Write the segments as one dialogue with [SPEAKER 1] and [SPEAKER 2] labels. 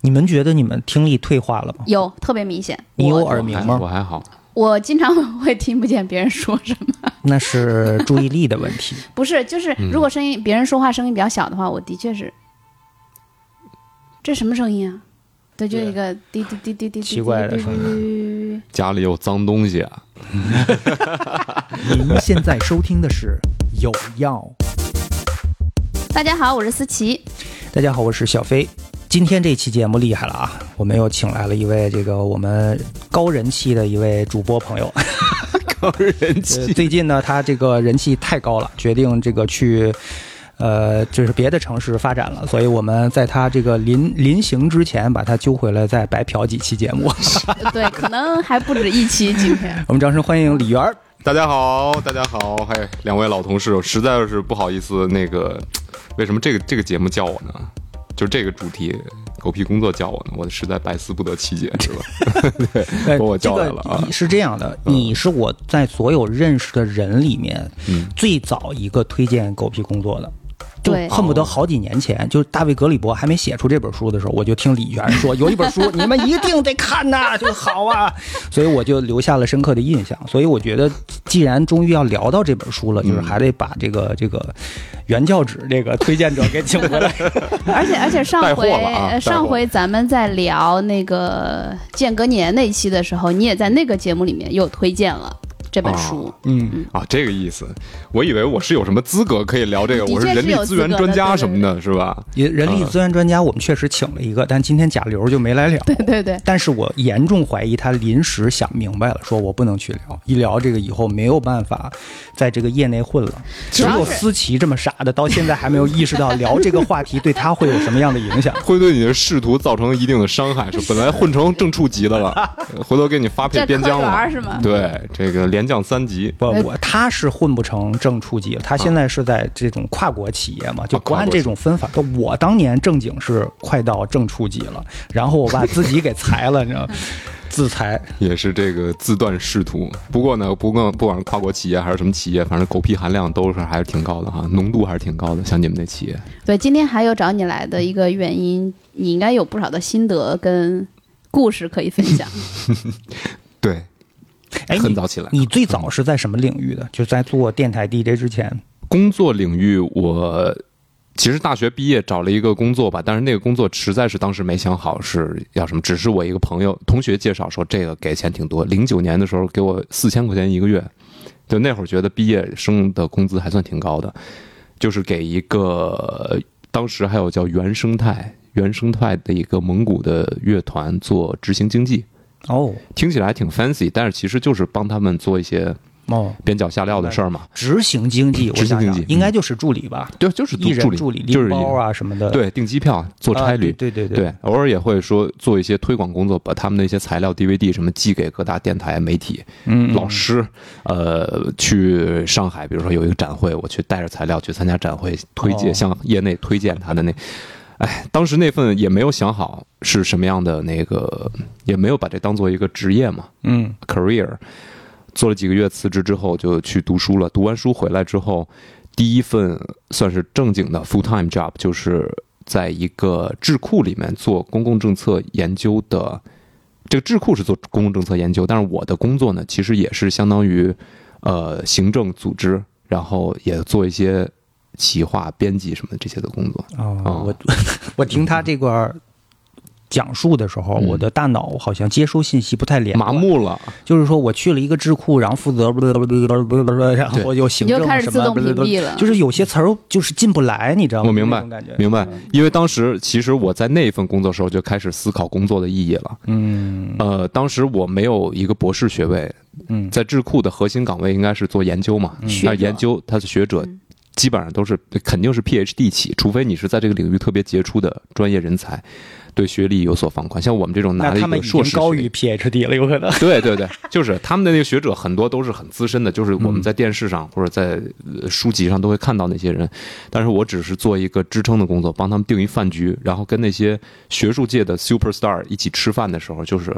[SPEAKER 1] 你们觉得你们听力退化了吗？
[SPEAKER 2] 有特别明显。
[SPEAKER 1] 你有
[SPEAKER 2] 我
[SPEAKER 1] 耳鸣
[SPEAKER 3] 我
[SPEAKER 1] 吗？
[SPEAKER 3] 还好，
[SPEAKER 2] 我经常会听不见别人说什么，
[SPEAKER 1] 那是注意力的问 题。
[SPEAKER 2] 不是，就是如果声音、别人说话声音比较小的话，我的确是，这什么声音啊？对，就一个滴滴滴滴滴，
[SPEAKER 1] 奇怪的声
[SPEAKER 2] 音。
[SPEAKER 3] 家里有脏东西，啊
[SPEAKER 4] 您现在收听的是有药。
[SPEAKER 2] 大家好，我是思琪，
[SPEAKER 1] 大家好，我是小飞。今天这期节目厉害了啊！我们又请来了一位这个我们高人气的一位主播朋友。
[SPEAKER 3] 高人
[SPEAKER 1] 呃最近呢，他这个人气太高了，决定这个去，呃，就是别的城市发展了。所以我们在他这个临临行之前，把他揪回来，再白嫖几期节 目。
[SPEAKER 2] 对，可能还不止一期，今天
[SPEAKER 1] 我们掌声欢迎李源儿。
[SPEAKER 3] 大家好，大家好，嘿，两位老同事，我实在是不好意思，那个为什么这个这个节目叫我呢？就这个主题。狗屁工作叫我呢，我实在百思不得其解，是吧？
[SPEAKER 1] 呃
[SPEAKER 3] 把我叫来了
[SPEAKER 1] 这
[SPEAKER 3] 啊
[SPEAKER 1] 个是这样的，你是我在所有认识的人里面，
[SPEAKER 3] 嗯
[SPEAKER 1] 最早一个推荐狗屁工作的。就
[SPEAKER 2] 对
[SPEAKER 1] 恨不得好几年前，就是大卫·格里伯还没写出这本书的时候，我就听李源说有一本书，你们一定得看呐、就好啊，所以我就留下了深刻的印象。所以我觉得，既然终于要聊到这本书了，
[SPEAKER 3] 嗯
[SPEAKER 1] 就是还得把这个这个原教旨这个推荐者给请回来。
[SPEAKER 2] 而且而且上
[SPEAKER 3] 带货
[SPEAKER 2] 回、
[SPEAKER 3] 了啊带
[SPEAKER 2] 呃
[SPEAKER 3] 货
[SPEAKER 2] 上回咱们在聊那个间隔年那一期的时候，你也在那个节目里面有推荐了这
[SPEAKER 3] 哦
[SPEAKER 2] 本书。
[SPEAKER 1] 嗯，
[SPEAKER 3] 啊，这个意思，我以为我是有什么资格可以聊这个，
[SPEAKER 2] 的
[SPEAKER 3] 我
[SPEAKER 2] 确是
[SPEAKER 3] 人力
[SPEAKER 2] 有
[SPEAKER 3] 资源
[SPEAKER 2] 资格的
[SPEAKER 3] 专家
[SPEAKER 2] 对对
[SPEAKER 3] 什么的，是吧？
[SPEAKER 1] 也人力资源专家我们确实请了一个，但今天贾刘就没来了。
[SPEAKER 2] 对对对，
[SPEAKER 1] 但是我严重怀疑他临时想明白了，说我不能去聊，一聊这个以后没有办法在这个业内混了。只
[SPEAKER 2] 主要是
[SPEAKER 1] 有思琪这么傻的，到现在还没有意识到聊这个话题对他会有什么样的影 响。
[SPEAKER 3] 会对你的仕途造成一定的伤害，是本来混成正处级的了， 呃回头给你发配
[SPEAKER 2] 这
[SPEAKER 3] 边
[SPEAKER 2] 科
[SPEAKER 3] 疆
[SPEAKER 2] 员儿
[SPEAKER 3] 了。
[SPEAKER 2] 是吗？
[SPEAKER 3] 对，这个连降三级，
[SPEAKER 1] 不，我他是混不成正处级，他现在是在这种跨国企业
[SPEAKER 3] 啊
[SPEAKER 1] 嘛，就不按这种分法。但我当年正经是快到正处级了，然后我把自己给裁了，你知道吗，自裁。
[SPEAKER 3] 也是这个自断仕途。不过呢，不管不管是跨国企业还是什么企业，反正狗屁含量都是还是挺高的哈，浓度还是挺高的。像你们那企业，
[SPEAKER 2] 对，今天还有找你来的一个原因，你应该有不少的心得跟故事可以分 享。
[SPEAKER 3] 对，
[SPEAKER 1] 哎，
[SPEAKER 3] 很
[SPEAKER 1] 你
[SPEAKER 3] 早起来。
[SPEAKER 1] 你最早是在什么领域的？就在做电台 DJ 之前。
[SPEAKER 3] 工作领域，我其实大学毕业找了一个工作吧，但是那个工作实在是当时没想好是要什么，只是我一个朋友同学介绍说这个给钱挺多，零九年的时候给我四千块钱一个月，就那会儿觉得毕业生的工资还算挺高的，就是给一个当时还有叫原生态。原生态的一个蒙古的乐团做执行经济，
[SPEAKER 1] 哦
[SPEAKER 3] 听起来还挺 fancy，但是其实就是帮他们做一些
[SPEAKER 1] 哦，
[SPEAKER 3] 边角下料的事儿嘛。
[SPEAKER 1] 执行经济，我
[SPEAKER 3] 执行
[SPEAKER 1] 想想
[SPEAKER 3] 经济
[SPEAKER 1] 应该就是助理吧，
[SPEAKER 3] 对，就是
[SPEAKER 1] 艺人
[SPEAKER 3] 助理，
[SPEAKER 1] 助理、
[SPEAKER 3] 就是
[SPEAKER 1] 拎包啊什么的，
[SPEAKER 3] 对，订机票、做
[SPEAKER 1] 啊，
[SPEAKER 3] 差旅，
[SPEAKER 1] 对对对
[SPEAKER 3] 对，偶尔也会说做一些推广工作，把他们的一些材料、DVD 什么寄给各大电台、媒体、
[SPEAKER 1] 嗯，
[SPEAKER 3] 老师。呃，去上海，比如说有一个展会，我去带着材料去参加展会，推
[SPEAKER 1] 哦
[SPEAKER 3] 荐向业内推荐他的那。哎，当时那份也没有想好是什么样的那个，也没有把这当做一个职业嘛
[SPEAKER 1] 嗯，
[SPEAKER 3] ，career。做了几个月辞职之后，就去读书了。读完书回来之后，第一份算是正经的 full time job，就是在一个智库里面做公共政策研究的。这个智库是做公共政策研究，但是我的工作呢，其实也是相当于呃行政组织，然后也做一些企划、编辑什么这些的工作。
[SPEAKER 1] 哦
[SPEAKER 3] 哦，
[SPEAKER 1] 我 我听他这块儿讲述的时候，
[SPEAKER 3] 嗯
[SPEAKER 1] 我的大脑好像接收信息不太连贯
[SPEAKER 3] 麻，木了，
[SPEAKER 1] 就是说我去了一个智库，然后负责，然后又行
[SPEAKER 2] 你
[SPEAKER 1] 政
[SPEAKER 2] 就开始
[SPEAKER 1] 什
[SPEAKER 2] 自
[SPEAKER 1] 么
[SPEAKER 2] 动屏蔽了，
[SPEAKER 1] 就是有些词儿就是进不来，你知道吗？
[SPEAKER 3] 我明白
[SPEAKER 1] 那种感觉，
[SPEAKER 3] 明白？因为当时其实我在那一份工作的时候就开始思考工作的意义了。
[SPEAKER 1] 嗯
[SPEAKER 3] 呃，当时我没有一个博士学位，
[SPEAKER 1] 嗯，
[SPEAKER 3] 在智库的核心岗位应该是做研究嘛，
[SPEAKER 2] 学
[SPEAKER 3] 那
[SPEAKER 2] 者
[SPEAKER 3] 研究他的学者
[SPEAKER 2] 嗯
[SPEAKER 3] 基本上都是肯定是 PhD 起，除非你是在这个领域特别杰出的专业人才，对学历有所放宽。像我们这种拿
[SPEAKER 1] 那
[SPEAKER 3] 了一
[SPEAKER 1] 他们
[SPEAKER 3] 个
[SPEAKER 1] 已
[SPEAKER 3] 硕
[SPEAKER 1] 经
[SPEAKER 3] 士
[SPEAKER 1] 高
[SPEAKER 3] 学
[SPEAKER 1] 于
[SPEAKER 3] 历
[SPEAKER 1] PhD 了，有可能。
[SPEAKER 3] 对对对，就是他们的那个学者很多都是很资深的，就是我们在电视上或者在呃书籍上都会看到那些人，但是我只是做一个支撑的工作，帮他们定一饭局，然后跟那些学术界的 super star 一起吃饭的时候，就是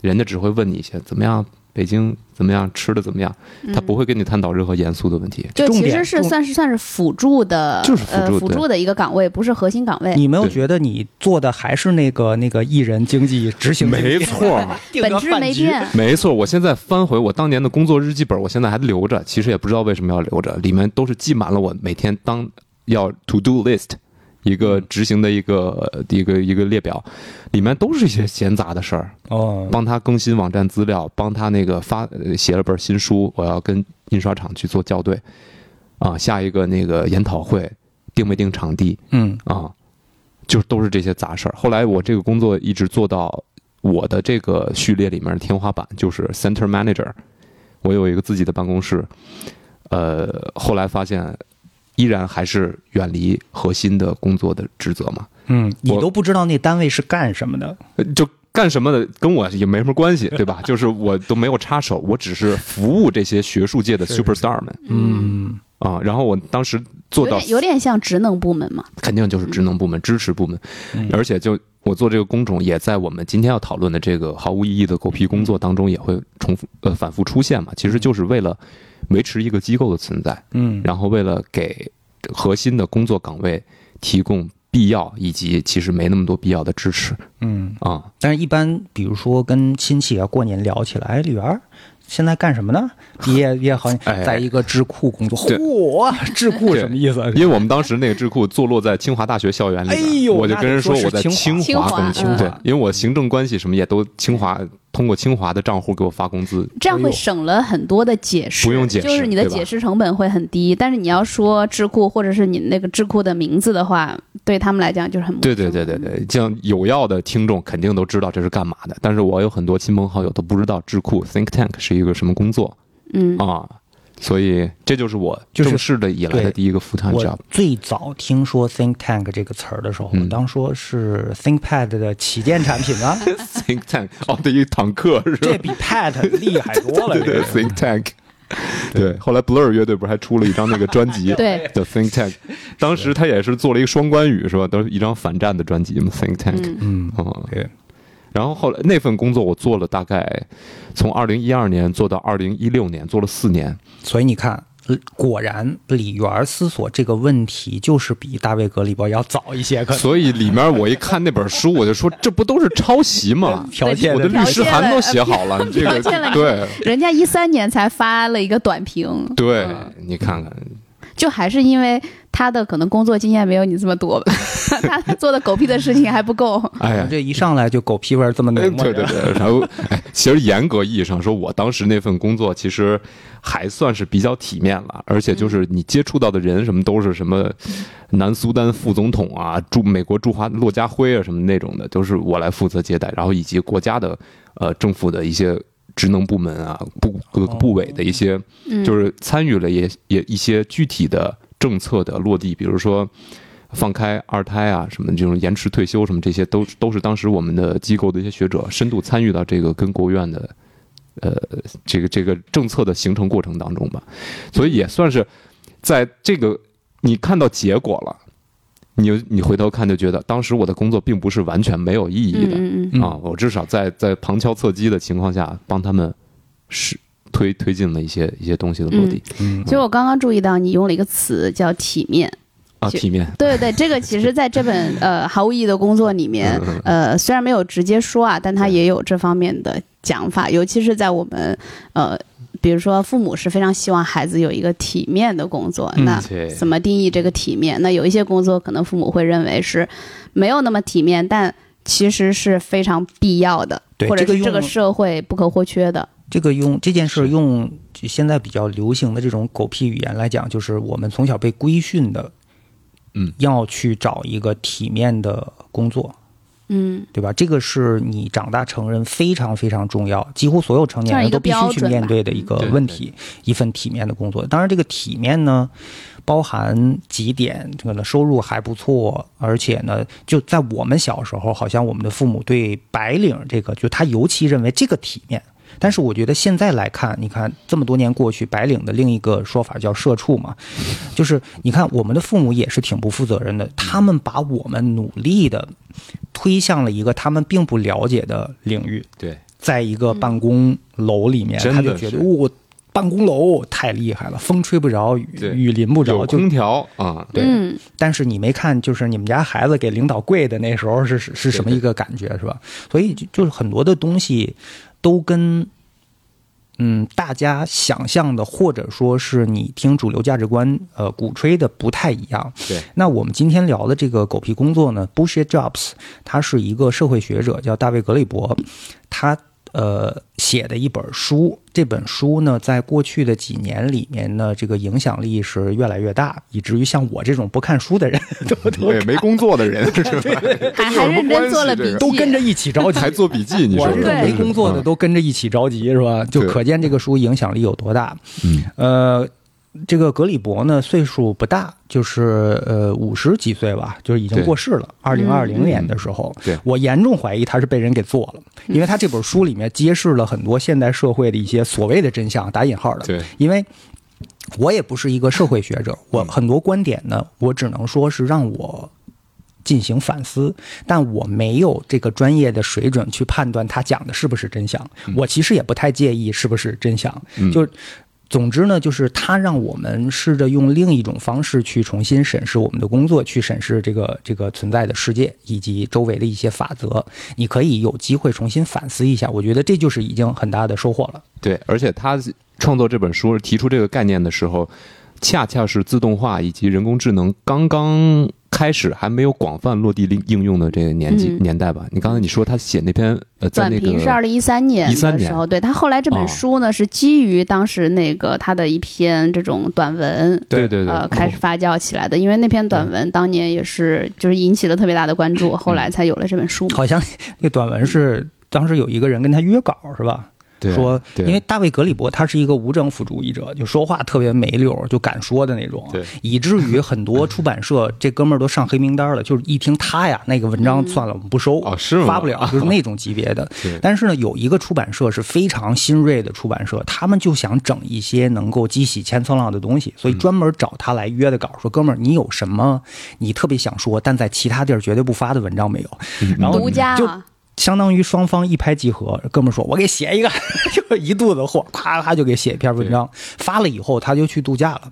[SPEAKER 3] 人家只会问你一些怎么样北京怎么样，吃的怎么样，他不会跟你探讨任何严肃的问题。
[SPEAKER 2] 就
[SPEAKER 1] 重
[SPEAKER 2] 其
[SPEAKER 1] 点
[SPEAKER 2] 实是
[SPEAKER 1] 重
[SPEAKER 2] 算是算是辅助的，
[SPEAKER 3] 就是辅助
[SPEAKER 2] 呃、辅助的一个岗位，不是核心岗位。
[SPEAKER 1] 你没有
[SPEAKER 3] 对
[SPEAKER 1] 觉得你做的还是那个那个艺人经济执行？
[SPEAKER 3] 没错，
[SPEAKER 1] 定
[SPEAKER 2] 本
[SPEAKER 1] 个
[SPEAKER 2] 质
[SPEAKER 1] 饭
[SPEAKER 2] 没
[SPEAKER 1] 局
[SPEAKER 2] 变，
[SPEAKER 3] 没错，我现在翻回我当年的工作日记本，我现在还留着，其实也不知道为什么要留着，里面都是记满了我每天当要 to do list 一个执行的一个一个一个列表，里面都是一些闲杂的事儿，
[SPEAKER 1] 哦，
[SPEAKER 3] 帮他更新网站资料，帮他那个发呃写了本新书，我要跟印刷厂去做校对，啊，下一个那个研讨会定没定场地，
[SPEAKER 1] 嗯
[SPEAKER 3] 啊，就是都是这些杂事儿。后来我这个工作一直做到我的这个序列里面的天花板就是 center manager，我有一个自己的办公室。呃，后来发现依然还是远离核心的工作的职责嘛，
[SPEAKER 1] 嗯，你
[SPEAKER 3] 我
[SPEAKER 1] 都不知道那单位是干什么的，
[SPEAKER 3] 呃就。干什么的跟我也没什么关系，对吧？ 就是我都没有插手，我只是服务这些学术界的 superstar 们
[SPEAKER 2] 嗯，
[SPEAKER 3] 啊。然后我当时
[SPEAKER 2] 有
[SPEAKER 3] 做到
[SPEAKER 2] 点有点像职能部门嘛，
[SPEAKER 3] 肯定就是职能部门、支持部门，
[SPEAKER 1] 嗯
[SPEAKER 3] 而且就我做这个工种，也在我们今天要讨论的这个毫无意义的狗屁工作当中，也会重复呃反复出现嘛。其实就是为了维持一个机构的存在，
[SPEAKER 1] 嗯，
[SPEAKER 3] 然后为了给核心的工作岗位提供必要以及其实没那么多必要的支持
[SPEAKER 1] 嗯，
[SPEAKER 3] 啊。
[SPEAKER 1] 但是一般比如说跟亲戚啊过年聊起来，哎，李媛儿现在干什么呢？毕业毕业好像
[SPEAKER 3] 哎
[SPEAKER 1] 在一个智库工作，
[SPEAKER 3] 对
[SPEAKER 1] 嚯，智库
[SPEAKER 3] 对
[SPEAKER 1] 什么意思啊？
[SPEAKER 3] 因为我们当时那个智库坐落在清华大学校园里面，
[SPEAKER 1] 哎呦
[SPEAKER 3] 我就跟人
[SPEAKER 1] 那得
[SPEAKER 3] 我
[SPEAKER 1] 说
[SPEAKER 3] 在
[SPEAKER 1] 是清
[SPEAKER 2] 清华
[SPEAKER 3] 工作
[SPEAKER 2] 嗯
[SPEAKER 3] 对，因为我行政关系什么也都清华通过清华的账户给我发工资，
[SPEAKER 2] 这样会省了很多的解释，
[SPEAKER 3] 哎不用解释
[SPEAKER 2] 就是你的
[SPEAKER 3] 对吧
[SPEAKER 2] 解释成本会很低。但是你要说智库或者是你那个智库的名字的话，对他们来讲就是很陌
[SPEAKER 3] 对
[SPEAKER 2] 生
[SPEAKER 3] 对对对对，像有要的听众肯定都知道这是干嘛的，但是我有很多亲朋好友都不知道智库 think tank 是一个什么工作
[SPEAKER 2] 嗯，
[SPEAKER 3] 啊，所以这就是我
[SPEAKER 1] 就是
[SPEAKER 3] 正式的以来的第一个 full time
[SPEAKER 1] 我
[SPEAKER 3] job。
[SPEAKER 1] 最早听说 think tank 这个词儿的时候，
[SPEAKER 3] 嗯
[SPEAKER 1] 我当说是 ThinkPad 的旗舰产品啊，
[SPEAKER 3] think tank 哦，对，一坦克是
[SPEAKER 1] 这
[SPEAKER 3] 吧？
[SPEAKER 1] 比 Pad 厉害多了。
[SPEAKER 3] 对
[SPEAKER 1] 这
[SPEAKER 3] 对对
[SPEAKER 1] 个
[SPEAKER 3] ，think tank。对，后来 Blur 乐队不是还出了一张那个专辑
[SPEAKER 2] 对
[SPEAKER 3] 的 Think Tank，当时他也是做了一个双关语是吧？都是一张反战的专辑嘛，Think Tank
[SPEAKER 2] 嗯，
[SPEAKER 1] 嗯，
[SPEAKER 3] 啊、
[SPEAKER 1] 对，
[SPEAKER 3] 然后后来那份工作我做了大概从二零一二年做到二零一六年，做了四年。
[SPEAKER 1] 所以你看。呃果然，李媛儿思索这个问题就是比大卫·格里伯要早一 些，可能？
[SPEAKER 3] 所以里面我一看那本书，我就说这不都是抄袭吗
[SPEAKER 1] 条件
[SPEAKER 3] 我的
[SPEAKER 1] 的
[SPEAKER 3] 律师函都写好了，呃你这 个
[SPEAKER 2] 剽窃了
[SPEAKER 3] 对
[SPEAKER 2] 人家一三年才发了一个短评，
[SPEAKER 3] 对，你看看，
[SPEAKER 2] 就还是因为他的可能工作经验没有你这么多吧，他做的狗屁的事情还不够。
[SPEAKER 3] 哎呀。
[SPEAKER 1] 这一上来就狗屁味儿这么
[SPEAKER 3] 哎
[SPEAKER 1] 浓嘛
[SPEAKER 3] 对对对，然后哎，其实严格意义上说，我当时那份工作其实还算是比较体面了，而且就是你接触到的人什么都是什么南苏丹副总统啊，驻美国驻华骆家辉啊什么那种的，都是我来负责接待，然后以及国家的呃政府的一些职能部门啊部各个部委的一些
[SPEAKER 2] 嗯，
[SPEAKER 3] 就是参与了也也一些具体的政策的落地，比如说放开二胎啊，什么这种延迟退休什么这些，都都是当时我们的机构的一些学者深度参与到这个跟国务院的呃这个这个政策的形成过程当中吧，所以也算是在这个你看到结果了，你你回头看就觉得当时我的工作并不是完全没有意义
[SPEAKER 2] 嗯
[SPEAKER 3] 的，
[SPEAKER 2] 嗯嗯，
[SPEAKER 1] 嗯
[SPEAKER 3] 啊，我至少在在旁敲侧击的情况下，帮他们是推推进了一些一些东西的落地、
[SPEAKER 1] 嗯
[SPEAKER 2] 其实我刚刚注意到你用了一个词叫体面。
[SPEAKER 3] 啊，
[SPEAKER 2] 其
[SPEAKER 3] 体面。
[SPEAKER 2] 对对，这个其实在这本呃毫无意义的工作里面，
[SPEAKER 3] 嗯
[SPEAKER 2] 呃虽然没有直接说啊，但它也有这方面的讲法，尤其是在我们呃，比如说父母是非常希望孩子有一个体面的工作，
[SPEAKER 1] 嗯
[SPEAKER 2] 那
[SPEAKER 3] 对
[SPEAKER 2] 怎么定义这个体面？那有一些工作可能父母会认为是没有那么体面，但其实是非常必要的，
[SPEAKER 1] 对
[SPEAKER 2] 哎或者
[SPEAKER 1] 这个
[SPEAKER 2] 是这
[SPEAKER 1] 用
[SPEAKER 2] 个社会不可或缺的。
[SPEAKER 1] 这个用这件事用现在比较流行的这种狗屁语言来讲，就是我们从小被规训的，
[SPEAKER 3] 嗯，
[SPEAKER 1] 要去找一个体面的工作，
[SPEAKER 2] 嗯，
[SPEAKER 1] 对吧？这个是你长大成人非常非常重要，几乎所有成年人都必须去面对的一个
[SPEAKER 3] 这样一个标准吧
[SPEAKER 1] 问题，一份体面的工作。当然，这个体面呢，包含几点，这个呢收入还不错，而且呢，就在我们小时候，好像我们的父母对白领这个，就他尤其认为这个体面。但是我觉得现在来看，你看这么多年过去，白领的另一个说法叫“社畜”嘛，就是你看我们的父母也是挺不负责任的，他们把我们努力的推向了一个他们并不了解的领域，
[SPEAKER 3] 对，
[SPEAKER 1] 在一个办公楼里面，
[SPEAKER 3] 真
[SPEAKER 1] 他
[SPEAKER 3] 的
[SPEAKER 1] 就觉
[SPEAKER 3] 是
[SPEAKER 1] 得我、办公楼太厉害了，风吹不着，雨
[SPEAKER 3] 对
[SPEAKER 1] 雨淋不着，
[SPEAKER 3] 有
[SPEAKER 1] 就
[SPEAKER 3] 空调啊，
[SPEAKER 1] 对。
[SPEAKER 2] 嗯，
[SPEAKER 1] 但是你没看，就是你们家孩子给领导跪的那时候是是是什么一个感觉，是吧？所以就就是很多的东西都跟嗯大家想象的，或者说是你听主流价值观呃鼓吹的不太一样。
[SPEAKER 3] 对，
[SPEAKER 1] 那我们今天聊的这个狗屁工作呢，Bullshit Jobs，他是一个社会学者，叫大卫格里伯，他。呃，写的一本书，这本书呢，在过去的几年里面呢，这个影响力是越来越大，以至于像我这种不看书的人都
[SPEAKER 3] 对，没工作的人是吧？
[SPEAKER 2] 还
[SPEAKER 3] 有
[SPEAKER 2] 还
[SPEAKER 3] 什么
[SPEAKER 2] 认
[SPEAKER 3] 关
[SPEAKER 2] 真
[SPEAKER 3] 系
[SPEAKER 2] 做了
[SPEAKER 3] 哎这
[SPEAKER 2] 笔记，
[SPEAKER 3] 个
[SPEAKER 1] 都跟着一起着急。
[SPEAKER 3] 还做笔记，你说嗯
[SPEAKER 1] 我
[SPEAKER 3] 说
[SPEAKER 1] 这种
[SPEAKER 2] 对
[SPEAKER 1] 没工作的都跟着一起着急，是吧？就
[SPEAKER 3] 对
[SPEAKER 1] 可见这个书影响力有多大。
[SPEAKER 3] 嗯，
[SPEAKER 1] 呃，这个格里伯呢，岁数不大，就是呃五十几岁吧，就是已经
[SPEAKER 3] 对
[SPEAKER 1] 过世了。二零二零
[SPEAKER 2] 嗯
[SPEAKER 1] 年的时候，
[SPEAKER 3] 对
[SPEAKER 1] 我严重怀疑他是被人给做了，因为他这本书里面揭示了很多现代社会的一些所谓的真相（打引号的）。
[SPEAKER 3] 对
[SPEAKER 1] 因为我也不是一个社会学者，我很多观点呢，我只能说是让我进行反思，但我没有这个专业的水准去判断他讲的是不是真相。我其实也不太介意是不是真相，就。总之呢，就是他让我们试着用另一种方式去重新审视我们的工作，去审视这个这个存在的世界以及周围的一些法则。你可以有机会重新反思一下，我觉得这就是已经很大的收获了。
[SPEAKER 3] 对，而且他创作这本书提出这个概念的时候，恰恰是自动化以及人工智能刚刚开始，还没有广泛落地应应用的这个年纪、
[SPEAKER 2] 嗯
[SPEAKER 3] 年代吧。你刚才你说他写那篇呃，在
[SPEAKER 2] 短
[SPEAKER 3] 那
[SPEAKER 2] 评是
[SPEAKER 3] 个
[SPEAKER 2] 二零一三年
[SPEAKER 3] 13
[SPEAKER 2] 的
[SPEAKER 3] 年
[SPEAKER 2] 时候，对他后来这
[SPEAKER 3] 哦
[SPEAKER 2] 本书呢、是基于当时那个他的一篇这种短文。
[SPEAKER 3] 对对对
[SPEAKER 2] 呃，开始发酵起来的，因为那篇短文当年也是，就是引起了特别大的关注，后来才有了这本 书嘛。
[SPEAKER 1] 好像那短文是当时有一个人跟他约稿是吧？
[SPEAKER 3] 对
[SPEAKER 1] 说，
[SPEAKER 3] 对
[SPEAKER 1] 因为大卫格里伯他是一个无政府主义者，就说话特别没溜儿，就敢说的那种啊
[SPEAKER 3] 对，
[SPEAKER 1] 以至于很多出版社这哥们儿都上黑名单了。就是一听他呀，那个文章算了，我们不收，
[SPEAKER 3] 哦是吗
[SPEAKER 1] 发不 了，就是那种级别的
[SPEAKER 3] 对。
[SPEAKER 1] 但是呢，有一个出版社是非常新锐的出版社，他们就想整一些能够激起千层浪的东西，所
[SPEAKER 3] 嗯
[SPEAKER 1] 以专门找他来约的稿，说哥们儿，你有什么你特别想说，但在其他地儿绝对不发的文章没有？嗯然后
[SPEAKER 2] 独
[SPEAKER 3] 嗯
[SPEAKER 2] 家
[SPEAKER 1] 就
[SPEAKER 2] 啊，
[SPEAKER 1] 相当于双方一拍即合，哥们儿说：“我给写一个， 就一肚子货，咔咔就给写一篇文章。”发了以后，他就去度假了。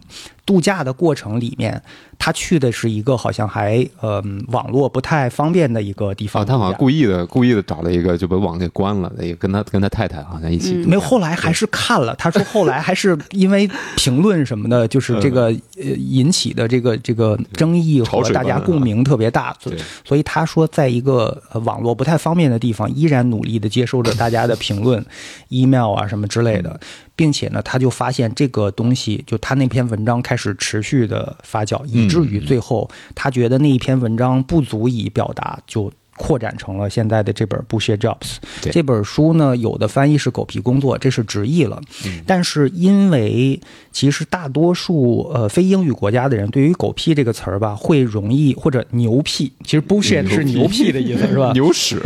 [SPEAKER 1] 度假的过程里面，他去的是一个好像还嗯、网络不太方便的一个地
[SPEAKER 3] 啊，
[SPEAKER 1] 方。
[SPEAKER 3] 他好像
[SPEAKER 1] 意
[SPEAKER 3] 故意的，故意的找了一个就把网给关了，也跟他跟他太太好像一起
[SPEAKER 2] 嗯
[SPEAKER 3] 度假、
[SPEAKER 1] 没有，后来还是看了。他说后来还是因为评论什么的，就是这个呃引起的这个这个争议
[SPEAKER 3] 嗯潮
[SPEAKER 1] 和
[SPEAKER 3] 水
[SPEAKER 1] 大家
[SPEAKER 3] 般啊
[SPEAKER 1] 共鸣特别大，所以
[SPEAKER 3] 对
[SPEAKER 1] 所以他说，在一个呃网络不太方便的地方，依然努力的接收着大家的评论、email 啊什么之类的，
[SPEAKER 3] 嗯
[SPEAKER 1] 并且呢，他就发现这个东西，就他那篇文章开始持续的发酵，以至
[SPEAKER 3] 嗯
[SPEAKER 1] 于最后他觉得那一篇文章不足以表达，就。扩展成了现在的这本《Bullshit Jobs》
[SPEAKER 3] 对
[SPEAKER 1] 这本书呢，有的翻译是“狗皮工作”，这是直译了。但是因为其实大多数呃非英语国家的人对于“狗屁”这个词儿吧，会容易或者牛屁，其实 bullshit 是牛屁的意思是吧？
[SPEAKER 3] 牛屎，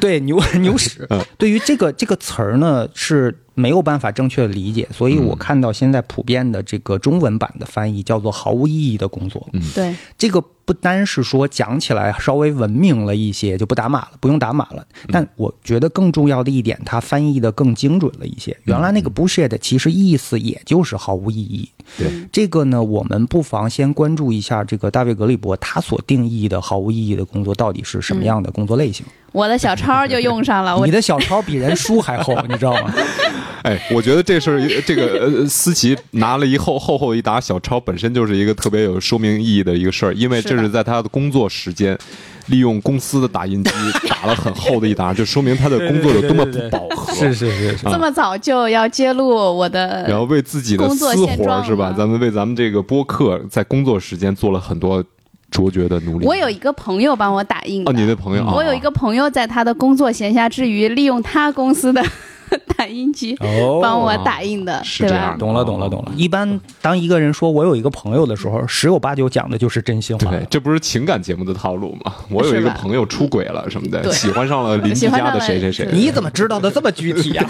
[SPEAKER 1] 对牛牛屎，对于这个这个词儿呢是没有办法正确的理解，所以我看到现在普遍的这个中文版的翻译叫做“毫无意义的工作”。
[SPEAKER 2] 对，
[SPEAKER 1] 这个不单是说讲起来稍微文明了一些，就不打码了，不用打码了。但我觉得更重要的一点，它翻译的更精准了一些。原来那个 bullshit 其实意思也就是毫无意义。
[SPEAKER 3] 对，
[SPEAKER 1] 这个呢，我们不妨先关注一下这个大卫格里伯他所定义的毫无意义的工作到底是什么样的工作类型。
[SPEAKER 2] 我的小抄就用上嗯哦了，我
[SPEAKER 1] 你的小抄比人书还 厚，你知道吗？
[SPEAKER 3] 哎，我觉得这事儿，这个呃思琪拿了一厚厚厚一沓小抄，本身就是一个特别有说明意义的一个事儿，因为这是在他的工作时间，利用公司的打印机打了很厚的一沓，就说明他的工作有多么不饱 和。
[SPEAKER 1] 是是是，
[SPEAKER 2] 这么早就要揭露我的，
[SPEAKER 3] 然后为自己的
[SPEAKER 2] 工作
[SPEAKER 3] 私
[SPEAKER 2] 现
[SPEAKER 3] 活儿
[SPEAKER 2] 状
[SPEAKER 3] 是吧？
[SPEAKER 2] 吗
[SPEAKER 3] 咱们为咱们这个播客在工作时间做了很多卓绝的努力。
[SPEAKER 2] 我有一个朋友帮我打印的，
[SPEAKER 3] 哦，你的朋友，啊
[SPEAKER 2] 我有一个朋友在他的工作闲暇之余，利用他公司的 打印机
[SPEAKER 1] 哦
[SPEAKER 2] 帮我打印的，
[SPEAKER 3] 是
[SPEAKER 2] 对
[SPEAKER 3] 这样
[SPEAKER 2] 吧
[SPEAKER 3] 的？
[SPEAKER 1] 懂了懂了懂了。一般当一个人说我有一个朋友的时候，十有八九讲的就是真心话。
[SPEAKER 3] 对，这不是情感节目的套路吗？我有一个
[SPEAKER 2] 是吧
[SPEAKER 3] 朋友出轨了什么的，
[SPEAKER 2] 对
[SPEAKER 3] 喜欢上了邻居
[SPEAKER 2] 喜欢
[SPEAKER 3] 家的
[SPEAKER 2] 上了
[SPEAKER 3] 谁谁谁，
[SPEAKER 1] 你怎么知道的这么具体 啊？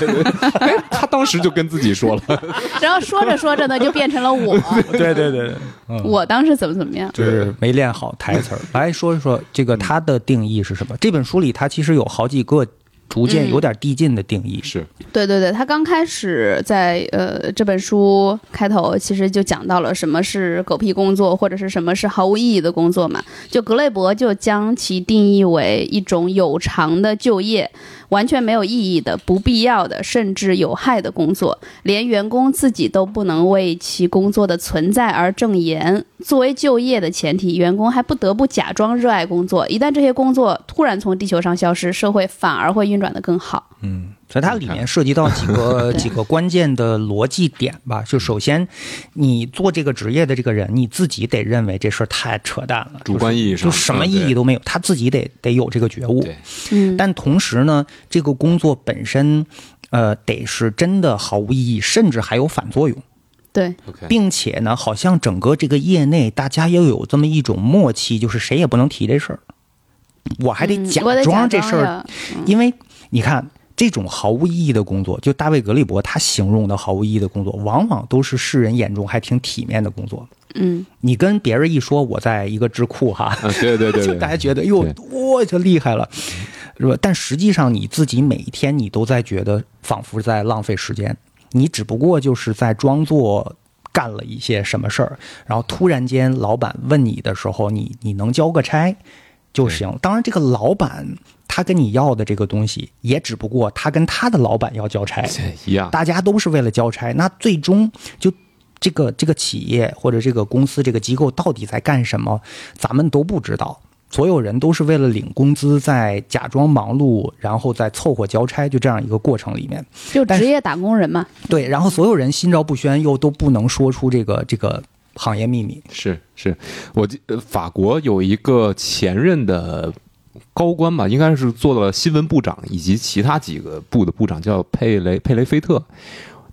[SPEAKER 3] 哎，他当时就跟自己说了，
[SPEAKER 2] 然后说着说着呢，就变成了 我，
[SPEAKER 1] 对对对，嗯，
[SPEAKER 2] 我当时怎么怎么样？
[SPEAKER 1] 就是没练好台词儿。来说一说这个它的定义是什么？这本书里它其实有好几个逐渐有点递进的定义。
[SPEAKER 3] 是
[SPEAKER 2] 对对对，他刚开始在呃这本书开头其实就讲到了什么是狗屁工作，或者是什么是毫无意义的工作嘛。就格雷伯就将其定义为一种有偿的就业，完全没有意义的、不必要的，甚至有害的工作，连员工自己都不能为其工作的存在而证言。作为就业的前提，员工还不得不假装热爱工作。一旦这些工作突然从地球上消失，社会反而会运转得更好。
[SPEAKER 1] 嗯，所以它里面涉及到几个
[SPEAKER 2] 对
[SPEAKER 1] 几个关键的逻辑点吧。就首先，你做这个职业的这个人，你自己得认为这事儿太扯淡了，
[SPEAKER 3] 主观意义
[SPEAKER 1] 就
[SPEAKER 3] 上
[SPEAKER 1] 什么
[SPEAKER 3] 嗯
[SPEAKER 1] 意
[SPEAKER 3] 对
[SPEAKER 1] 义都没有，他自己得得有这个觉悟。
[SPEAKER 3] 对，
[SPEAKER 2] 嗯，
[SPEAKER 1] 但同时呢，这个工作本身，呃，得是真的毫无意义，甚至还有反作用，
[SPEAKER 2] 对
[SPEAKER 3] OK，
[SPEAKER 1] 并且呢，好像整个这个业内大家又有这么一种默契，就是谁也不能提这事儿，我还得
[SPEAKER 2] 嗯
[SPEAKER 1] 假
[SPEAKER 2] 我得
[SPEAKER 1] 装这事儿
[SPEAKER 2] 呀
[SPEAKER 1] 因为你看，这种毫无意义的工作，就大卫·格利伯他形容的毫无意义的工作，往往都是世人眼中还挺体面的工作。
[SPEAKER 2] 嗯，
[SPEAKER 1] 你跟别人一说我在一个智库哈，
[SPEAKER 3] 啊，对对对
[SPEAKER 1] 就
[SPEAKER 3] 对
[SPEAKER 1] 大，家觉得哎哟
[SPEAKER 3] 对，
[SPEAKER 1] 我就厉害了，是吧？但实际上你自己每一天你都在觉得仿佛在浪费时间，你只不过就是在装作。干了一些什么事儿，然后突然间老板问你的时候，你你能交个差就行。当然，这个老板他跟你要的这个东西，也只不过他跟他的老板要交差，
[SPEAKER 3] 一样，
[SPEAKER 1] 啊大家都是为了交差，那最终就这个这个企业或者这个公司这个机构到底在干什么，咱们都不知道。所有人都是为了领工资，在假装忙碌，然后再凑合交差，就这样一个过程里面。
[SPEAKER 2] 就
[SPEAKER 1] 但
[SPEAKER 2] 职业打工人嘛，
[SPEAKER 1] 对，然后所有人心照不宣，又都不能说出这个这个行业秘密。
[SPEAKER 3] 是是，我记呃法国有一个前任的高官吧，应该是做了新闻部长以及其他几个部的部长，叫佩雷佩雷菲特，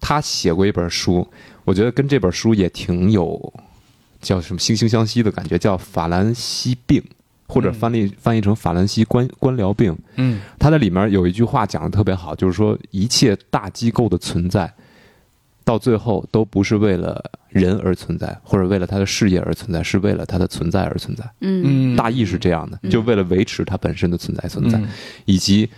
[SPEAKER 3] 他写过一本书，我觉得跟这本书也挺有叫什么惺惺相惜的感觉，叫法兰西病。或者翻译翻译成法兰西官官僚病，
[SPEAKER 1] 嗯，
[SPEAKER 3] 它的里面有一句话讲的特别好，就是说一切大机构的存在，到最后都不是为了人而存在，或者为了他的事业而存在，是为了它的存在而存在。
[SPEAKER 2] 嗯
[SPEAKER 3] 大意是这样的，
[SPEAKER 2] 嗯
[SPEAKER 3] 就为了维持它本身的存在存在，
[SPEAKER 1] 嗯
[SPEAKER 3] 以及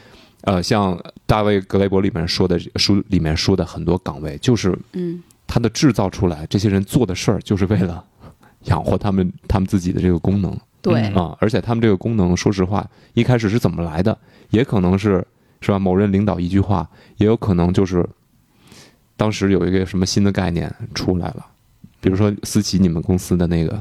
[SPEAKER 3] 呃，像大卫格雷伯里面说的书里面说的很多岗位，就是
[SPEAKER 2] 嗯
[SPEAKER 3] 它的制造出来，这些人做的事儿就是为了养活他们他们自己的这个功能。
[SPEAKER 2] 对呃
[SPEAKER 1] 嗯
[SPEAKER 3] 啊，而且他们这个功能，说实话，一开始是怎么来的，也可能是是吧？某任领导一句话，也有可能就是当时有一个什么新的概念出来了，比如说思琪你们公司的那个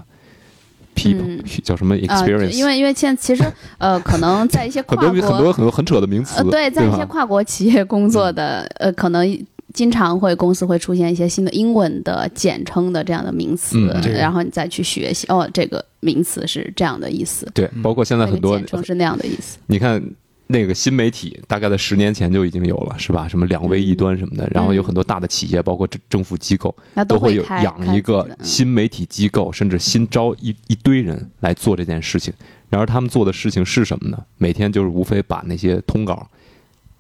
[SPEAKER 3] people、
[SPEAKER 2] 嗯
[SPEAKER 3] 叫什么
[SPEAKER 2] 啊，
[SPEAKER 3] experience，、
[SPEAKER 2] 因为因为现在其实呃，可能在一些
[SPEAKER 3] 很
[SPEAKER 2] 跨
[SPEAKER 3] 多
[SPEAKER 2] 国
[SPEAKER 3] 很多很多很扯的名词，
[SPEAKER 2] 呃，对，在一些
[SPEAKER 3] 吧？
[SPEAKER 2] 跨国企业工作的呃，可能经常会公司会出现一些新的英文的简称的这样的名词，
[SPEAKER 3] 嗯
[SPEAKER 1] 对
[SPEAKER 2] 然后你再去学习哦，这个名词是这样的意思，
[SPEAKER 3] 对，包括现在
[SPEAKER 2] 那个
[SPEAKER 3] 很多
[SPEAKER 2] 简称是那样的意思，
[SPEAKER 3] 你看那个新媒体，大概在十年前就已经有了，是吧？什么两
[SPEAKER 2] 嗯
[SPEAKER 3] 微一端什么的，然后有很多大的企业，包括政政府机构，
[SPEAKER 2] 那
[SPEAKER 3] 都
[SPEAKER 2] 会
[SPEAKER 3] 有
[SPEAKER 2] 开嗯
[SPEAKER 3] 养一个
[SPEAKER 2] 开自己的
[SPEAKER 3] 新媒体机构，甚至新招一一堆人来做这件事情。然而他们做的事情是什么呢？每天就是无非把那些通稿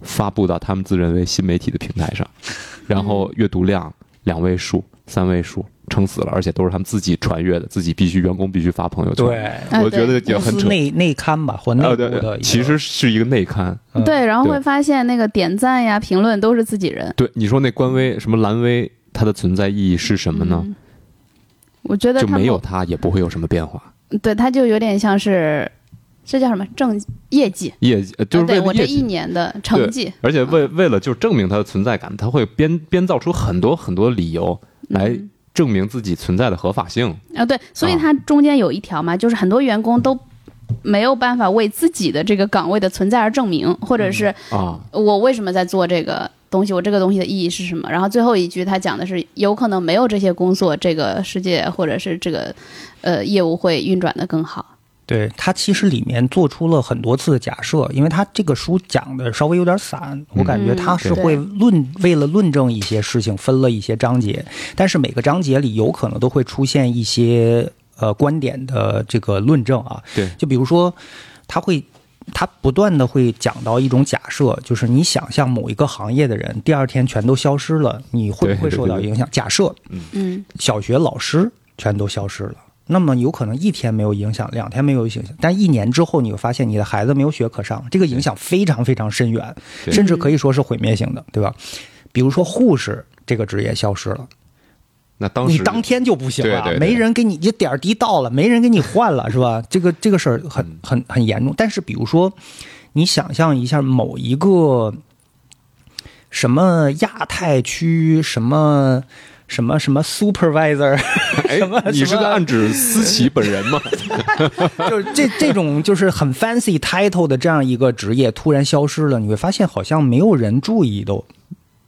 [SPEAKER 3] 发布到他们自认为新媒体的平台上，然后阅读量两位数、三位数，撑死了，而且都是他们自己传阅的，自己必须员工必须发朋友圈。，
[SPEAKER 2] 啊
[SPEAKER 3] 我觉得
[SPEAKER 2] 对
[SPEAKER 3] 也很
[SPEAKER 1] 公司
[SPEAKER 3] 扯。
[SPEAKER 1] 内内刊吧，或内
[SPEAKER 3] 呃，
[SPEAKER 1] 部的一个、
[SPEAKER 3] 对，其实是一个内刊。
[SPEAKER 1] 嗯
[SPEAKER 2] 对，然后
[SPEAKER 3] 对
[SPEAKER 2] 会发现那个点赞呀、评论都是自己人。
[SPEAKER 3] 对，你说那官微什么蓝微，它的存在意义是什么呢？
[SPEAKER 2] 嗯？我觉得
[SPEAKER 3] 就
[SPEAKER 2] 他们
[SPEAKER 3] 没有它也不会有什么变化。
[SPEAKER 2] 对，他就有点像是，这叫什么正业绩？
[SPEAKER 3] 业绩呃就是
[SPEAKER 2] 啊对
[SPEAKER 3] 为
[SPEAKER 2] 我
[SPEAKER 3] 了
[SPEAKER 2] 这
[SPEAKER 3] 业绩
[SPEAKER 2] 一啊年的成绩，
[SPEAKER 3] 而且为为了就是证明它的存在感，他会编编造出很多很多理由来
[SPEAKER 2] 嗯
[SPEAKER 3] 证明自己存在的合法性。
[SPEAKER 2] 啊，对，所以
[SPEAKER 3] 啊
[SPEAKER 2] 它中间有一条嘛，就是很多员工都没有办法为自己的这个岗位的存在而证明，或者是
[SPEAKER 3] 啊，
[SPEAKER 2] 我为什么在做这个东西，我这个东西的意义是什么？然后最后一句他讲的是，有可能没有这些工作，这个世界或者是这个呃业务会运转的更好。
[SPEAKER 1] 对他其实里面做出了很多次的假设，因为他这个书讲的稍微有点散，我
[SPEAKER 3] 嗯
[SPEAKER 1] 感觉他是会论、为了论证一些事情分了一些章节，但是每个章节里有可能都会出现一些呃观点的这个论证啊，
[SPEAKER 3] 对
[SPEAKER 1] 就比如说他会。他不断的会讲到一种假设，就是你想象某一个行业的人，第二天全都消失了，你会不会
[SPEAKER 3] 对对
[SPEAKER 1] 受到
[SPEAKER 3] 对
[SPEAKER 1] 影响？假设
[SPEAKER 2] 嗯
[SPEAKER 1] 小学老师全都消失了，那么有可能一天没有影响，两天没有影响，但一年之后你会发现你的孩子没有学可上，这个影响非常非常深远，
[SPEAKER 3] 对
[SPEAKER 1] 甚至可以说是毁灭性的，对吧？比如说护士这个职业消失了，
[SPEAKER 3] 那当
[SPEAKER 1] 你
[SPEAKER 3] 时
[SPEAKER 1] 当天就不行了，
[SPEAKER 3] 对对对
[SPEAKER 1] 没人给你，你点儿滴到了，没人给你换了，是吧？ 这个这个事儿很很很严重。但是比如说，你想象一下某一个什么亚太区什么。什么什么 supervisor，
[SPEAKER 3] 哎
[SPEAKER 1] 什么，
[SPEAKER 3] 你是
[SPEAKER 1] 什么
[SPEAKER 3] 在暗指思 琪本人吗？
[SPEAKER 1] 就是这这种就是很 fancy title 的这样一个职业突然消失了，你会发现好像没有人注意都，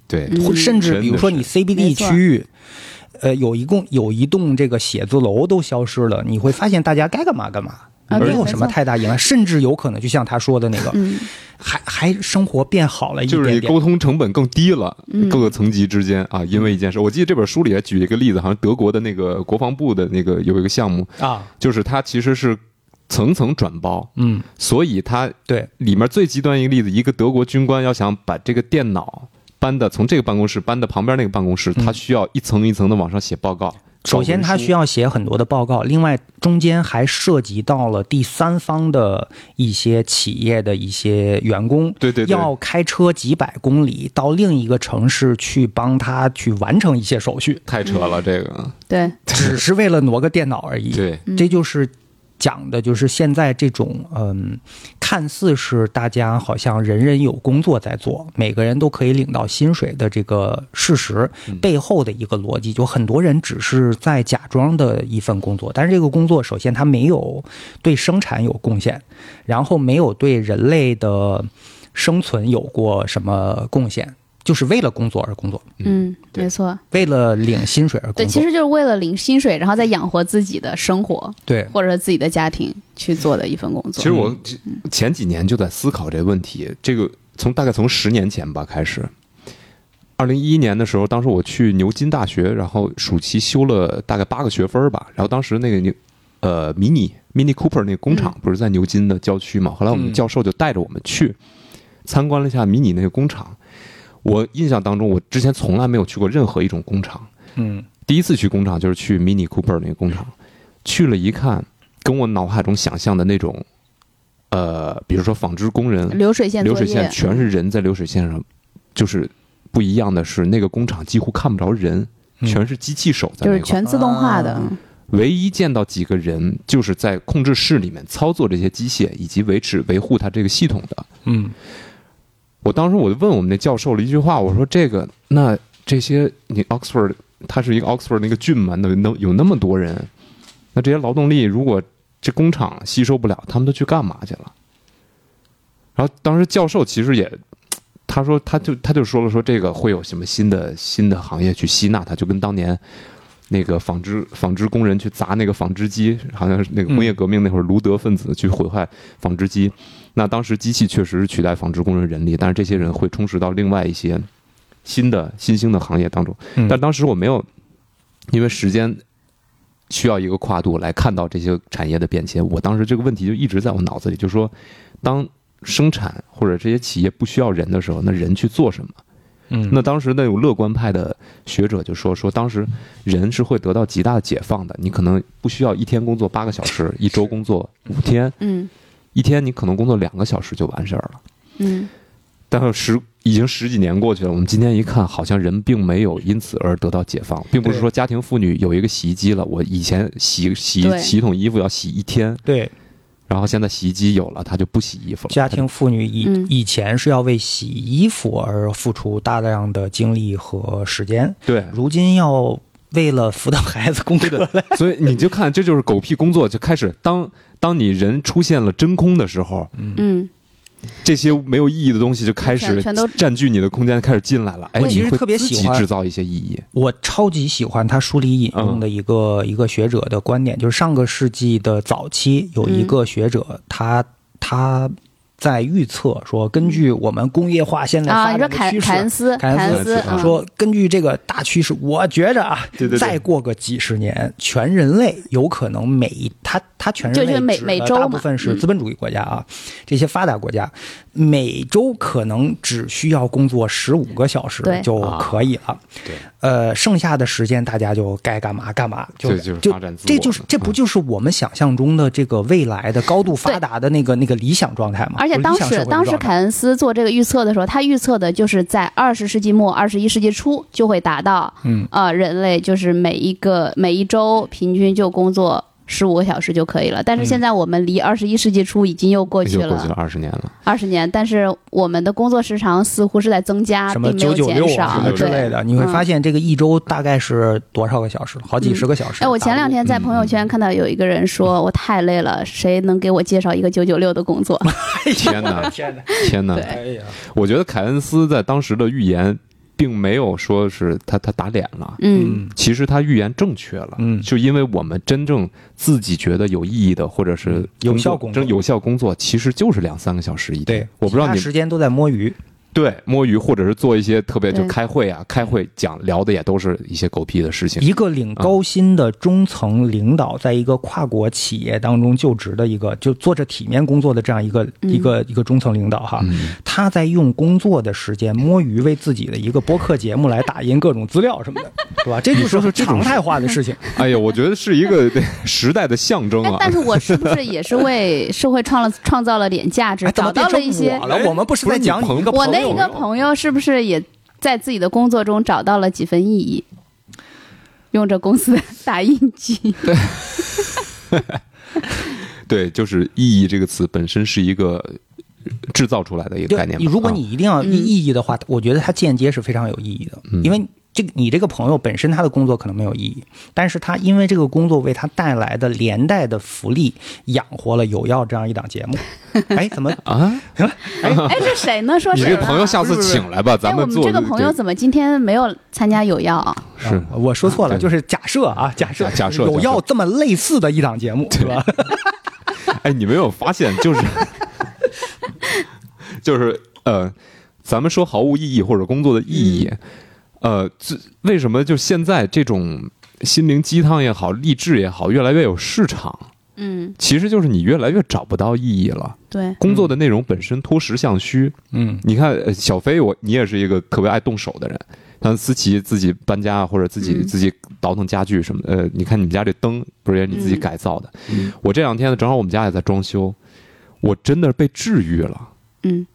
[SPEAKER 3] 对，
[SPEAKER 1] 或甚
[SPEAKER 3] 真
[SPEAKER 1] 至
[SPEAKER 3] 的
[SPEAKER 1] 比如说你
[SPEAKER 2] 嗯没
[SPEAKER 1] CBD
[SPEAKER 2] 错
[SPEAKER 1] 区域，呃，有一共有一栋这个写字楼都消失了，你会发现大家该干嘛干嘛，
[SPEAKER 2] 啊
[SPEAKER 1] 没
[SPEAKER 2] 对
[SPEAKER 1] 有什么
[SPEAKER 2] 没错
[SPEAKER 1] 太大影响，甚至有可能就像他说的那个，
[SPEAKER 2] 嗯，
[SPEAKER 1] 还还生活变好了一
[SPEAKER 3] 就是你
[SPEAKER 1] 点点
[SPEAKER 3] 沟。通成本更低了，
[SPEAKER 2] 嗯
[SPEAKER 3] 各个层级之间啊，因为一件事，我记得这本书里还举了一个例子，好像德国的那个国防部的那个有一个项目，
[SPEAKER 1] 啊，
[SPEAKER 3] 就是它其实是层层转包，
[SPEAKER 1] 嗯，
[SPEAKER 3] 所以它
[SPEAKER 1] 对，
[SPEAKER 3] 里面最极端一个例子，一个德国军官要想把这个电脑搬的从这个办公室搬到旁边那个办公室，他需要一层一层的往上写报告。
[SPEAKER 1] 首先他需
[SPEAKER 3] 要
[SPEAKER 1] 要写很多的报告，另外中间还涉及到了第三方的一些企业的一些员工，
[SPEAKER 3] 对对对
[SPEAKER 1] 要开车几百公里到另一个城市去帮他去完成一些手续，
[SPEAKER 3] 太扯了，这个
[SPEAKER 2] 对，
[SPEAKER 1] 只是为了挪个电脑而已。
[SPEAKER 3] 对
[SPEAKER 2] 嗯
[SPEAKER 1] 这就是讲的，就是现在这种，嗯，看似是大家好像人人有工作在做，每个人都可以领到薪水的这个事实
[SPEAKER 2] 嗯
[SPEAKER 1] 背后的一个逻辑，就很多人只是在假装的一份工作，但是这个工作首先它没有对生产有贡献，然后没有对人类的生存有过什么贡献，就是为了工作而工作，
[SPEAKER 2] 嗯，
[SPEAKER 3] 对
[SPEAKER 2] 没错，
[SPEAKER 1] 为了领薪水而
[SPEAKER 2] 对，
[SPEAKER 1] 工
[SPEAKER 2] 其
[SPEAKER 1] 作
[SPEAKER 2] 实，就是为了领薪水，然后再养活自己的生活
[SPEAKER 1] 对。
[SPEAKER 2] 或者自己的家庭去做的一份工
[SPEAKER 3] 其
[SPEAKER 2] 作嗯
[SPEAKER 3] 实。我前几年就在思考这个问题，这个从大概从十年前吧开始。二零一一年的时候，当时我去牛津大学，然后暑期修了大概八个学分儿吧。然后当时那个牛，呃，mini mini Cooper 那个工
[SPEAKER 2] 嗯
[SPEAKER 3] 厂不是在牛津的郊区嘛？后来我们
[SPEAKER 1] 嗯
[SPEAKER 3] 教授就带着我们去参观了一下 mini 那个工厂。我印象当中，我之前从来没有去过任何一种工厂。
[SPEAKER 1] 嗯，
[SPEAKER 3] 第一次去工厂就是去 Mini Cooper 那个工厂，去了一看，跟我脑海中想象的那种，呃，比如说纺织工人
[SPEAKER 2] 流水线
[SPEAKER 3] 流
[SPEAKER 2] 嗯作
[SPEAKER 3] 水
[SPEAKER 2] 业
[SPEAKER 3] 线，全是人在流水线上，就是不一样的是，那个工厂几乎看不着人，
[SPEAKER 1] 嗯
[SPEAKER 3] 全是机器手在
[SPEAKER 2] 就
[SPEAKER 3] 那
[SPEAKER 2] 是
[SPEAKER 3] 块儿。
[SPEAKER 2] 全自动化的，
[SPEAKER 1] 啊
[SPEAKER 3] 唯一见到几个人，就是在控制室里面操作这些机械以及维持维护它这个系统的。
[SPEAKER 1] 嗯，
[SPEAKER 3] 我当时我就问我们那教授了一句话，我说这个那这些你 Oxford 它是一个 Oxford 那个郡嘛，那能有那么多人，那这些劳动力如果这工厂吸收不了，他们都去干嘛去了？然后当时教授其实也。他说，他就他就说了，说这个会有什么新的新的行业去吸纳它，就跟当年那个纺织纺织工人去砸那个纺织机，好像是那个工业革命那会儿，卢德分子去毁坏纺织机，那当时机器确实是取代纺织工人人力，但是这些人会充实到另外一些新的新兴的行业当中。
[SPEAKER 1] 嗯
[SPEAKER 3] 但当时我没有，因为时间需要一个跨度来看到这些产业的变迁。我当时这个问题就一直在我脑子里，就说，当生产或者这些企业不需要人的时候，那人去做什么？
[SPEAKER 1] 嗯
[SPEAKER 3] 那当时那有乐观派的学者就说，说当时人是会得到极大的解放的，你可能不需要一天工作八个小时，一周工作五天，
[SPEAKER 2] 嗯
[SPEAKER 3] 一天你可能工作两个小时就完事儿了。
[SPEAKER 2] 嗯，
[SPEAKER 3] 但是十已经十几年过去了，我们今天一看，好像人并没有因此而得到解放，并不是
[SPEAKER 1] 对
[SPEAKER 3] 说家庭妇女有一个洗衣机了，我以前洗洗
[SPEAKER 2] 对
[SPEAKER 3] 洗一桶衣服要洗一天，
[SPEAKER 1] 对，
[SPEAKER 3] 然后现在洗衣机有了，她就不洗衣服了。
[SPEAKER 1] 家庭妇女以、
[SPEAKER 2] 嗯
[SPEAKER 1] 以前是要为洗衣服而付出大量的精力和时间，
[SPEAKER 3] 对，
[SPEAKER 1] 如今要为了辅导孩子功课了。
[SPEAKER 3] 所以你就看，这就是狗屁工作就开始当当你人出现了真空的时候，
[SPEAKER 2] 嗯，
[SPEAKER 3] 这些没有意义的东西就开始
[SPEAKER 2] 全全都
[SPEAKER 3] 占据你的空间，开始进来了。哎，
[SPEAKER 1] 我其
[SPEAKER 3] 你
[SPEAKER 1] 实
[SPEAKER 3] 会
[SPEAKER 1] 特别
[SPEAKER 3] 自己
[SPEAKER 1] 喜欢
[SPEAKER 3] 制造一些意义。
[SPEAKER 1] 我超级喜欢他书里引用的一个、一个学者
[SPEAKER 2] 嗯
[SPEAKER 1] 的观点，就是上个世纪的早期有一个学者，他他在预测说，根据我们工业化现在
[SPEAKER 2] 啊，
[SPEAKER 1] 发
[SPEAKER 2] 你说
[SPEAKER 1] 展的
[SPEAKER 2] 凯
[SPEAKER 1] 趋势，
[SPEAKER 2] 凯恩斯，
[SPEAKER 1] 凯恩
[SPEAKER 2] 恩
[SPEAKER 1] 斯
[SPEAKER 2] 斯啊嗯
[SPEAKER 3] 凯恩斯啊
[SPEAKER 1] 说，根据这个大趋势，我觉着啊，
[SPEAKER 3] 对对对
[SPEAKER 1] 再过个几十年，全人类有可能每一他他全人类
[SPEAKER 2] 就是美
[SPEAKER 1] 指的
[SPEAKER 2] 美洲嘛
[SPEAKER 1] 大部分是
[SPEAKER 3] 嗯
[SPEAKER 1] 资本主义国家啊，这些发达国家每周可能只需要工作十五个小时
[SPEAKER 2] 对
[SPEAKER 1] 就可以了。
[SPEAKER 3] 啊对
[SPEAKER 1] 呃，剩下的时间大家就该干嘛干嘛，就
[SPEAKER 3] 对就是发展自我嗯
[SPEAKER 1] 这就是这不就是我们想象中的这个未来的高度发达的那个那个理想状态吗？
[SPEAKER 2] 而且
[SPEAKER 1] 理
[SPEAKER 2] 当
[SPEAKER 1] 想社
[SPEAKER 2] 时
[SPEAKER 1] 会的
[SPEAKER 2] 当时
[SPEAKER 1] 状态
[SPEAKER 2] 凯恩斯做这个预测的时候，他预测的就是在二十世纪末、二十一世纪初就会达到，
[SPEAKER 1] 嗯
[SPEAKER 2] 呃，人类就是每一个每一周平均就工作。十五个小时就可以了，
[SPEAKER 1] 嗯
[SPEAKER 2] 但是现在我们离二十一世纪初已经又过去
[SPEAKER 3] 又哎过去
[SPEAKER 2] 了
[SPEAKER 3] 了二十年 了，
[SPEAKER 2] 二十年，但是我们的工作时长似乎是在增加，
[SPEAKER 1] 什么
[SPEAKER 2] 并没
[SPEAKER 1] 九
[SPEAKER 2] 有
[SPEAKER 1] 九六
[SPEAKER 2] 减
[SPEAKER 1] 啊什
[SPEAKER 2] 少
[SPEAKER 1] 么之
[SPEAKER 2] 对
[SPEAKER 1] 类的，你会
[SPEAKER 2] 嗯
[SPEAKER 1] 发现这个一周大概是多少个小时？好几十个小时。
[SPEAKER 2] 哎，我前两天在
[SPEAKER 3] 嗯
[SPEAKER 2] 朋友圈看到有一个人说，我太累了，谁能给我介绍一个九九六的工作？
[SPEAKER 3] 天哪，
[SPEAKER 1] 啊天哪！
[SPEAKER 3] 天 哪！
[SPEAKER 2] 对
[SPEAKER 1] 哎呀，
[SPEAKER 3] 我觉得凯恩斯在当时的预言，并没有说是他他打脸 了。
[SPEAKER 2] 嗯，
[SPEAKER 3] 其实他预言正确了，
[SPEAKER 1] 嗯
[SPEAKER 3] 就因为我们真正自己觉得有意义的，或者是
[SPEAKER 1] 嗯有效工作
[SPEAKER 3] 真有效工作，其实就是两三个小时一天。
[SPEAKER 1] 对，
[SPEAKER 3] 我不知道
[SPEAKER 1] 其他
[SPEAKER 3] 你
[SPEAKER 1] 时间都在摸鱼，
[SPEAKER 3] 对摸鱼，或者是做一些特别就
[SPEAKER 2] 对
[SPEAKER 3] 开会啊，开会讲聊的也都是一些狗屁的事情。
[SPEAKER 1] 一个领高薪的中层领导，在一个跨国企业当中就职的一个，就做着体面工作的这样一个
[SPEAKER 2] 嗯
[SPEAKER 1] 一个一个中层领导哈，
[SPEAKER 3] 嗯，
[SPEAKER 1] 他在用工作的时间摸鱼，为自己的一个播客节目来打印各种资料什么 的，对吧？这就
[SPEAKER 3] 你说
[SPEAKER 1] 是
[SPEAKER 3] 说这种
[SPEAKER 1] 常
[SPEAKER 3] 事
[SPEAKER 1] 态化的事情。
[SPEAKER 3] 哎呀，我觉得是一个时代的象征
[SPEAKER 2] 哎，
[SPEAKER 3] 啊
[SPEAKER 2] 但。是我是不是也是为社会创了创造了点价值
[SPEAKER 1] 哎，，怎么
[SPEAKER 2] 找
[SPEAKER 1] 变
[SPEAKER 2] 到了一
[SPEAKER 1] 成
[SPEAKER 2] 些
[SPEAKER 1] 我？了？我们不是
[SPEAKER 3] 不
[SPEAKER 1] 在
[SPEAKER 3] 是你
[SPEAKER 1] 讲你
[SPEAKER 3] 啊朋
[SPEAKER 1] 一个
[SPEAKER 2] 我
[SPEAKER 1] 朋
[SPEAKER 2] 那
[SPEAKER 1] 友
[SPEAKER 2] 一个朋友是不是也在自己的工作中找到了几分意义？用着公司的打印机，
[SPEAKER 3] 对，就是意义这个词本身是一个制造出来的一个
[SPEAKER 1] 对
[SPEAKER 3] 概念
[SPEAKER 1] 你
[SPEAKER 3] 嘛。
[SPEAKER 1] 如果
[SPEAKER 3] 啊
[SPEAKER 1] 你一定要有
[SPEAKER 2] 嗯
[SPEAKER 1] 意义的话，我觉得它间接是非常有意义的，
[SPEAKER 3] 嗯
[SPEAKER 1] 因为这个你这个朋友本身他的工作可能没有意义，但是他因为这个工作为他带来的连带的福利，养活了有药这样一档节目。哎，怎么
[SPEAKER 3] 啊，
[SPEAKER 2] 哎，这谁呢？说
[SPEAKER 3] 你
[SPEAKER 2] 谁
[SPEAKER 3] 这
[SPEAKER 2] 呢？
[SPEAKER 3] 个朋友下次请来吧，
[SPEAKER 2] 哎，
[SPEAKER 3] 咱
[SPEAKER 2] 我
[SPEAKER 3] 们
[SPEAKER 2] 们
[SPEAKER 3] 做
[SPEAKER 2] 这个朋友
[SPEAKER 3] 对
[SPEAKER 2] 怎么今天没有参加有药啊？
[SPEAKER 3] 是
[SPEAKER 1] 啊我说错了，
[SPEAKER 3] 对
[SPEAKER 1] 就是假设啊，假设
[SPEAKER 3] 假假设
[SPEAKER 1] 有
[SPEAKER 3] 假设
[SPEAKER 1] 药这么类似的一档节目，对吧？
[SPEAKER 3] 哎，你没有发现就是 就是呃，咱们说毫无意义或者工作的意义，
[SPEAKER 2] 嗯
[SPEAKER 3] 呃，这为什么就现在这种心灵鸡汤也好，励志也好，越来越有市场？
[SPEAKER 2] 嗯，
[SPEAKER 3] 其实就是你越来越找不到意义了。
[SPEAKER 2] 对，呃
[SPEAKER 3] 工作的内容本身脱实向虚。
[SPEAKER 1] 嗯，
[SPEAKER 3] 你看，呃小飞我，你也是一个特别爱动手的人。像思琪自己搬家或者自己
[SPEAKER 2] 嗯
[SPEAKER 3] 自己倒腾家具什么的，呃，你看你们家这灯不是也是你自己改造的？
[SPEAKER 1] 嗯
[SPEAKER 3] 我这两天呢，正好我们家也在装修，我真的被治愈了。
[SPEAKER 2] 嗯，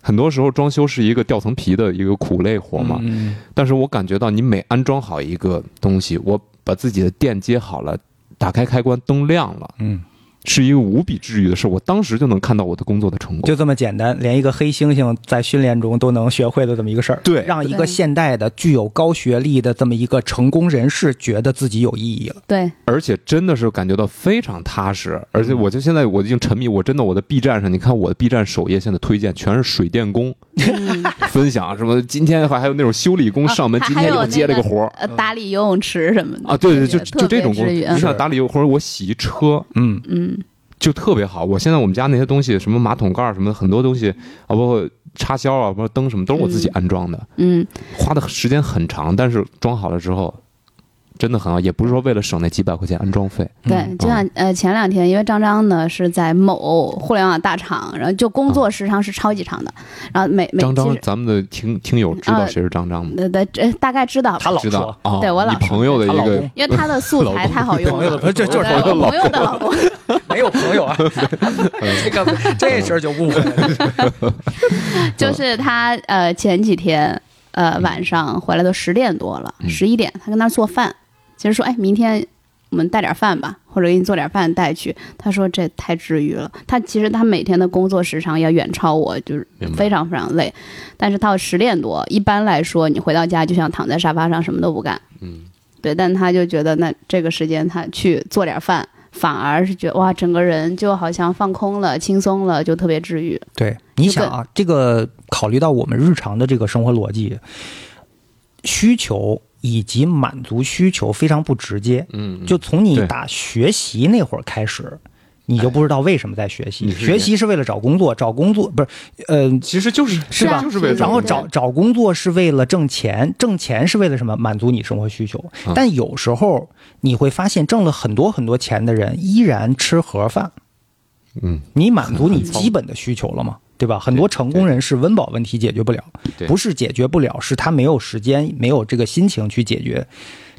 [SPEAKER 3] 很多时候装修是一个掉层皮的一个苦累活嘛，
[SPEAKER 1] 嗯
[SPEAKER 3] 但是我感觉到你每安装好一个东西，我把自己的电接好了，打开开关，灯亮了，
[SPEAKER 1] 嗯，
[SPEAKER 3] 是一个无比治愈的事。我当时就能看到我的工作的成果。
[SPEAKER 1] 就这么简单，连一个黑猩猩在训练中都能学会的这么一个事儿，
[SPEAKER 3] 对
[SPEAKER 1] 让一个
[SPEAKER 2] 对
[SPEAKER 1] 现代的具有高学历的这么一个成功人士觉得自己有意义了。
[SPEAKER 2] 对，
[SPEAKER 3] 而且真的是感觉到非常踏实，而且我就现在我已经沉迷，我真的我的 B 站上，你看我的 B 站首页现在推荐全是水电工
[SPEAKER 2] 嗯，
[SPEAKER 3] 分享，什么今天还还有那种修理工上门，
[SPEAKER 2] 啊
[SPEAKER 3] 今天又接了个活儿
[SPEAKER 2] 呃，打理游泳池什么的
[SPEAKER 3] 啊，对对，
[SPEAKER 2] 这
[SPEAKER 3] 就
[SPEAKER 2] 个
[SPEAKER 3] 就
[SPEAKER 2] 特别
[SPEAKER 3] 这种工，
[SPEAKER 2] 治愈
[SPEAKER 3] 你想打理或者我洗一车
[SPEAKER 1] 嗯，
[SPEAKER 2] 嗯，
[SPEAKER 3] 就特别好。我现在我们家那些东西，什么马桶盖儿什么很多东西啊，包括插销啊，包括灯什么，都是我自己安装的，
[SPEAKER 2] 嗯，
[SPEAKER 3] 花的时间很长，但是装好了之后真的很好，也不是说为了省那几百块钱安装费，
[SPEAKER 2] 对
[SPEAKER 1] 嗯，
[SPEAKER 2] 就像呃前两天，因为张张呢是在某互联网大厂，然后就工
[SPEAKER 1] 哦
[SPEAKER 2] 作时长是超级长的，然后每每
[SPEAKER 3] 张
[SPEAKER 2] 其
[SPEAKER 3] 张
[SPEAKER 2] 实，
[SPEAKER 3] 咱们的听听友知道谁是张张吗？
[SPEAKER 2] 呃的这大概知道吧，
[SPEAKER 1] 他老
[SPEAKER 3] 知
[SPEAKER 1] 说
[SPEAKER 3] 道，啊，
[SPEAKER 2] 对我老
[SPEAKER 3] 你朋友的
[SPEAKER 1] 他
[SPEAKER 3] 一
[SPEAKER 1] 老
[SPEAKER 3] 个
[SPEAKER 1] 公
[SPEAKER 2] 因为他的素材太好用
[SPEAKER 1] 朋友
[SPEAKER 2] 了
[SPEAKER 1] 的，朋友，这就是
[SPEAKER 2] 对
[SPEAKER 1] 朋友
[SPEAKER 2] 我朋友的老公，
[SPEAKER 1] 没有朋友啊， 这个这事儿就误会了。
[SPEAKER 2] 就是他呃前几天呃晚上回来都十点多了，
[SPEAKER 3] 嗯
[SPEAKER 2] 十一点，他跟那儿做饭，其实说哎明天我们带点饭吧，或者给你做点饭带去。他说这太治愈了。他其实他每天的工作时长要远超我，就是
[SPEAKER 3] 明白
[SPEAKER 2] 非常非常累。但是到十点多，一般来说你回到家就想躺在沙发上什么都不干。
[SPEAKER 3] 嗯，
[SPEAKER 2] 对，但他就觉得那这个时间他去做点饭。反而是觉得哇，整个人就好像放空了、轻松了，就特别治愈。
[SPEAKER 1] 对，你想啊，这个考虑到我们日常的这个生活逻辑，需求以及满足需求非常不直接。
[SPEAKER 3] 嗯，
[SPEAKER 1] 就从你
[SPEAKER 3] 对
[SPEAKER 1] 打学习那会儿开始，你就不知道为什么在学习。
[SPEAKER 3] 你是
[SPEAKER 1] 学习哎是为了找工作，找工作不是呃
[SPEAKER 3] 其实就是
[SPEAKER 1] 是吧？
[SPEAKER 3] 就是为了
[SPEAKER 1] 然后
[SPEAKER 3] 工作
[SPEAKER 1] 找找工作是为了挣钱，挣钱是为了什么？满足你生活需求
[SPEAKER 3] 嗯。
[SPEAKER 1] 但有时候你会发现，挣了很多很多钱的人依然吃盒饭。
[SPEAKER 3] 嗯，
[SPEAKER 1] 你满足你基本的需求了吗？对吧？很多成功人士温饱问题解决不了
[SPEAKER 3] 对，
[SPEAKER 1] 不是解决不了，是他没有时间，没有这个心情去解决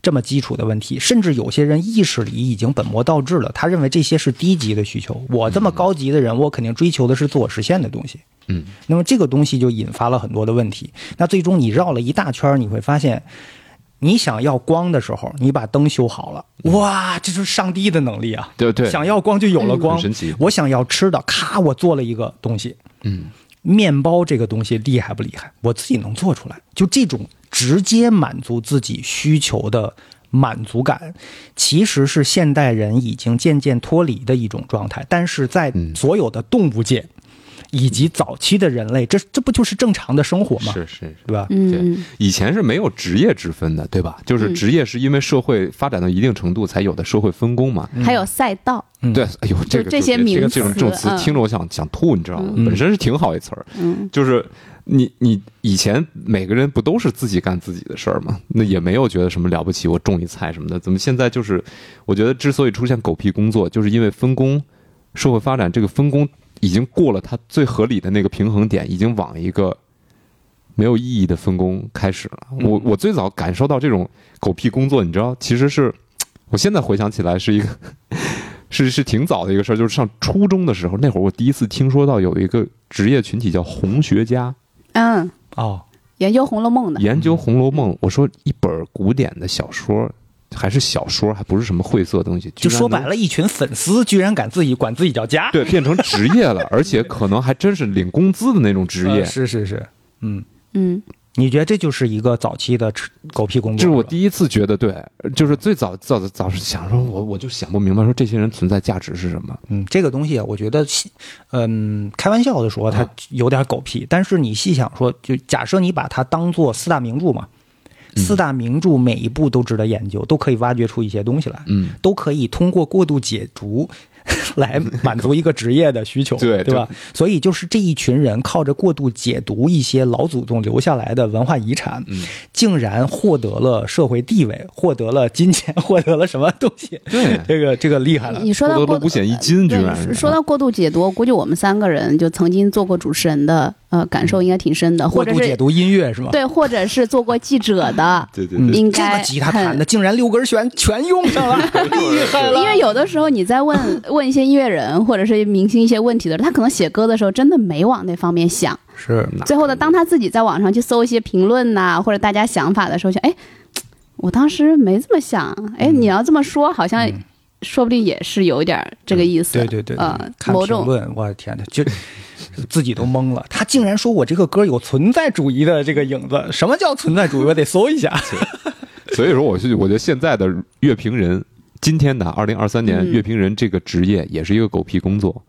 [SPEAKER 1] 这么基础的问题。甚至有些人意识里已经本末倒置了，他认为这些是低级的需求。我这么高级的人，我肯定追求的是自我实现的东西。
[SPEAKER 3] 嗯，
[SPEAKER 1] 那么这个东西就引发了很多的问题。那最终你绕了一大圈儿，你会发现，你想要光的时候，你把灯修好了，哇，这就是上帝的能力啊！
[SPEAKER 3] 对对，
[SPEAKER 1] 想要光就有了光。
[SPEAKER 3] 很神奇
[SPEAKER 1] 我想要吃的，咔，我做了一个东西，
[SPEAKER 3] 嗯，
[SPEAKER 1] 面包这个东西厉害不厉害？我自己能做出来，就这种直接满足自己需求的满足感，其实是现代人已经渐渐脱离的一种状态。但是在
[SPEAKER 3] 嗯
[SPEAKER 1] 所有的动物界，以及早期的人类，这这不就是正常的生活吗？
[SPEAKER 3] 是是
[SPEAKER 1] 对吧？
[SPEAKER 2] 嗯，
[SPEAKER 3] 以前是没有职业之分的，对吧？就是职业是因为社会发展到一定程度才有的社会分工嘛。
[SPEAKER 2] 还有赛道，
[SPEAKER 1] 嗯
[SPEAKER 3] 对，哎呦，这个
[SPEAKER 2] 这些
[SPEAKER 3] 这个
[SPEAKER 2] 名
[SPEAKER 3] 这种这种
[SPEAKER 2] 词
[SPEAKER 3] 词
[SPEAKER 2] 嗯
[SPEAKER 3] 听着我想想吐，你知道吗？
[SPEAKER 1] 嗯
[SPEAKER 3] 本身是挺好一词儿，
[SPEAKER 2] 嗯，
[SPEAKER 3] 就是你你以前每个人不都是自己干自己的事儿吗？那也没有觉得什么了不起，我种一菜什么的。怎么现在就是，我觉得之所以出现狗屁工作，就是因为分工，社会发展这个分工已经过了它最合理的那个平衡点，已经往一个没有意义的分工开始了。
[SPEAKER 1] 嗯
[SPEAKER 3] 我我最早感受到这种狗屁工作，你知道，其实是我现在回想起来是一个是是挺早的一个事儿，就是上初中的时候，那会儿我第一次听说到有一个职业群体叫红学家，
[SPEAKER 2] 嗯，
[SPEAKER 1] 哦，
[SPEAKER 2] 研究《红楼梦》的，
[SPEAKER 3] 研究《红楼梦》。我说一本古典的小说，还是小说，还不是什么晦涩的东西，
[SPEAKER 1] 就说
[SPEAKER 3] 白
[SPEAKER 1] 白了，一群粉丝居然敢自己管自己叫家，
[SPEAKER 3] 对，变成职业 了，而且可能还真是领工资的那种职业
[SPEAKER 1] 呃。是是是，嗯，
[SPEAKER 2] 嗯，
[SPEAKER 1] 你觉得这就是一个早期的吃狗屁工
[SPEAKER 3] 这
[SPEAKER 1] 作？
[SPEAKER 3] 是我
[SPEAKER 1] 吧
[SPEAKER 3] 第一次觉得对，就是最早早早是想说我我就想不明白，说这些人存在价值是什么？
[SPEAKER 1] 嗯，这个东西啊我觉得细，嗯，开玩笑的说
[SPEAKER 3] 啊
[SPEAKER 1] 它有点狗屁，但是你细想说，就假设你把它当做四大名著嘛，
[SPEAKER 3] 嗯
[SPEAKER 1] 四大名著每一部都值得研究，都可以挖掘出一些东西来，
[SPEAKER 3] 嗯，
[SPEAKER 1] 都可以通过过度解读 来满足一个职业的需求，
[SPEAKER 3] 对
[SPEAKER 1] 对吧？所以就是这一群人靠着过度解读一些老祖宗留下来的文化遗产，
[SPEAKER 3] 嗯
[SPEAKER 1] 竟然获得了社会地位，获得了金钱， 获得了什么东西？
[SPEAKER 3] 对
[SPEAKER 1] 这个这个厉害了。
[SPEAKER 2] 你说
[SPEAKER 3] 获
[SPEAKER 2] 到
[SPEAKER 3] 得
[SPEAKER 2] 过
[SPEAKER 3] 了五险一金，居
[SPEAKER 2] 对，
[SPEAKER 3] 然
[SPEAKER 2] 说
[SPEAKER 3] 是
[SPEAKER 2] 说到过度解读，估计我们三个人就曾经做过主持人的，呃，感受应该挺深的，
[SPEAKER 1] 过
[SPEAKER 2] 或者
[SPEAKER 1] 度解
[SPEAKER 2] 是
[SPEAKER 1] 读音乐是吗？
[SPEAKER 2] 对，或者是做过记者的
[SPEAKER 3] ，对对
[SPEAKER 1] 嗯，
[SPEAKER 3] 对，
[SPEAKER 2] 应
[SPEAKER 1] 这个
[SPEAKER 2] 该
[SPEAKER 1] 吉他
[SPEAKER 2] 很
[SPEAKER 1] 弹的竟然六根弦全用上 了，厉害了！
[SPEAKER 2] 因为有的时候你在问问一些音乐人或者是明星一些问题的时候，他可能写歌的时候真的没往那方面想。
[SPEAKER 1] 是
[SPEAKER 3] 那
[SPEAKER 2] 最后呢，当他自己在网上去搜一些评论呐、或者大家想法的时候，想哎，我当时没这么想。哎，
[SPEAKER 1] 嗯
[SPEAKER 2] 你要这么说，好像说不定也是有一点儿这个意思。
[SPEAKER 1] 嗯对对对，
[SPEAKER 2] 呃
[SPEAKER 1] 对看
[SPEAKER 2] 某
[SPEAKER 1] 评
[SPEAKER 2] 种
[SPEAKER 1] 论，我的天呐，就自己都懵了。他竟然说我这个歌有存在主义的这个影子，什么叫存在主义？我得搜 一下。
[SPEAKER 3] 所以说，我是我觉得现在的乐评人，今天的二零二三年
[SPEAKER 2] 嗯
[SPEAKER 3] 乐评人这个职业也是一个狗屁工作，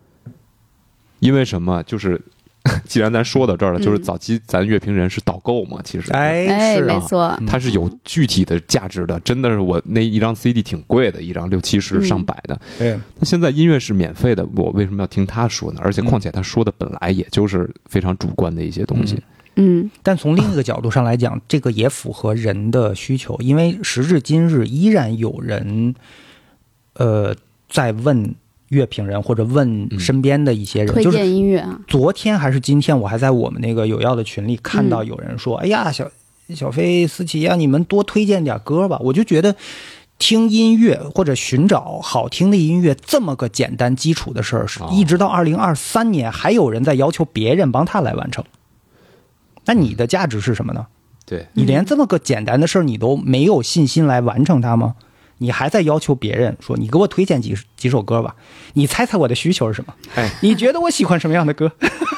[SPEAKER 3] 因为什么？就是 既然咱说到这儿了，
[SPEAKER 2] 嗯
[SPEAKER 3] 就是早期咱乐评人是导购嘛，其实，
[SPEAKER 1] 哎，
[SPEAKER 2] 哎，
[SPEAKER 1] 是
[SPEAKER 2] 没
[SPEAKER 1] 啊，
[SPEAKER 2] 错，
[SPEAKER 3] 它是有具体的价值的，真的是我那一张 CD 挺贵的，一张六七十
[SPEAKER 2] 嗯
[SPEAKER 3] 上百的。
[SPEAKER 1] 对，
[SPEAKER 3] 那现在音乐是免费的，我为什么要听他说呢？而且况且他说的本来也就是非常主观的一些东西
[SPEAKER 1] 嗯。
[SPEAKER 2] 嗯
[SPEAKER 1] 但从另一个角度上来讲，这个也符合人的需求，因为时至今日依然有人，呃，在问乐评人或者问
[SPEAKER 3] 嗯
[SPEAKER 1] 身边的一些人，
[SPEAKER 2] 推
[SPEAKER 1] 就是
[SPEAKER 2] 荐音乐啊，
[SPEAKER 1] 昨天还是今天，我还在我们那个有药的群里看到有人说：“哎呀，小小飞、思琪呀，你们多推荐点歌吧。”我就觉得听音乐或者寻找好听的音乐这么个简单基础的事儿，是
[SPEAKER 3] 哦
[SPEAKER 1] 一直到二零二三年还有人在要求别人帮他来完成。那你的价值是什么呢？
[SPEAKER 3] 对，
[SPEAKER 1] 你连这么个简单的事儿你都没有信心来完成它吗？你还在要求别人说你给我推荐几几首歌吧？你猜猜我的需求是什么？
[SPEAKER 3] 哎，
[SPEAKER 1] 你觉得我喜欢什么样的歌？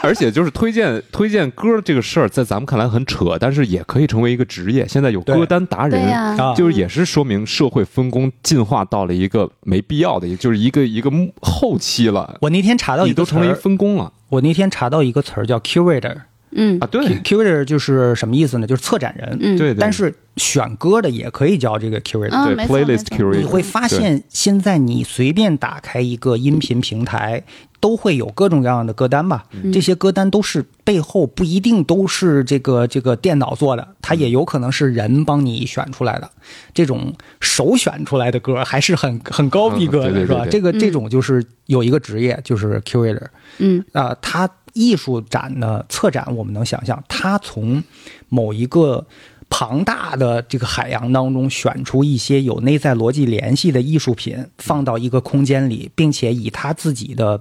[SPEAKER 3] 而且就是推荐推荐歌这个事儿，在咱们看来很扯，但是也可以成为一个职业。现在有歌单达
[SPEAKER 2] 对
[SPEAKER 3] 人，
[SPEAKER 2] 呀、
[SPEAKER 1] 啊
[SPEAKER 3] 就是也是说明社会分工进化到了一个没必要的，就是一个一个幕后期了，
[SPEAKER 1] 我那天查到一
[SPEAKER 3] 你
[SPEAKER 1] 个
[SPEAKER 3] 都
[SPEAKER 1] 词
[SPEAKER 3] 成了一
[SPEAKER 1] 儿，
[SPEAKER 3] 分工了。
[SPEAKER 1] 我那天查到一个词儿叫 curator，
[SPEAKER 2] 嗯
[SPEAKER 3] 啊， 对
[SPEAKER 1] curator 就是什么意思呢？就是策展人。
[SPEAKER 2] 嗯，
[SPEAKER 3] 对，对
[SPEAKER 1] 但是选歌的也可以叫这个 curator。
[SPEAKER 2] 嗯
[SPEAKER 3] 对
[SPEAKER 2] 没错
[SPEAKER 3] playlist
[SPEAKER 2] 没错
[SPEAKER 3] curator
[SPEAKER 1] 你会发现，现在你随便打开一个音频平台，都会有各种各样的歌单吧？
[SPEAKER 3] 嗯
[SPEAKER 1] 这些歌单都是背后不一定都是这个这个电脑做的，它也有可能是人帮你选出来的。这种首选出来的歌还是很很高逼格
[SPEAKER 3] 嗯
[SPEAKER 1] 的，
[SPEAKER 3] 对对
[SPEAKER 1] 是吧？
[SPEAKER 3] 对对
[SPEAKER 1] 这个
[SPEAKER 2] 嗯
[SPEAKER 1] 这种就是有一个职业，就是 curator。
[SPEAKER 2] 嗯
[SPEAKER 1] 啊、他艺术展呢，策展我们能想象，他从某一个庞大的这个海洋当中选出一些有内在逻辑联系的艺术品，放到一个空间里，并且以他自己的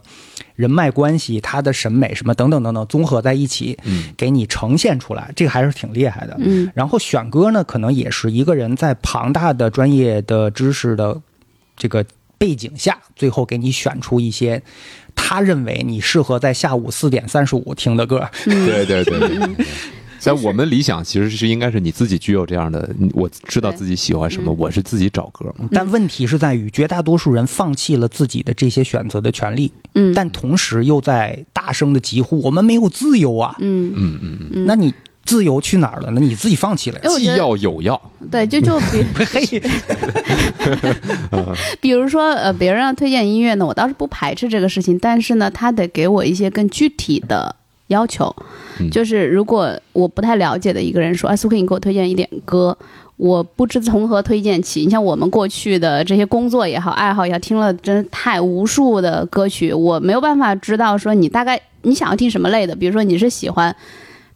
[SPEAKER 1] 人脉关系、他的审美什么等等等等综合在一起，给你呈现出来，这个还是挺厉害的。
[SPEAKER 2] 嗯
[SPEAKER 1] 然后选歌呢，可能也是一个人在庞大的专业的知识的这个背景下，最后给你选出一些他认为你适合在下午四点三十五听的歌。
[SPEAKER 2] 嗯
[SPEAKER 3] 对 对对对对。对在我们理想其实是应该是你自己具有这样的，你我知道自己喜欢什
[SPEAKER 2] 嗯
[SPEAKER 3] 么，我是自己找歌嘛。
[SPEAKER 1] 但问题是在于，绝大多数人放弃了自己的这些选择的权利，
[SPEAKER 2] 嗯
[SPEAKER 1] 但同时又在大声的疾呼：“我们没有自由啊！”
[SPEAKER 2] 嗯，
[SPEAKER 3] 嗯嗯嗯，
[SPEAKER 1] 那你自由去哪儿了呢？你自己放弃了呀
[SPEAKER 2] 哎。我
[SPEAKER 3] 既
[SPEAKER 2] 觉得
[SPEAKER 3] 要有要，
[SPEAKER 2] 对，就就比
[SPEAKER 1] 嘿，
[SPEAKER 2] 比如说呃，别人要推荐音乐呢，我倒是不排斥这个事情，但是呢，他得给我一些更具体的要求。
[SPEAKER 3] 嗯
[SPEAKER 2] 就是如果我不太了解的一个人说，哎，苏克，你给我推荐一点歌，我不知从何推荐起。你像我们过去的这些工作也好，爱好也好，听了真是太无数的歌曲，我没有办法知道说你大概你想要听什么类的。比如说你是喜欢。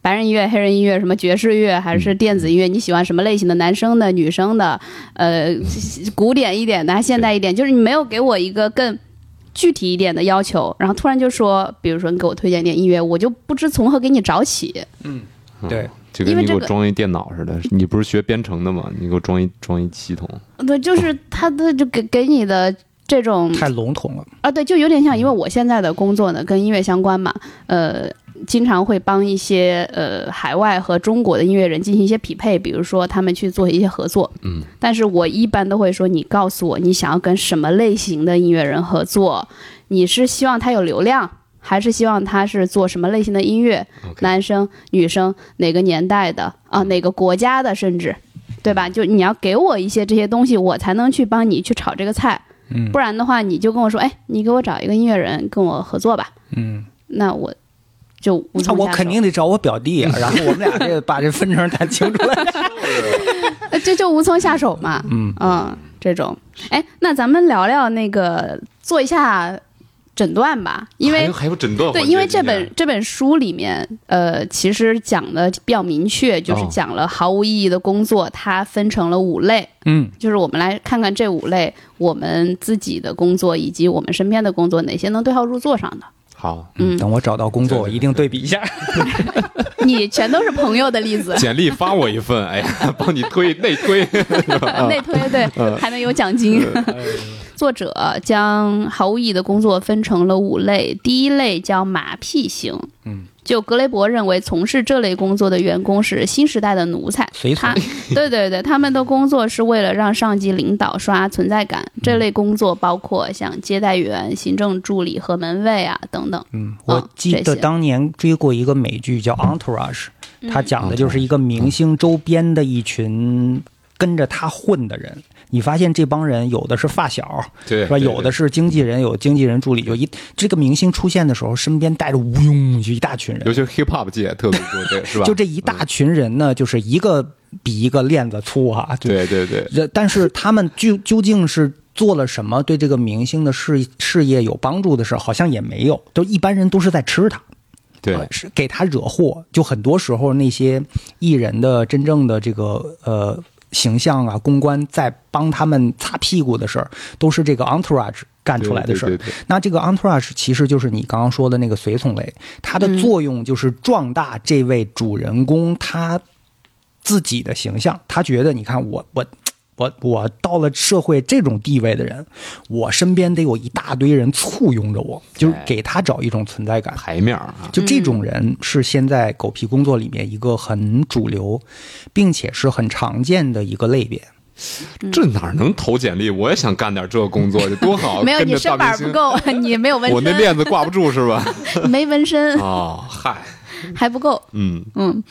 [SPEAKER 2] 白人音乐、黑人音乐，什么爵士乐还是电子音乐？你喜欢什么类型的？男生的、女生的，呃，古典一点的，还是现代一点，就是你没有给我一个更具体一点的要求，然后突然就说，比如说你给我推荐一点音乐，我就不知从何给你找起。
[SPEAKER 1] 对，
[SPEAKER 3] 就跟
[SPEAKER 2] 因为
[SPEAKER 3] 你给我
[SPEAKER 2] 这个
[SPEAKER 3] 装一电脑似的，你不是学编程的吗？你给我装一装一系统，
[SPEAKER 2] 对，就是他的就给给你的这种
[SPEAKER 1] 太笼统了。
[SPEAKER 2] 啊，对，就有点像，因为我现在的工作呢跟音乐相关嘛，呃，经常会帮一些呃海外和中国的音乐人进行一些匹配，比如说他们去做一些合作，
[SPEAKER 3] 嗯，
[SPEAKER 2] 但是我一般都会说，你告诉我你想要跟什么类型的音乐人合作，你是希望他有流量，还是希望他是做什么类型的音乐
[SPEAKER 3] OK
[SPEAKER 2] 男生、女生，哪个年代的啊，哪个国家的，甚至。对吧？就你要给我一些这些东西，我才能去帮你去炒这个菜。
[SPEAKER 1] 嗯
[SPEAKER 2] 不然的话，你就跟我说，哎，你给我找一个音乐人跟我合作吧，
[SPEAKER 1] 嗯，
[SPEAKER 2] 那我就无
[SPEAKER 1] 那
[SPEAKER 2] 从
[SPEAKER 1] 我
[SPEAKER 2] 下手
[SPEAKER 1] 肯定得找我表弟啊，然后我们俩这把这分成谈清楚了。
[SPEAKER 2] 呃这就无从下手嘛，
[SPEAKER 1] 嗯
[SPEAKER 2] 这种。哎，那咱们聊聊那个做一下诊断吧，因
[SPEAKER 3] 还
[SPEAKER 2] 为
[SPEAKER 3] 有还有诊断
[SPEAKER 2] 对，
[SPEAKER 3] 环节
[SPEAKER 2] 因为这
[SPEAKER 3] 今天
[SPEAKER 2] 本这本书里面，呃，其实讲的比较明确，就是
[SPEAKER 3] 哦
[SPEAKER 2] 讲了毫无意义的工作，它分成了五类。
[SPEAKER 1] 嗯，
[SPEAKER 2] 就是我们来看看这五类，我们自己的工作以及我们身边的工作，哪些能对号入座上的？
[SPEAKER 3] 好，，
[SPEAKER 2] 嗯
[SPEAKER 1] 等我找到工作，我一定对比一下。
[SPEAKER 2] 你全都是朋友的例子
[SPEAKER 3] 简历发我一份，哎呀，帮你推内推， 啊
[SPEAKER 2] 内推对，还能有奖金。 作者将毫无意义的工作分成了五类，第一类叫马屁型。
[SPEAKER 1] 嗯，
[SPEAKER 2] 就格雷伯认为，从事这类工作的员工是新时代的奴 才。
[SPEAKER 1] 随从
[SPEAKER 2] 他，对对对，他们的工作是为了让上级领导刷存在感。
[SPEAKER 3] 嗯
[SPEAKER 2] 这类工作包括像接待员、行政助理和门卫啊等等。
[SPEAKER 1] 嗯，
[SPEAKER 2] 哦
[SPEAKER 1] 我记
[SPEAKER 2] 这
[SPEAKER 1] 得
[SPEAKER 2] 些嗯
[SPEAKER 1] 当年追过一个美剧叫《Entourage》，它讲的就是一个明星周边的一群跟着他混的人。你发现这帮人有的是发小，
[SPEAKER 3] 对
[SPEAKER 1] 是吧？有的是经纪人，有经纪人助理，就一这个明星出现的时候，身边带着乌拥就一大群
[SPEAKER 3] 尤
[SPEAKER 1] 人，
[SPEAKER 3] 其是 hip hop 界特别多，对，是吧？嗯
[SPEAKER 1] 就这一大群人呢，就是一个比一个链子粗哈、就
[SPEAKER 3] 对对对，
[SPEAKER 1] 这但是他们究究竟是做了什么，对这个明星的事事业有帮助的事，好像也没有，都一般人都是在吃他，
[SPEAKER 3] 对
[SPEAKER 1] 呃是给他惹祸。就很多时候那些艺人的真正的这个呃形象啊，公关在帮他们擦屁股的事儿，都是这个 entourage 干出来的事儿
[SPEAKER 3] 对。对对
[SPEAKER 1] 那这个 entourage 其实就是你刚刚说的那个随从类，它的作用就是壮大这位主人公他自己的形象。他觉得，你看我我我我到了社会这种地位的人，我身边得有一大堆人簇拥着我，就是给他找一种存在感。
[SPEAKER 3] 牌面儿啊，
[SPEAKER 1] 就这种人是现在狗皮工作里面一个很主流，并且是很常见的一个类别。
[SPEAKER 2] 嗯
[SPEAKER 3] 这哪能投简历？我也想干点这 工作，多好！
[SPEAKER 2] 没有，
[SPEAKER 3] 跟
[SPEAKER 2] 你
[SPEAKER 3] 着
[SPEAKER 2] 身
[SPEAKER 3] 大
[SPEAKER 2] 板
[SPEAKER 3] 明
[SPEAKER 2] 不
[SPEAKER 3] 星，
[SPEAKER 2] 够，你没有纹
[SPEAKER 3] 我那
[SPEAKER 2] 身，
[SPEAKER 3] 链子挂不住是吧？
[SPEAKER 2] 没纹身。
[SPEAKER 3] 哦，嗨，
[SPEAKER 2] 还不够。
[SPEAKER 3] 嗯，
[SPEAKER 2] 嗯，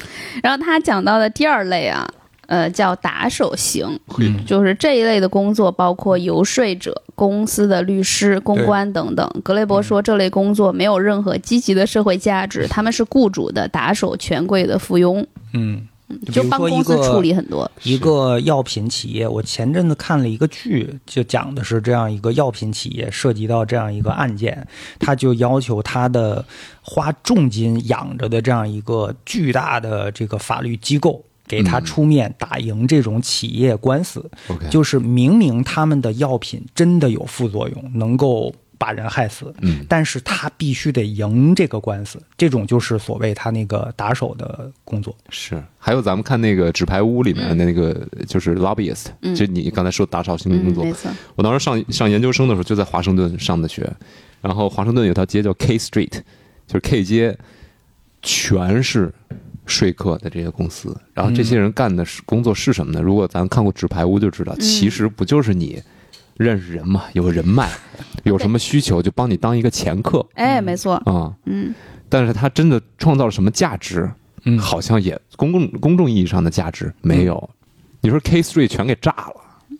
[SPEAKER 2] 然后他讲到的第二类啊，呃，叫打手型，
[SPEAKER 1] 嗯
[SPEAKER 2] 就是这一类的工作包括游说者、公司的律师、公关等等。格雷
[SPEAKER 3] 嗯
[SPEAKER 2] 伯说，这类工作没有任何积极的社会价值，他们是雇主的打手、权贵的附庸，
[SPEAKER 1] 嗯，
[SPEAKER 2] 就帮公司处理很多。
[SPEAKER 1] 一个药品企业，我前阵子看了一个剧，就讲的是这样一个药品企业涉及到这样一个案件，他就要求他的花重金养着的这样一个巨大的这个法律机构。给他出面打赢这种企业官司，
[SPEAKER 3] OK，
[SPEAKER 1] 就是明明他们的药品真的有副作用，能够把人害死，
[SPEAKER 3] 嗯
[SPEAKER 1] 但是他必须得赢这个官司，这种就是所谓他那个打手的工作。
[SPEAKER 3] 是，还有咱们看那个《纸牌屋》里面的那个，就是 lobbyist，、
[SPEAKER 2] 嗯
[SPEAKER 3] 就你刚才说打扫型的工
[SPEAKER 2] 嗯，
[SPEAKER 3] 作，
[SPEAKER 2] 没错，
[SPEAKER 3] 我当时上上研究生的时候就在华盛顿上的学，然后华盛顿有条街叫 K Street，就是 K 街，全是说客的这些公司。然后这些人干的是工作是什么呢？如果咱看过《纸牌屋》就知道，其实不就是你认识人嘛，有人脉，有什么需求就帮你当一个掮客
[SPEAKER 2] 哎，没错，
[SPEAKER 3] 啊。
[SPEAKER 2] 嗯，
[SPEAKER 3] 但是他真的创造了什么价值？
[SPEAKER 1] 嗯
[SPEAKER 3] 好像也公共公众意义上的价值没有。你说 K Street 全给炸了，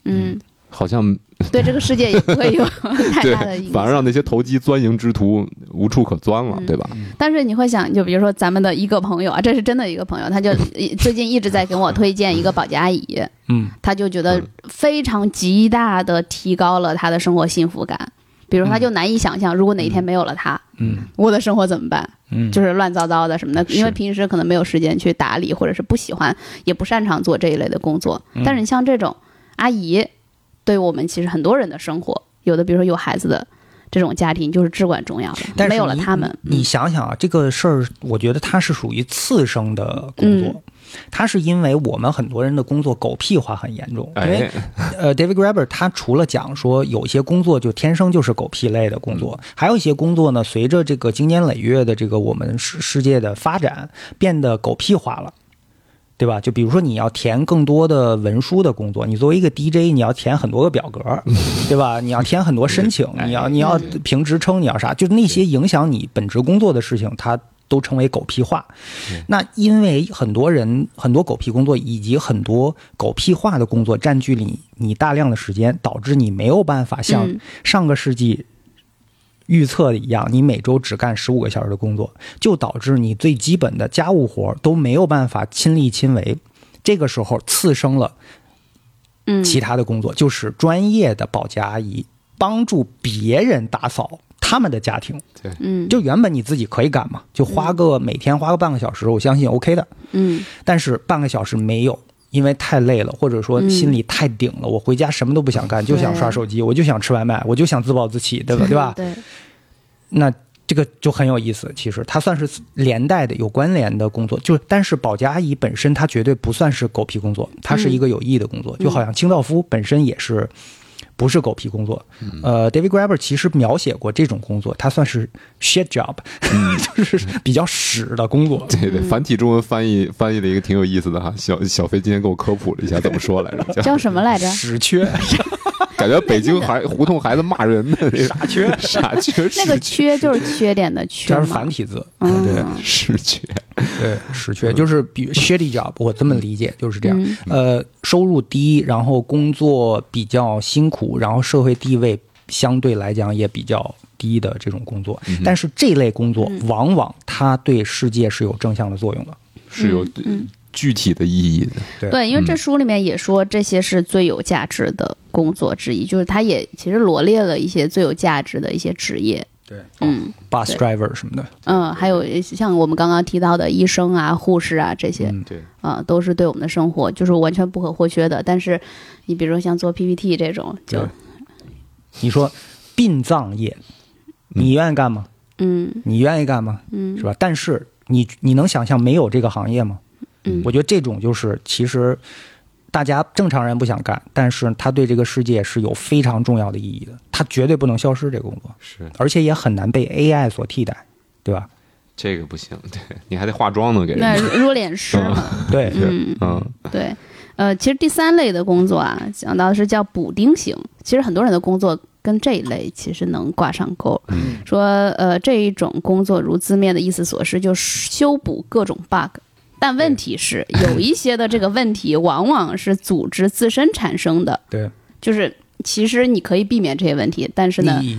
[SPEAKER 2] 嗯，
[SPEAKER 3] 好像
[SPEAKER 2] 对这个世界也不会有 太
[SPEAKER 3] 对
[SPEAKER 2] 大的影，
[SPEAKER 3] 反而
[SPEAKER 2] 响。
[SPEAKER 3] 让那些投机钻营之徒 无处可钻了，
[SPEAKER 2] 嗯
[SPEAKER 3] 对吧？
[SPEAKER 2] 但是你会想，就比如说咱们的一个朋友啊，这是真的一个朋友， 他就最近一直在给我推荐一个保洁阿姨，
[SPEAKER 1] 嗯，
[SPEAKER 2] 他就觉得非常极大的提高了他的生活幸福感。比如，他就难以想象，如果哪一天没有了他，
[SPEAKER 1] 嗯，
[SPEAKER 2] 我的生活怎么办？
[SPEAKER 1] 嗯
[SPEAKER 2] 就是乱糟糟的什么的，
[SPEAKER 3] 是
[SPEAKER 2] 因为平时可能没有时间去打理，或者是不喜欢，也不擅长做这一类的工作。
[SPEAKER 1] 嗯
[SPEAKER 2] 但是你像这种阿姨，对我们其实很多人的生活，有的比如说有孩子的这种家庭，就是至关重要的。
[SPEAKER 1] 但是
[SPEAKER 2] 没有了
[SPEAKER 1] 你
[SPEAKER 2] 他们，嗯
[SPEAKER 1] 你想想啊，这个事儿，我觉得它是属于次生的工
[SPEAKER 2] 嗯
[SPEAKER 1] 作。它是因为我们很多人的工作狗屁化很严重，因为
[SPEAKER 3] 哎，
[SPEAKER 1] 呃，David Graeber 他除了讲说有些工作就天生就是狗屁类的工作，还有一些工作呢，随着这个经年累月的这个我们世世界的发展，变得狗屁化了。对吧？就比如说你要填更多的文书的工作，你作为一个 DJ，你要填很多个表格，对吧？你要填很多申请，你要你要评职称，你要啥？就是那些影响你本职工作的事情，它都称为狗屁化。那因为很多人很多狗屁工作以及很多狗屁化的工作占据了你你大量的时间，导致你没有办法像
[SPEAKER 2] 嗯
[SPEAKER 1] 上个世纪预测的一样，你每周只干十五个小时的工作，就导致你最基本的家务活都没有办法亲力亲为。这个时候次生了
[SPEAKER 2] 嗯，
[SPEAKER 1] 其他的工作，就是专业的保洁阿姨帮助别人打扫他们的家庭。
[SPEAKER 2] 嗯，
[SPEAKER 1] 就原本你自己可以干嘛，就花个每天花个半个小时，我相信 OK 的。
[SPEAKER 2] 嗯
[SPEAKER 1] 但是半个小时没有，因为太累了，或者说
[SPEAKER 2] 嗯
[SPEAKER 1] 心里太顶了，我回家什么都不想干，就想刷手机，我就想吃外卖，我就想自暴自弃，对吧？对吧？
[SPEAKER 2] 对，
[SPEAKER 1] 那这个就很有意思，其实它算是连带的有关联的工作，就是但是保洁阿姨本身它绝对不算是狗屁工作，它是一个有意义的工作，
[SPEAKER 2] 嗯
[SPEAKER 1] 就好像清道夫本身也是。不是狗屁工作，呃，David Graeber 其实描写过这种工作，它算是 shit job，、就是 比较屎的工作。
[SPEAKER 3] 对
[SPEAKER 2] 嗯
[SPEAKER 3] 对，繁体中文翻译翻译了一个挺有意思的哈。小小飞今天给我科普了一下怎么说来着，
[SPEAKER 2] 叫什么来着？
[SPEAKER 1] 屎缺，
[SPEAKER 3] 感觉北京孩胡同孩子骂人的傻缺傻缺
[SPEAKER 2] 那个
[SPEAKER 3] 是
[SPEAKER 2] 缺就是缺点的缺
[SPEAKER 1] 这
[SPEAKER 2] 嘛，
[SPEAKER 1] 是繁体字。
[SPEAKER 2] 嗯
[SPEAKER 1] 对，
[SPEAKER 3] 是缺，
[SPEAKER 1] 对，死缺就是比 shitty job，我这么理解就是这样。
[SPEAKER 2] 嗯
[SPEAKER 1] 呃，收入低，然后工作比较辛苦，然后社会地位相对来讲也比较低的这种工作。但是这类工作
[SPEAKER 2] 嗯
[SPEAKER 1] 往往它对世界是有正向的作用的。
[SPEAKER 3] 是有具体的意义的。
[SPEAKER 1] 对
[SPEAKER 2] 对，因为这书里面也说这些是最有价值的工作之
[SPEAKER 1] 嗯
[SPEAKER 2] 一，就是它也其实罗列了一些最有价值的一些职业，
[SPEAKER 1] 对
[SPEAKER 2] 嗯
[SPEAKER 1] ，bus
[SPEAKER 2] 对
[SPEAKER 1] driver 什么的，
[SPEAKER 2] 嗯，还有像我们刚刚提到的医生啊、护士啊这些，
[SPEAKER 1] 嗯
[SPEAKER 3] 对，
[SPEAKER 2] 啊、都是对我们的生活就是完全不可或缺的。但是你比如说像做 PPT 这种，就
[SPEAKER 1] 对你说殡葬业，你愿意干吗？
[SPEAKER 2] 嗯
[SPEAKER 1] 你愿意干吗？
[SPEAKER 2] 嗯
[SPEAKER 1] 是吧？但是你你能想象没有这个行业吗？
[SPEAKER 2] 嗯
[SPEAKER 1] 我觉得这种就是其实大家正常人不想干，但是他对这个世界是有非常重要的意义的，他绝对不能消失这个工作，
[SPEAKER 3] 是
[SPEAKER 1] 而且也很难被 AI 所替代，对吧？
[SPEAKER 3] 这个不行，对你还得化妆呢，给人
[SPEAKER 2] 那
[SPEAKER 3] 家。
[SPEAKER 2] 入殓师嘛，
[SPEAKER 1] 对，
[SPEAKER 2] 嗯，
[SPEAKER 3] 嗯，
[SPEAKER 2] 对，呃，其实第三类的工作啊，讲到的是叫补丁型，其实很多人的工作。跟这一类其实能挂上钩。
[SPEAKER 3] 嗯
[SPEAKER 2] 说呃这一种工作如字面的意思所示，就是修补各种 bug。但问题是，有一些的这个问题往往是组织自身产生的，
[SPEAKER 1] 对，
[SPEAKER 2] 就是其实你可以避免这些问题，但是呢，
[SPEAKER 1] 你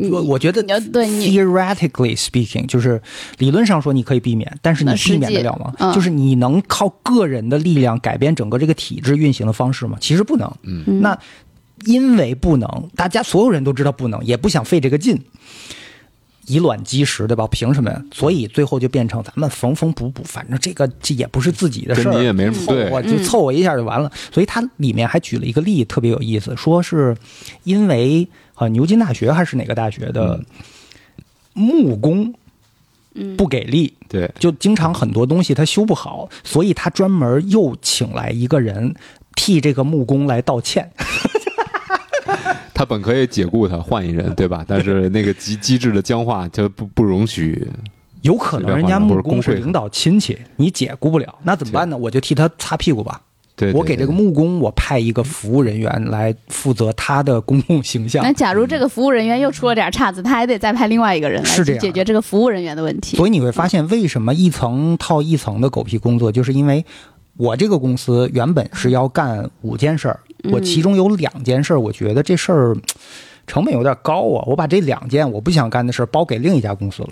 [SPEAKER 2] 你
[SPEAKER 1] 我我觉得
[SPEAKER 2] 你要对你
[SPEAKER 1] theoretically speaking，就是理论上说你可以避免，但是你
[SPEAKER 2] 那实
[SPEAKER 1] 避免
[SPEAKER 2] 际
[SPEAKER 1] 得了吗？
[SPEAKER 2] 嗯
[SPEAKER 1] 就是你能靠个人的力量改变整个这个体制运行的方式吗？其实不能。
[SPEAKER 2] 嗯
[SPEAKER 1] 那因为不能，大家所有人都知道不能，也不想费这个劲，以卵击石，对吧？凭什么呀？所以最后就变成咱们缝缝补补，反正这个这也不是自己的事
[SPEAKER 3] 跟
[SPEAKER 1] 儿，
[SPEAKER 3] 你也没什么
[SPEAKER 1] 凑
[SPEAKER 3] 对
[SPEAKER 1] 合就凑合一下就完了。所以它里面还举了一个例，特别有意思，说是因为啊牛津大学还是哪个大学的
[SPEAKER 3] 嗯
[SPEAKER 1] 木工
[SPEAKER 2] 嗯
[SPEAKER 1] 不给力，
[SPEAKER 3] 对，
[SPEAKER 1] 就经常很多东西他修不好，所以他专门又请来一个人替这个木工来道歉。
[SPEAKER 3] 他本可以解雇他换一人，对吧？但是那个机机制的僵化就不不容许。
[SPEAKER 1] 有可能人家木工是
[SPEAKER 3] 随便换人或者工会
[SPEAKER 1] 领导亲戚，你解雇不了，那怎么办呢？我就替他擦屁股吧。
[SPEAKER 3] 对，
[SPEAKER 1] 我
[SPEAKER 3] 对
[SPEAKER 1] 给这个木工，我派一个服务人员来负责他的公共形象
[SPEAKER 2] 那。假如这个服务人员又出了点岔子，他还得再派另外一个人来
[SPEAKER 1] 是这
[SPEAKER 2] 去
[SPEAKER 1] 样
[SPEAKER 2] 解决这个服务人员的问题。
[SPEAKER 1] 所以你会发现，为什么一层套一层的狗屁工作，就是因为我这个公司原本是要干五件事儿，我其中有两件事儿，我觉得这事儿嘖成本有点高啊，我把这两件我不想干的事儿包给另一家公司了。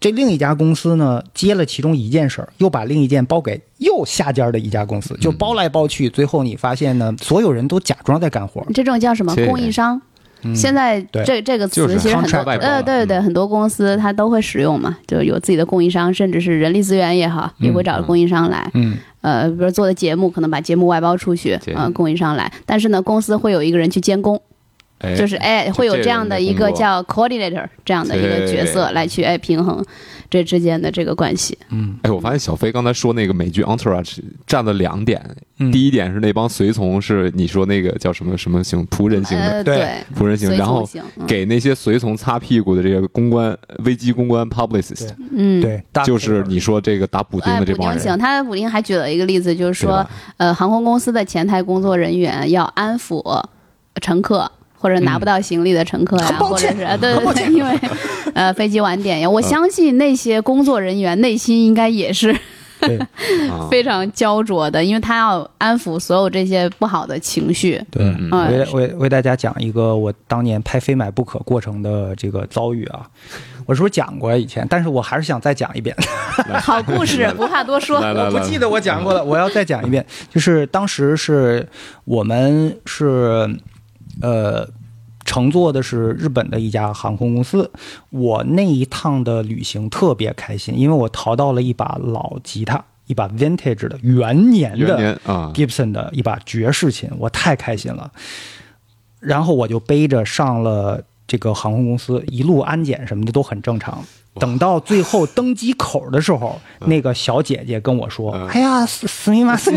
[SPEAKER 1] 这另一家公司呢，接了其中一件事儿，又把另一件包给又下家的一家公司，就包来包去，最后你发现呢，所有人都假装在干活儿，
[SPEAKER 2] 这种叫什么
[SPEAKER 3] 这
[SPEAKER 2] 供应商？现在
[SPEAKER 1] 对
[SPEAKER 2] 这这个词
[SPEAKER 3] 就是
[SPEAKER 2] 其实很多
[SPEAKER 3] contract 嗯外包了
[SPEAKER 2] 呃对对对，很多公司它都会使用嘛，就有自己的供应商，甚至是人力资源也好，也会
[SPEAKER 3] 嗯
[SPEAKER 2] 找供应商来。
[SPEAKER 1] 嗯，
[SPEAKER 2] 呃，比如做的节目可能把节目外包出去，
[SPEAKER 3] 对
[SPEAKER 2] 呃，供应商来，但是呢，公司会有一个人去监工，
[SPEAKER 3] 哎
[SPEAKER 2] 就是哎会有
[SPEAKER 3] 这
[SPEAKER 2] 这样
[SPEAKER 3] 人的
[SPEAKER 2] 的一
[SPEAKER 3] 工
[SPEAKER 2] 个
[SPEAKER 3] 作
[SPEAKER 2] 叫 coordinator 这样的一个角色
[SPEAKER 3] 对
[SPEAKER 2] 来去哎平衡这之间的这个关系。
[SPEAKER 3] 哎，我发现小飞刚才说那个美剧《Entourage》占了两点，
[SPEAKER 1] 嗯
[SPEAKER 3] 第一点是那帮随从是你说那个叫什么什么型仆人型的
[SPEAKER 2] 呃，
[SPEAKER 1] 对
[SPEAKER 2] 对，
[SPEAKER 3] 仆人型，
[SPEAKER 2] 随
[SPEAKER 3] 然
[SPEAKER 2] 从
[SPEAKER 3] 后
[SPEAKER 2] 性，嗯
[SPEAKER 3] 给那些随从擦屁股的这个公关危机公关 publicist，
[SPEAKER 1] 对
[SPEAKER 2] 嗯，
[SPEAKER 1] 对，
[SPEAKER 3] 就是你说这个打补丁
[SPEAKER 2] 哎，
[SPEAKER 3] 的这
[SPEAKER 2] 补
[SPEAKER 3] 帮
[SPEAKER 2] 丁
[SPEAKER 3] 人
[SPEAKER 2] 行，，他补丁还举了一个例子，就是
[SPEAKER 3] 对
[SPEAKER 2] 说
[SPEAKER 3] 吧，
[SPEAKER 2] 呃，航空公司的前台工作人员要安抚乘客。或者拿不到行李的乘客呀、
[SPEAKER 1] 很抱
[SPEAKER 2] 或者
[SPEAKER 1] 歉
[SPEAKER 2] 是、啊、对
[SPEAKER 1] 很抱
[SPEAKER 2] 对对，因为 呃飞机晚点呀，
[SPEAKER 3] 嗯
[SPEAKER 2] 我相信那些工作人员内心应该也是
[SPEAKER 1] 对
[SPEAKER 3] 啊
[SPEAKER 2] 非常焦灼的，因为他要安抚所有这些不好的情绪。
[SPEAKER 1] 对，
[SPEAKER 3] 嗯
[SPEAKER 1] 我
[SPEAKER 2] 嗯
[SPEAKER 1] 为为为大家讲一个我当年拍《非买不可》过程的这个遭遇啊，我是不是讲过以前？但是我还是想再讲一遍。
[SPEAKER 2] 好故事不怕多说，
[SPEAKER 3] 来来
[SPEAKER 1] 我不
[SPEAKER 3] 来，
[SPEAKER 1] 记得我讲过 了，我要再讲一遍。就是当时是我们是呃乘坐的是日本的一家航空公司，我那一趟的旅行特别开心，因为我淘到了一把老吉他，一把 vintage 的元年
[SPEAKER 3] 元
[SPEAKER 1] 的
[SPEAKER 3] 年啊，
[SPEAKER 1] Gibson 的一把爵士琴，我太开心了。然后我就背着上了这个航空公司，一路安检什么的都很正常。等到最后登机口的时候，那个小姐姐跟我说：“哎呀，死死密马斯，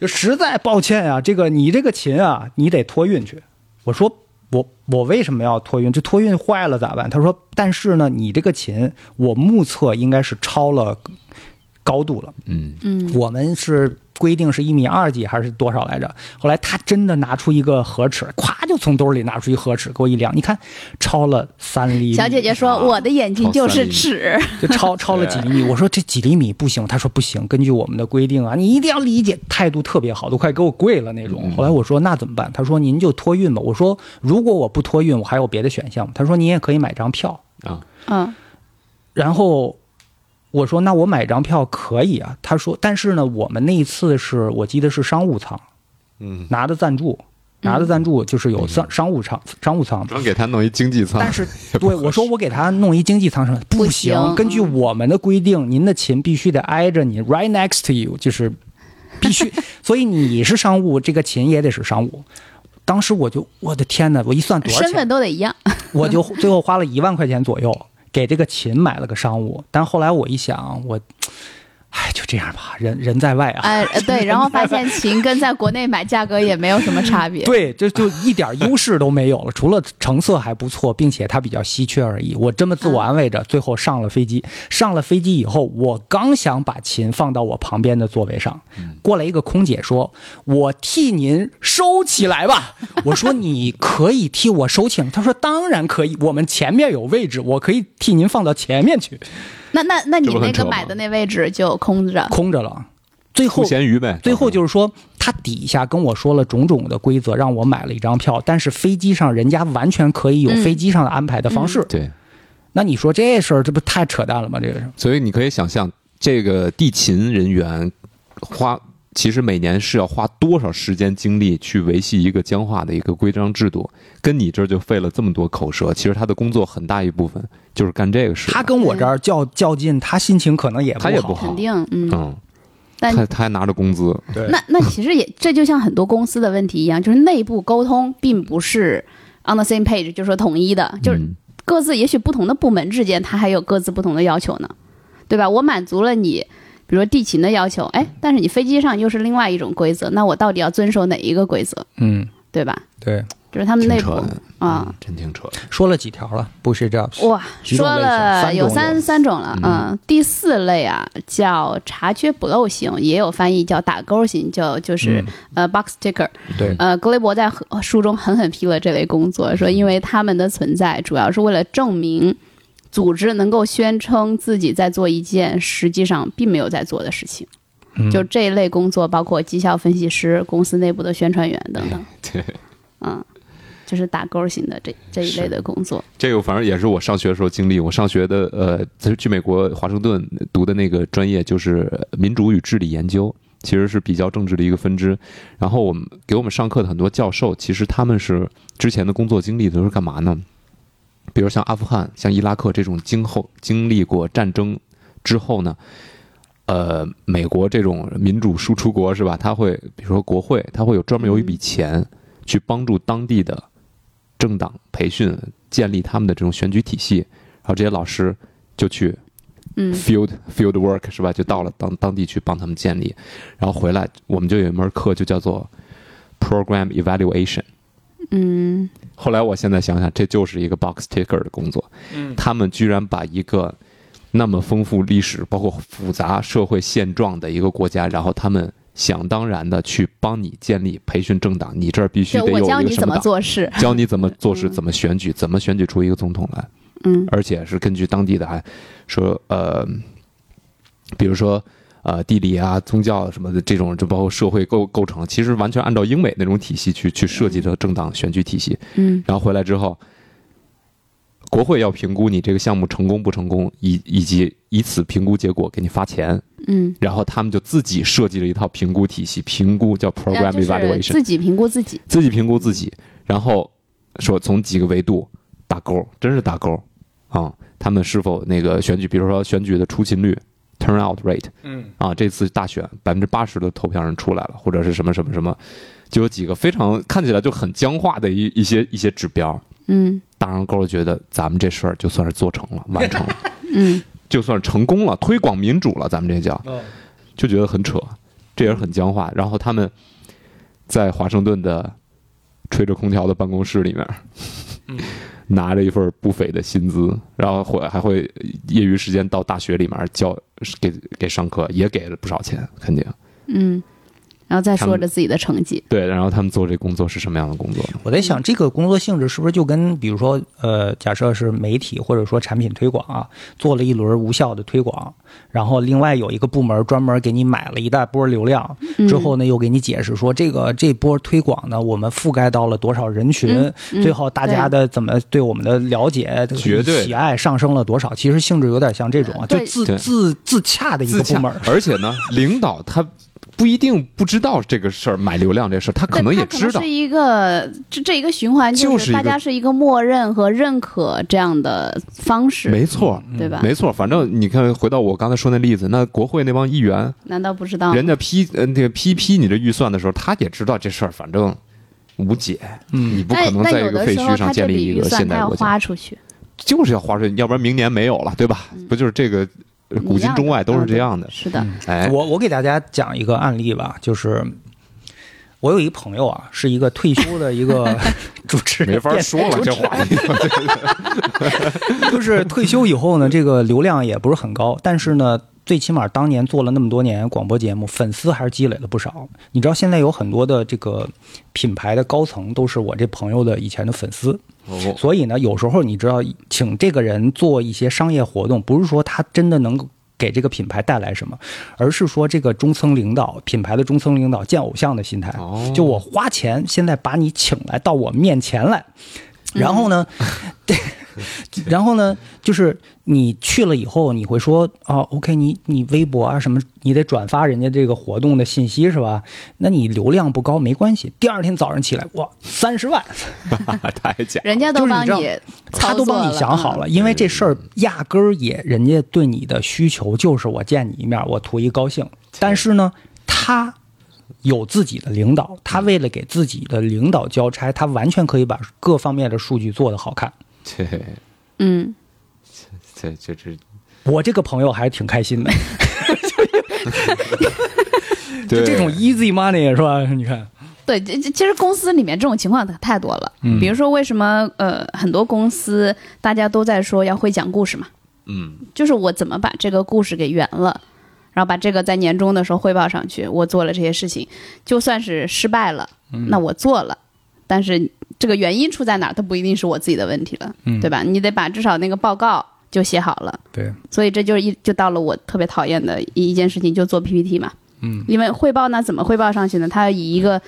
[SPEAKER 1] 就实在抱歉啊，这个你这个琴啊，你得托运去。”我说：“我我为什么要托运？这托运坏了咋办？”她说：“但是呢，你这个琴，我目测应该是超了高度了。”
[SPEAKER 3] 嗯，
[SPEAKER 2] 嗯，
[SPEAKER 1] 我们是规定是一米二几还是多少来着？后来他真的拿出一个盒尺，咵就从兜里拿出一盒尺给我一量，你看超了三厘米，
[SPEAKER 2] 小姐姐说
[SPEAKER 3] 啊
[SPEAKER 2] 我的眼睛就
[SPEAKER 3] 超三
[SPEAKER 2] 是
[SPEAKER 3] 厘
[SPEAKER 2] 尺，
[SPEAKER 1] 就超超了几厘米。我说这几厘米不行，他说不行，根据我们的规定啊，你一定要理解，态度特别好，都快给我跪了那种。后来我说那怎么办？他说您就托运吧。我说如果我不托运，我还有别的选项吗？他说您也可以买张票。
[SPEAKER 3] 啊，
[SPEAKER 2] 嗯，
[SPEAKER 1] 然后我说那我买张票可以啊，他说但是呢，我们那一次是我记得是商务舱，
[SPEAKER 3] 嗯，
[SPEAKER 1] 拿的赞助，拿的赞助就是有商商务舱商务 舱。
[SPEAKER 3] 专给他弄一经济舱，
[SPEAKER 1] 但是
[SPEAKER 3] 也不
[SPEAKER 1] 对
[SPEAKER 3] 合适
[SPEAKER 1] 我说，我给他弄一经济舱什么不行
[SPEAKER 2] 行
[SPEAKER 1] 根据我们的规定，您的琴必须得挨着你，right next to you，就是必须。所以你是商务，这个琴也得是商务。当时我就我的天哪，我一算多少
[SPEAKER 2] 身
[SPEAKER 1] 钱？啊
[SPEAKER 2] 份都得一 样。
[SPEAKER 1] 我就最后花了一万块钱左右给这个琴买了个商务，但后来我一想，我哎，就这样吧，人人在外啊。
[SPEAKER 2] 哎、呃，对，然后发现琴跟在国内买价格也没有什么差别。
[SPEAKER 1] 对，这就一点优势都没有了，除了成色还不错，并且它比较稀缺而已。我这么自我安慰着，最后上了飞机。上了飞机以后，我刚想把琴放到我旁边的座位上，过来一个空姐说：“我替您收起来吧。”我说：“你可以替我收起来吗？”她说：“当然可以，我们前面有位置，我可以替您放到前面去，
[SPEAKER 2] 那那那你
[SPEAKER 3] 这不很
[SPEAKER 2] 那
[SPEAKER 3] 扯
[SPEAKER 2] 个
[SPEAKER 3] 吗
[SPEAKER 2] 买的那位置就空着，
[SPEAKER 1] 空着了。”最后
[SPEAKER 3] 出咸鱼呗。啊
[SPEAKER 1] 最后就是说，他底下跟我说了种种的规则，让我买了一张票，但是飞机上人家完全可以有
[SPEAKER 2] 嗯
[SPEAKER 1] 飞机上的安排的方式。
[SPEAKER 3] 对，
[SPEAKER 1] 那你说这事儿，这不太扯淡了吗？这个是
[SPEAKER 3] 所以你可以想象，这个地勤人员花其实每年是要花多少时间精力去维系一个僵化的一个规章制度，跟你这儿就费了这么多口舌。其实他的工作很大一部分就是干这个事。
[SPEAKER 1] 他跟我这儿较较劲，他心情可能也不好。
[SPEAKER 3] 他也不好
[SPEAKER 2] 肯定嗯。
[SPEAKER 3] 嗯，
[SPEAKER 2] 但
[SPEAKER 3] 他他还拿着工资，
[SPEAKER 1] 对
[SPEAKER 2] 那那其实也这就像很多公司的问题一样，就是内部沟通并不是 on the same page，就是说统一的，就是
[SPEAKER 3] 嗯
[SPEAKER 2] 各自也许不同的部门之间，它还有各自不同的要求呢，对吧？我满足了你，比如说地勤的要求，哎，但是你飞机上又是另外一种规则，那我到底要遵守哪一个规则，
[SPEAKER 1] 嗯，
[SPEAKER 2] 对吧？
[SPEAKER 1] 对，
[SPEAKER 2] 就是他们
[SPEAKER 3] 挺
[SPEAKER 2] 内
[SPEAKER 3] 扯
[SPEAKER 2] 部
[SPEAKER 3] 的嗯
[SPEAKER 2] 啊，，
[SPEAKER 3] 真挺扯。
[SPEAKER 1] 说了几条了，不是这样。
[SPEAKER 2] 哇，
[SPEAKER 1] 几种
[SPEAKER 2] 说
[SPEAKER 1] 类型
[SPEAKER 2] 了
[SPEAKER 1] 三
[SPEAKER 2] 有
[SPEAKER 1] 种
[SPEAKER 2] 三
[SPEAKER 1] 有
[SPEAKER 2] 三种了，
[SPEAKER 3] 嗯
[SPEAKER 2] 嗯，第四类啊叫察觉补漏型，也有翻译叫打勾型，叫就是、
[SPEAKER 1] 嗯
[SPEAKER 2] 呃 box ticker，
[SPEAKER 1] 对，
[SPEAKER 2] 呃，格雷伯在和书中狠狠批了这类工作，说因为他们的存在主要是为了证明组织能够宣称自己在做一件实际上并没有在做的事情。
[SPEAKER 1] 嗯
[SPEAKER 2] 就这一类工作，包括绩效分析师、公司内部的宣传员等 等，
[SPEAKER 3] 对，
[SPEAKER 2] 嗯，就是打勾型的这这一类的工作。
[SPEAKER 3] 这个反正也是我上学的时候经历。我上学的呃，在去美国华盛顿读的那个专业就是民主与治理研究，其实是比较政治的一个分支。然后我们给我们上课的很多教授，其实他们是之前的工作经历都是干嘛呢？比如像阿富汗、像伊拉克这种经后经历过战争之后呢，呃，美国这种民主输出国是吧？他会比如说国会，他会有专门有一笔钱去帮助当地的政党培训，建立他们的这种选举体系，然后这些老师就去
[SPEAKER 2] 嗯
[SPEAKER 3] field field work 是吧？就到了当当地去帮他们建立，然后回来我们就有一门课就叫做 program evaluation。
[SPEAKER 2] 嗯，
[SPEAKER 3] 后来我现在想想，这就是一个 box ticker 的工作。
[SPEAKER 1] 嗯
[SPEAKER 3] 他们居然把一个那么丰富历史、包括复杂社会现状的一个国家，然后他们想当然的去帮你建立培训政党，你这儿必须
[SPEAKER 2] 就
[SPEAKER 3] 得有
[SPEAKER 2] 我
[SPEAKER 3] 一
[SPEAKER 2] 教
[SPEAKER 3] 个
[SPEAKER 2] 你
[SPEAKER 3] 什
[SPEAKER 2] 怎么
[SPEAKER 3] 么党，
[SPEAKER 2] 做事。
[SPEAKER 3] 教你怎么做事，
[SPEAKER 2] 嗯
[SPEAKER 3] 怎么选举，怎么选举出一个总统来，
[SPEAKER 2] 嗯
[SPEAKER 3] 而且是根据当地的还说呃，比如说。呃，地理啊、宗教什么的这种，就包括社会构构成，其实完全按照英美那种体系去去设计的政党选举体系。
[SPEAKER 2] 嗯
[SPEAKER 3] 然后回来之后，国会要评估你这个项目成功不成功，以以及以此评估结果给你发钱。
[SPEAKER 2] 嗯，
[SPEAKER 3] 然后他们就自己设计了一套评估体系，评估叫
[SPEAKER 2] 然
[SPEAKER 3] program
[SPEAKER 2] 后啊就是
[SPEAKER 3] evaluation，
[SPEAKER 2] 自己评估自己。
[SPEAKER 3] 自己评估自己，然后说从几个维度打勾，真是打勾啊、他们是否那个选举，比如说选举的出勤率 （turnout rate），
[SPEAKER 1] 嗯，
[SPEAKER 3] 啊，这次大选百分之八十的投票人出来了，或者是什么什么什么，就有几个非常看起来就很僵化的一一些一些指标。
[SPEAKER 2] 嗯
[SPEAKER 3] 大上钩觉得咱们这事儿就算是做成了，完成了，
[SPEAKER 2] 嗯，
[SPEAKER 3] 就算是成功了，推广民主了，咱们这叫，就觉得很扯，这也是很僵化。然后他们在华盛顿的吹着空调的办公室里面，拿着一份不菲的薪资，然后会还会业余时间到大学里面教给给上课，也给了不少钱，肯定
[SPEAKER 2] 嗯，然后再
[SPEAKER 3] 他
[SPEAKER 2] 说
[SPEAKER 3] 们
[SPEAKER 2] 着自己的成绩。
[SPEAKER 3] 对。然后他们做这工作是什么样的工作？
[SPEAKER 1] 我在想，这个工作性质是不是就跟比如说，呃，假设是媒体或者说产品推广啊，做了一轮无效的推广，然后另外有一个部门专门给你买了一大波流量，
[SPEAKER 2] 嗯
[SPEAKER 1] 之后呢又给你解释说，这个这波推广呢，我们覆盖到了多少人群，
[SPEAKER 2] 嗯嗯
[SPEAKER 1] 最后大家的怎么对我们的了解、
[SPEAKER 3] 绝对
[SPEAKER 1] 喜爱上升了多少，其实性质有点像这种啊，就
[SPEAKER 2] 对
[SPEAKER 1] 自
[SPEAKER 3] 对
[SPEAKER 1] 自自洽的一个部门。
[SPEAKER 3] 而且呢，领导他不一定不知道这个事儿，买流量这事儿，他可
[SPEAKER 2] 对
[SPEAKER 3] 能
[SPEAKER 2] 它
[SPEAKER 3] 也知道
[SPEAKER 2] 是。一个这这一个循环，
[SPEAKER 3] 就是是一
[SPEAKER 2] 大
[SPEAKER 3] 个
[SPEAKER 2] 家是一个默认和认可这样的方式，
[SPEAKER 3] 没错，
[SPEAKER 2] 对吧？
[SPEAKER 3] 没错。反正你看，回到我刚才说那例子，那国会那帮议员，
[SPEAKER 2] 难道不知道？
[SPEAKER 3] 人家批呃那个批批你这预算的时候，他也知道这事儿，反正无解。
[SPEAKER 1] 嗯
[SPEAKER 3] 你不可
[SPEAKER 2] 但
[SPEAKER 3] 能
[SPEAKER 2] 但
[SPEAKER 3] 在
[SPEAKER 2] 有
[SPEAKER 3] 一个
[SPEAKER 2] 的
[SPEAKER 3] 废
[SPEAKER 2] 时候，
[SPEAKER 3] 墟
[SPEAKER 2] 他
[SPEAKER 3] 上
[SPEAKER 2] 这
[SPEAKER 3] 建立
[SPEAKER 2] 笔
[SPEAKER 3] 一
[SPEAKER 2] 预
[SPEAKER 3] 个
[SPEAKER 2] 算
[SPEAKER 3] 现
[SPEAKER 2] 他
[SPEAKER 3] 代
[SPEAKER 2] 要
[SPEAKER 3] 国家，
[SPEAKER 2] 花出去，嗯
[SPEAKER 3] 就是要花税，要不然明年没有了，对吧？不就是这个古今中外都是这样的。
[SPEAKER 2] 啊是的，
[SPEAKER 3] 哎，
[SPEAKER 1] 我我给大家讲一个案例吧，就是我有一朋友啊，是一个退休的一 个主持人，
[SPEAKER 3] 没法说了，这话题。
[SPEAKER 1] 就是退休以后呢，这个流量也不是很高，但是呢，最起码当年做了那么多年广播节目，粉丝还是积累了不少。你知道现在有很多的这个品牌的高层都是我这朋友的以前的粉丝，
[SPEAKER 3] 哦
[SPEAKER 1] 所以呢，有时候你知道，请这个人做一些商业活动，不是说他真的能够给这个品牌带来什么，而是说这个中层领导、品牌的中层领导见偶像的心态，
[SPEAKER 3] 哦
[SPEAKER 1] 就我花钱现在把你请来到我面前来，然后呢， 对，然后呢，就是你去了以后，你会说啊，OK，你你微博啊什么，你得转发人家这个活动的信息是吧？那你流量不高没关系，第二天早上起来，哇，三十万。
[SPEAKER 3] 太假 了。
[SPEAKER 2] 人家都
[SPEAKER 1] 就是
[SPEAKER 2] 帮
[SPEAKER 1] 你知道
[SPEAKER 2] 你
[SPEAKER 1] 他
[SPEAKER 2] 操
[SPEAKER 1] 都
[SPEAKER 2] 作了，啊
[SPEAKER 1] 帮你想好了，因为这事儿压根儿也，人家对你的需求就是我见你一面，我图一高兴。但是呢，他有自己的领导，他为了给自己的领导交差，他完全可以把各方面的数据做得好看。
[SPEAKER 3] 这
[SPEAKER 2] 嗯。嗯
[SPEAKER 3] 这这这，
[SPEAKER 1] 我这个朋友还挺开心的，就
[SPEAKER 3] 对
[SPEAKER 1] 这种 easy money 是吧？你看，
[SPEAKER 2] 对，这这其实公司里面这种情况太多了。
[SPEAKER 1] 嗯
[SPEAKER 2] 比如说，为什么呃很多公司大家都在说要会讲故事嘛？
[SPEAKER 3] 嗯，
[SPEAKER 2] 就是我怎么把这个故事给圆了，然后把这个在年终的时候汇报上去，我做了这些事情，就算是失败了，
[SPEAKER 1] 嗯
[SPEAKER 2] 那我做了，但是这个原因出在哪儿，它不一定是我自己的问题了，
[SPEAKER 1] 嗯
[SPEAKER 2] 对吧？你得把至少那个报告就写好了。
[SPEAKER 1] 对，
[SPEAKER 2] 所以这就是一就到了我特别讨厌的一一件事情，就做 PPT 嘛。
[SPEAKER 1] 嗯，
[SPEAKER 2] 因为汇报呢，怎么汇报上去呢？它以一个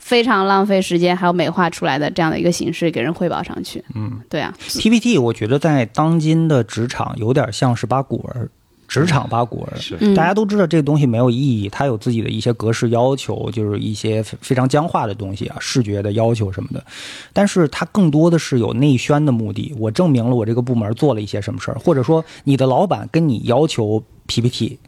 [SPEAKER 2] 非常浪费时间还有美化出来的这样的一个形式给人汇报上去。
[SPEAKER 1] 嗯，
[SPEAKER 2] 对啊，
[SPEAKER 1] PPT 我觉得在当今的职场有点像是八股文，职场八股文。
[SPEAKER 3] 是
[SPEAKER 2] 嗯
[SPEAKER 1] 大家都知道这个东西没有意义，它有自己的一些格式要求，就是一些非非常僵化的东西啊，视觉的要求什么的。但是它更多的是有内宣的目的，我证明了我这个部门做了一些什么事儿，或者说你的老板跟你要求 PPT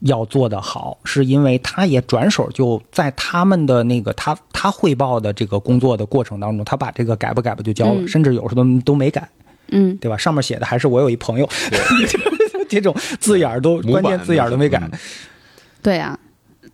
[SPEAKER 1] 要做得好，是因为他也转手就在他们的那个他他汇报的这个工作的过程当中，他把这个改吧改吧就交了，
[SPEAKER 2] 嗯
[SPEAKER 1] 甚至有时候都都没改，
[SPEAKER 2] 嗯，
[SPEAKER 1] 对吧？上面写的还是我有一朋友， 这种字眼儿都
[SPEAKER 3] 模板
[SPEAKER 1] 关键字眼儿都没改。
[SPEAKER 3] 嗯
[SPEAKER 2] 对啊。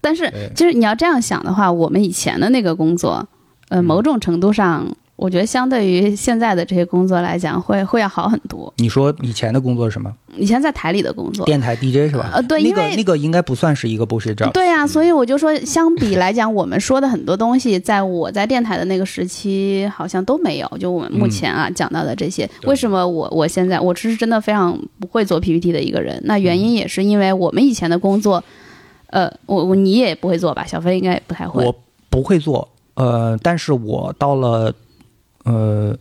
[SPEAKER 2] 但是
[SPEAKER 1] 对
[SPEAKER 2] 就是你要这样想的话，我们以前的那个工作，
[SPEAKER 1] 嗯
[SPEAKER 2] 呃，某种程度上，我觉得相对于现在的这些工作来讲，会会要好很多。
[SPEAKER 1] 你说以前的工作是什么？
[SPEAKER 2] 以前在台里的工作，
[SPEAKER 1] 电台 DJ 是吧？
[SPEAKER 2] 呃对
[SPEAKER 1] 那
[SPEAKER 2] 因
[SPEAKER 1] 个
[SPEAKER 2] 为
[SPEAKER 1] 那个应该不算是一个 bullshit job。
[SPEAKER 2] 对呀、
[SPEAKER 1] 嗯
[SPEAKER 2] 所以我就说，相比来讲，我们说的很多东西，在我在电台的那个时期，好像都没有。就我们目
[SPEAKER 1] 嗯
[SPEAKER 2] 前啊、讲到的这些，为什么我我现在我是真的非常不会做 PPT 的一个人？那
[SPEAKER 1] 嗯
[SPEAKER 2] 原因也是因为我们以前的工作，呃，我我你也不会做吧？小飞应该也不太会。
[SPEAKER 1] 我不会做，呃，但是我到了呃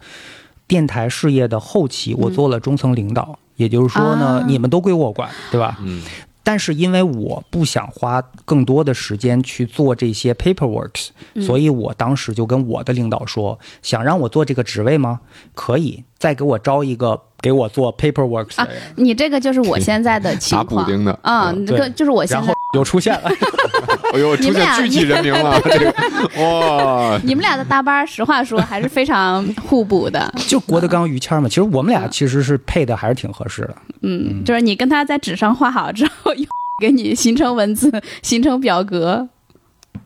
[SPEAKER 1] 电台事业的后期，我做了中层领导，也就是说呢，
[SPEAKER 2] 嗯啊
[SPEAKER 1] 你们都归我管，对吧？
[SPEAKER 3] 嗯，
[SPEAKER 1] 但是因为我不想花更多的时间去做这些 paperwork，、
[SPEAKER 2] 嗯
[SPEAKER 1] 所以我当时就跟我的领导说，想让我做这个职位吗？可以，再给我招一个给我做 paperwork
[SPEAKER 2] 啊
[SPEAKER 1] 的人，，
[SPEAKER 2] 你这个就是我现在的情
[SPEAKER 3] 打补
[SPEAKER 2] 况
[SPEAKER 3] 丁的
[SPEAKER 2] 啊，
[SPEAKER 1] 嗯
[SPEAKER 2] 这
[SPEAKER 1] 对
[SPEAKER 2] 个就是我现
[SPEAKER 1] 然后
[SPEAKER 2] 在。
[SPEAKER 1] 就出现 了。
[SPEAKER 3] 哎呦，出
[SPEAKER 2] 你们
[SPEAKER 3] 现
[SPEAKER 2] 俩
[SPEAKER 3] 具体人名了，这个哇，
[SPEAKER 2] 你们俩的搭班儿，实话说还是非常互补的。
[SPEAKER 1] 就郭德纲、于谦儿嘛，其实我们俩其实是配的还是挺合适的。
[SPEAKER 2] 嗯，就是你跟他在纸上画好之后，又 给你形成文字， 形成表格。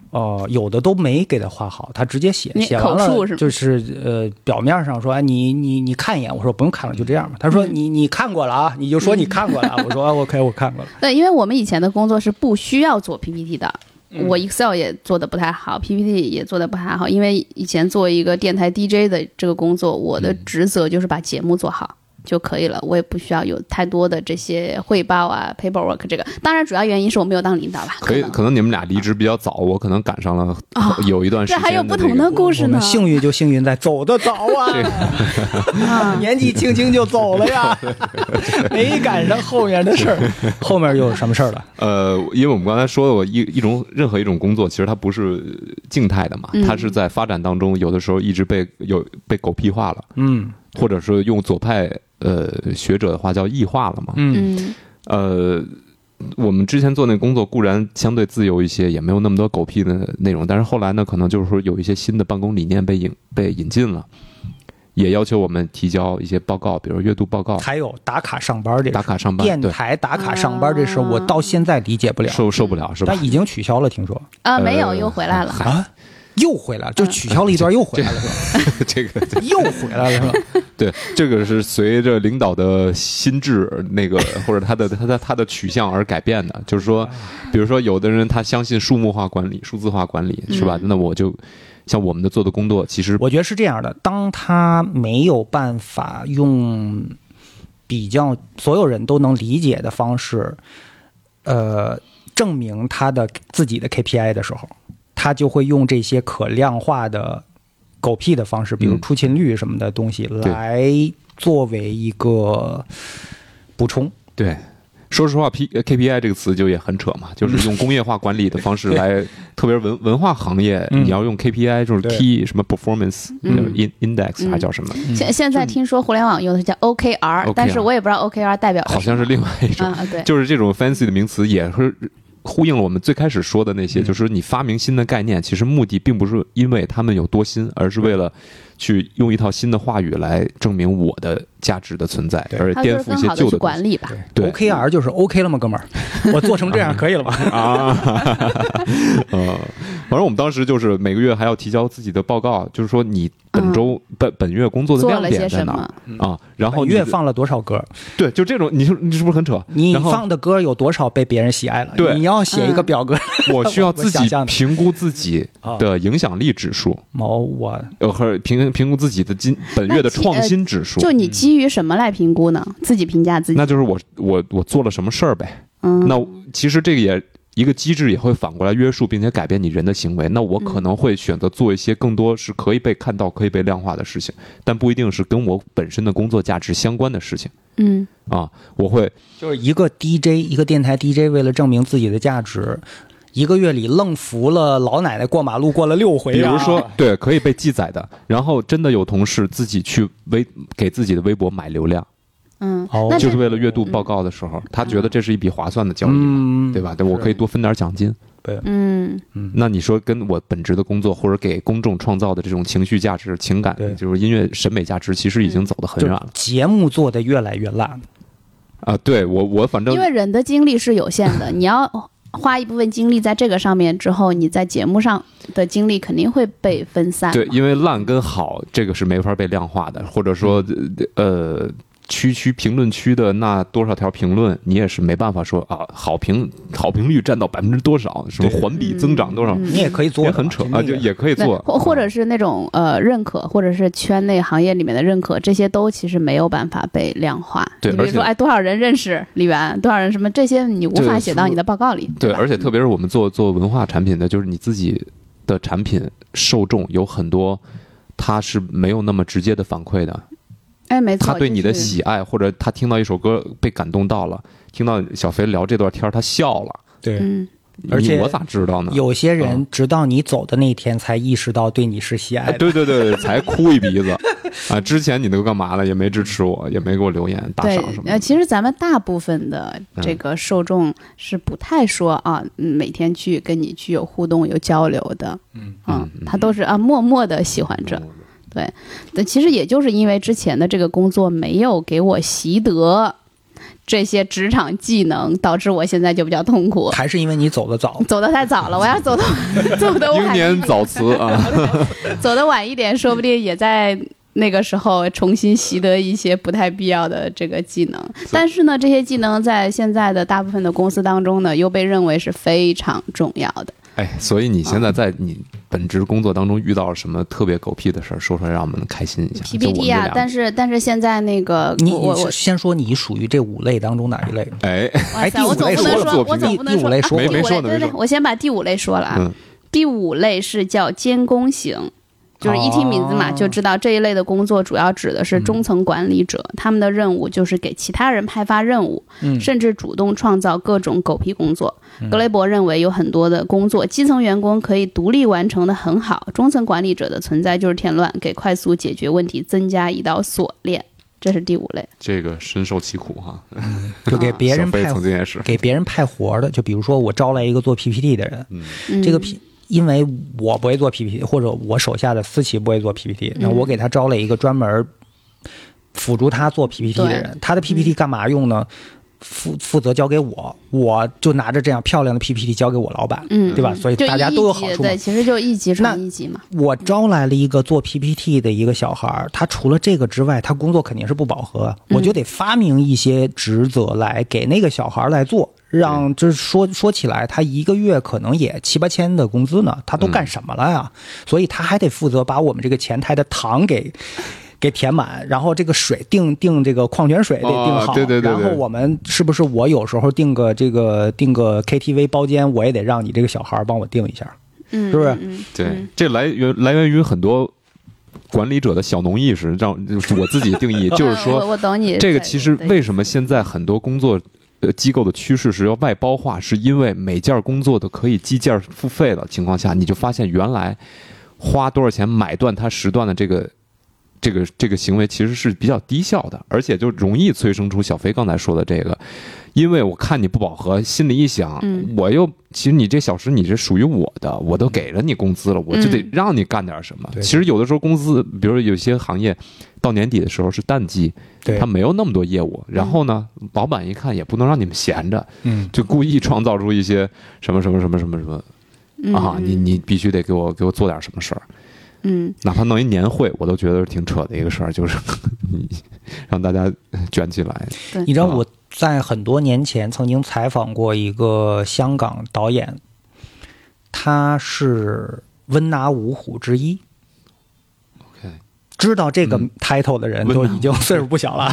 [SPEAKER 1] 哦、有的都没给他画好，他直接写，
[SPEAKER 2] 你
[SPEAKER 1] 写完
[SPEAKER 2] 口述
[SPEAKER 1] 了
[SPEAKER 2] 是吗
[SPEAKER 1] 就是呃，表面上说，哎，你你你看一眼，我说不用看了，就这样吧。他
[SPEAKER 2] 嗯
[SPEAKER 1] 说你你看过了啊，你就说你看过了啊，我说啊 OK，我看过了。
[SPEAKER 2] 对，因为我们以前的工作是不需要做 PPT 的，
[SPEAKER 3] 嗯
[SPEAKER 2] 我 Excel 也做的不太好，PPT 也做的不太好，因为以前作为一个电台 DJ 的这个工作，我的职责就是把节目做好。就可以了，我也不需要有太多的这些汇报啊、paperwork 这个。当然，主要原因是我没有当领导吧，
[SPEAKER 3] 可以，
[SPEAKER 2] 能
[SPEAKER 3] 可能你们俩离职比较早，我可能赶上了
[SPEAKER 2] 啊
[SPEAKER 3] 有一段时
[SPEAKER 2] 这
[SPEAKER 3] 间、那
[SPEAKER 2] 还有不同
[SPEAKER 3] 个
[SPEAKER 2] 的故事
[SPEAKER 1] 我
[SPEAKER 2] 呢
[SPEAKER 1] 们。幸运就幸运在走得早啊，
[SPEAKER 2] 啊，
[SPEAKER 1] 年纪轻轻就走了 呀，没赶上后面的事儿。后面又有什么事儿了？
[SPEAKER 3] 呃，因为我们刚才说过一一种任何一种工作，其实它不是静态的嘛，
[SPEAKER 2] 嗯
[SPEAKER 3] 它是在发展当中，有的时候一直被有被狗屁化了，
[SPEAKER 1] 嗯
[SPEAKER 3] 或者说用左派呃学者的话叫异化了嘛。
[SPEAKER 1] 嗯
[SPEAKER 2] 嗯
[SPEAKER 3] 呃，我们之前做那工作固然相对自由一些，也没有那么多狗屁的内容，但是后来呢，可能就是说有一些新的办公理念被引被引进了。也要求我们提交一些报告，比如阅读报告、
[SPEAKER 1] 还有打卡上班这事
[SPEAKER 3] 打卡上班，
[SPEAKER 1] 电
[SPEAKER 3] 对，
[SPEAKER 1] 台打卡上班这
[SPEAKER 2] 啊
[SPEAKER 1] 事，我到现在理解不了。嗯
[SPEAKER 3] 受受不了是吧？
[SPEAKER 1] 但已经取消了，听说
[SPEAKER 2] 啊，没
[SPEAKER 3] 呃
[SPEAKER 2] 有，又回来了。
[SPEAKER 3] 嗨
[SPEAKER 1] 啊，又回来了，就取消了一段，又回来了，是
[SPEAKER 3] 这个
[SPEAKER 1] 吧？又回来了，是 吧？
[SPEAKER 3] 对，这个是随着领导的心智那个或者他的他的他的取向而改变的。就是说，比如说有的人他相信数目化管理、数字化管理，是吧？那我就像我们的做的工作，其实
[SPEAKER 1] 我觉得是这样的，当他没有办法用比较所有人都能理解的方式，呃，证明他的自己的 KPI 的时候，他就会用这些可量化的狗屁的方式，比如
[SPEAKER 3] 嗯
[SPEAKER 1] 出勤率什么的东西，
[SPEAKER 3] 对
[SPEAKER 1] 来作为一个补充。
[SPEAKER 3] 对。说实话，P KPI 这个词就也很扯嘛，就是用工业化管理的方式来，特别是文文化行业，
[SPEAKER 1] 嗯
[SPEAKER 3] 你要用 KPI 就是
[SPEAKER 1] 对
[SPEAKER 3] Key 什么 performance
[SPEAKER 2] 嗯
[SPEAKER 3] 那个 in index 还啊叫什么，
[SPEAKER 2] 现现在听说互联网用的是叫 OKR，
[SPEAKER 3] OKR
[SPEAKER 2] 但是我也不知道 OKR 代表
[SPEAKER 3] 好像是
[SPEAKER 2] 什么
[SPEAKER 3] 另外一种
[SPEAKER 2] 啊，啊对，
[SPEAKER 3] 就是这种 fancy 的名词也是呼应了我们最开始说的那些，
[SPEAKER 1] 嗯
[SPEAKER 3] 就是你发明新的概念，其实目的并不是因为他们有多新，而是为了去用一套新的话语来证明我的价值的存在，
[SPEAKER 1] 对
[SPEAKER 3] 而
[SPEAKER 2] 它
[SPEAKER 3] 颠
[SPEAKER 2] 就是
[SPEAKER 3] 覆一
[SPEAKER 2] 更
[SPEAKER 3] 些
[SPEAKER 2] 好的
[SPEAKER 3] 旧
[SPEAKER 2] 去
[SPEAKER 3] 的东
[SPEAKER 2] 管理吧。
[SPEAKER 3] 对嗯
[SPEAKER 1] OKR 就是 OK 了吗，哥们儿？我做成这样可以了吧？
[SPEAKER 3] 西啊。呃，反正我们当时就是每个月还要提交自己的报告，就是说你本周、本本月工作的
[SPEAKER 2] 嗯做
[SPEAKER 3] 亮
[SPEAKER 2] 了些
[SPEAKER 3] 点在
[SPEAKER 2] 什
[SPEAKER 3] 哪
[SPEAKER 2] 么
[SPEAKER 3] 儿？啊？然后
[SPEAKER 1] 本
[SPEAKER 3] 你
[SPEAKER 1] 月
[SPEAKER 3] 的
[SPEAKER 1] 放了多少歌？
[SPEAKER 3] 对，就这种，你说你是不是很扯？
[SPEAKER 1] 你
[SPEAKER 3] 然后
[SPEAKER 1] 放的歌有多少被别人喜爱了？
[SPEAKER 3] 对
[SPEAKER 1] 你要写一
[SPEAKER 2] 嗯
[SPEAKER 1] 个表格。
[SPEAKER 3] 我需要自
[SPEAKER 1] 我想
[SPEAKER 3] 己
[SPEAKER 1] 象的啊
[SPEAKER 3] 评估自己的影响力指数。
[SPEAKER 1] 毛我
[SPEAKER 3] 呃，和评评估自己的今本月的创新指数，
[SPEAKER 2] 呃就你基于什么来评估呢？自己评价自己。
[SPEAKER 3] 嗯那就是我我我做了什么事儿呗。
[SPEAKER 2] 嗯，
[SPEAKER 3] 那其实这个也一个机制也会反过来约束并且改变你人的行为。那我
[SPEAKER 2] 嗯
[SPEAKER 3] 可能会选择做一些更多是可以被看到、可以被量化的事情，但不一定是跟我本身的工作价值相关的事情
[SPEAKER 2] 嗯
[SPEAKER 3] 啊。我会
[SPEAKER 1] 就是一个 DJ，一个电台 DJ，为了证明自己的价值，一个月里愣扶了老奶奶过马路过了六回、啊。
[SPEAKER 3] 比如说，对，可以被记载的。然后真的有同事自己去微给自己的微博买流量，
[SPEAKER 2] 嗯
[SPEAKER 1] 哦，
[SPEAKER 2] 那
[SPEAKER 1] 但
[SPEAKER 3] 就是是为了月度报告的时候，他觉得这是一笔划算的交易嘛，
[SPEAKER 1] 嗯，
[SPEAKER 3] 对吧？对我可以多分点奖金。
[SPEAKER 2] 嗯
[SPEAKER 3] 那你说跟我本职的工作或者给公众创造的这种情绪价值、情感
[SPEAKER 1] 对，
[SPEAKER 3] 就是音乐审美价值，其实已经走得很
[SPEAKER 1] 就
[SPEAKER 3] 远了
[SPEAKER 1] 节目做的越来越烂，
[SPEAKER 3] 啊！对我，我反正
[SPEAKER 2] 因为人的精力是有限 的，你要花一部分精力在这个上面之后，你在节目上的精力肯定会被分散。
[SPEAKER 3] 对，，因为烂跟好这个是没法被量化的，或者说
[SPEAKER 1] 嗯
[SPEAKER 3] 呃。区区评论区的那多少条评论，你也是没办法说啊，好评好评率占到百分之多少，什么
[SPEAKER 1] 对
[SPEAKER 2] 嗯
[SPEAKER 3] 环比增长多少，
[SPEAKER 1] 你也可以做
[SPEAKER 3] 也
[SPEAKER 1] 的嘛，
[SPEAKER 3] 很扯
[SPEAKER 1] 真的
[SPEAKER 3] 啊，就也可以
[SPEAKER 2] 那
[SPEAKER 3] 做，
[SPEAKER 2] 或或者是那种呃认可，或者是圈内行业里面的认可，这些都其实没有办法被量化。
[SPEAKER 3] 对
[SPEAKER 2] 你比
[SPEAKER 3] 而
[SPEAKER 2] 如
[SPEAKER 3] 且
[SPEAKER 2] 说，哎，多少人认识李源，多少人什么，这些你无
[SPEAKER 3] 对
[SPEAKER 2] 法写到你的报告里。
[SPEAKER 3] 对，
[SPEAKER 2] 吧
[SPEAKER 3] 而且特别是我们做做文化产品的，就是你自己的产品受众有很多，他是没有那么直接的反馈的，
[SPEAKER 2] 哎，没错，
[SPEAKER 3] 他对你的
[SPEAKER 2] 就是
[SPEAKER 3] 喜爱或者他听到一首歌被感动到了，听到小肥聊这段天儿他笑了，
[SPEAKER 1] 对。
[SPEAKER 2] 嗯，
[SPEAKER 1] 而
[SPEAKER 3] 你
[SPEAKER 1] 且
[SPEAKER 3] 我咋知道呢？
[SPEAKER 1] 有些人
[SPEAKER 3] 嗯
[SPEAKER 1] 直到你走的那一天才意识到对你是喜爱
[SPEAKER 3] 哎
[SPEAKER 1] 的，
[SPEAKER 3] 对对对，才哭一鼻子啊！之前你都干嘛了？也没支持我，也没给我留言打
[SPEAKER 2] 对
[SPEAKER 3] 赏什，么
[SPEAKER 2] 呃，
[SPEAKER 3] 的。嗯
[SPEAKER 2] 其实咱们大部分的这个受众是不太说啊，嗯每天去跟你去有互动、有交流的，嗯他都是啊默默的喜
[SPEAKER 3] 嗯
[SPEAKER 2] 欢着。对，但其实也就是因为之前的这个工作没有给我习得这些职场技能，导致我现在就比较痛苦。
[SPEAKER 1] 还是因为你走的早。
[SPEAKER 2] 走的太早了，我要走的走的
[SPEAKER 3] 英
[SPEAKER 2] 晚一
[SPEAKER 3] 年早辞啊！
[SPEAKER 2] 走的晚一点，说不定也在那个时候重新习得一些不太必要的这个技能。但是呢，这些技能在现在的大部分的公司当中呢，又被认为是非常重要的。
[SPEAKER 3] 哎，所以你现在在你本职工作当中遇到什么特别狗屁的事儿，说出来让我们开心一下。就我们
[SPEAKER 2] PPT
[SPEAKER 3] 这
[SPEAKER 2] 啊，
[SPEAKER 3] 俩
[SPEAKER 2] 但是但是现在那个
[SPEAKER 1] 你
[SPEAKER 2] 我我
[SPEAKER 1] 你
[SPEAKER 2] 我
[SPEAKER 1] 是先说你属于这五类当中哪一类？
[SPEAKER 3] 哎，
[SPEAKER 2] 哇
[SPEAKER 1] 哎
[SPEAKER 2] 塞，我
[SPEAKER 1] 第五类
[SPEAKER 2] 总不
[SPEAKER 1] 说
[SPEAKER 2] 能
[SPEAKER 1] 了
[SPEAKER 2] 说，我
[SPEAKER 3] 作品
[SPEAKER 2] 总
[SPEAKER 1] 第
[SPEAKER 2] 不能
[SPEAKER 1] 第五
[SPEAKER 2] 说
[SPEAKER 1] 类
[SPEAKER 2] 啊
[SPEAKER 1] 说
[SPEAKER 3] 没
[SPEAKER 2] 第五
[SPEAKER 3] 没说
[SPEAKER 2] 类，
[SPEAKER 3] 呢
[SPEAKER 2] 对
[SPEAKER 3] 没
[SPEAKER 2] 对，
[SPEAKER 3] 说
[SPEAKER 2] 我先把第五类说了啊。
[SPEAKER 3] 嗯
[SPEAKER 2] 第五类是叫监工型，就是一
[SPEAKER 1] 哦
[SPEAKER 2] 听名字嘛、就知道这一类的工作主要指的是
[SPEAKER 1] 嗯
[SPEAKER 2] 中层管理者，他们的任务就是给其他人派发任务，
[SPEAKER 1] 嗯
[SPEAKER 2] 甚至主动创造各种狗屁工作。格雷伯认为有很多的工作，基层员工可以独立完成的很好，中层管理者的存在就是添乱，给快速解决问题增加一道锁链。这是第五类，
[SPEAKER 3] 这个深受其苦哈、
[SPEAKER 1] 就给别人
[SPEAKER 3] 啊小飞
[SPEAKER 1] 派嗯
[SPEAKER 3] 曾经也是，
[SPEAKER 1] 给别人派活儿的，就比如说我招来一个做 PPT 的人，
[SPEAKER 3] 嗯，
[SPEAKER 2] 嗯、
[SPEAKER 1] 这个 P 因为我不会做 PPT，或者我手下的思琪不会做 PPT，那
[SPEAKER 2] 嗯
[SPEAKER 1] 我给他招了一个专门辅助他做 PPT 的人，他的
[SPEAKER 2] 嗯
[SPEAKER 1] PPT 干嘛用呢？负负责交给我，我就拿着这样漂亮的 PPT 交给我老板，
[SPEAKER 2] 嗯，
[SPEAKER 1] 对吧？所以
[SPEAKER 2] 就
[SPEAKER 1] 大家
[SPEAKER 2] 一
[SPEAKER 1] 都有
[SPEAKER 2] 级
[SPEAKER 1] 好处嘛
[SPEAKER 2] 对，。其实就一级
[SPEAKER 1] 那
[SPEAKER 2] 传一级嘛。
[SPEAKER 1] 我招来了一个做 PPT 的一个小孩儿，他除了这个之外，他工作肯定是不饱和，我就得发明一些职责来给那个小孩儿来做，让就是说说起来，他一个月可能也七八千的工资呢，他都干什么了呀？
[SPEAKER 3] 嗯
[SPEAKER 1] 所以他还得负责把我们这个前台的糖给。给填满，然后这个水定定这个矿泉水得定
[SPEAKER 3] 哦
[SPEAKER 1] 好，
[SPEAKER 3] 对对对对
[SPEAKER 1] 然后我们是不是我有时候定个这个定个 KTV 包间，我也得让你这个小孩儿帮我定一下，
[SPEAKER 2] 嗯，
[SPEAKER 1] 是不是
[SPEAKER 2] 嗯？嗯
[SPEAKER 3] 对，这来源来源于很多管理者的小农意识，让就是我自己 定义
[SPEAKER 2] 嗯
[SPEAKER 3] 就是
[SPEAKER 2] 我
[SPEAKER 3] 说，
[SPEAKER 2] 我懂你
[SPEAKER 3] 这个
[SPEAKER 2] 对
[SPEAKER 3] 其实
[SPEAKER 2] 对
[SPEAKER 3] 为什么现在很多工作。呃，机构的趋势是要外包化，是因为每件工作都可以计件付费的情况下，你就发现原来花多少钱买断它时段的这个这个这个行为其实是比较低效的，而且就容易催生出小飞刚才说的这个，因为我看你不饱和，心里一想，
[SPEAKER 2] 嗯
[SPEAKER 3] 我又其实你这小时你是属于我的，我都给了你工资了，我就得
[SPEAKER 2] 嗯
[SPEAKER 3] 让你干点什么。
[SPEAKER 1] 对
[SPEAKER 3] 其实有的时候工资，比如有些行业到年底的时候是淡季，
[SPEAKER 1] 对
[SPEAKER 3] 他，没有那么多业务，然后呢，老板一看也不能让你们闲着，
[SPEAKER 1] 嗯，
[SPEAKER 3] 就故意创造出一些什么什么什么什么什么
[SPEAKER 2] 嗯
[SPEAKER 3] 啊，你你必须得给我给我做点什么事儿。
[SPEAKER 2] 嗯
[SPEAKER 3] 哪怕弄一年会，我都觉得是挺扯的一个事儿，就是 你让大家卷起来。
[SPEAKER 1] 你知道
[SPEAKER 3] 啊
[SPEAKER 1] 我在很多年前曾经采访过一个香港导演，他是温拿五虎之一。
[SPEAKER 3] OK，
[SPEAKER 1] 知道这个
[SPEAKER 3] 嗯
[SPEAKER 1] title 的人
[SPEAKER 3] 温拿
[SPEAKER 1] 都已经岁数不小了，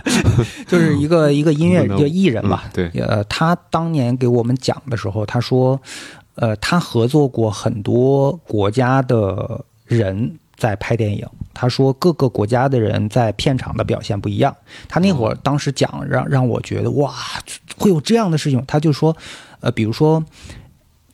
[SPEAKER 1] 就是一个一个音乐
[SPEAKER 3] 温拿
[SPEAKER 1] 一个艺人吧。
[SPEAKER 3] 嗯对，
[SPEAKER 1] 呃，他当年给我们讲的时候，他说，呃，他合作过很多国家的人在拍电影。他说各个国家的人在片场的表现不一样。他那会儿当时讲，让让我觉得哇，会有这样的事情。他就说，呃，比如说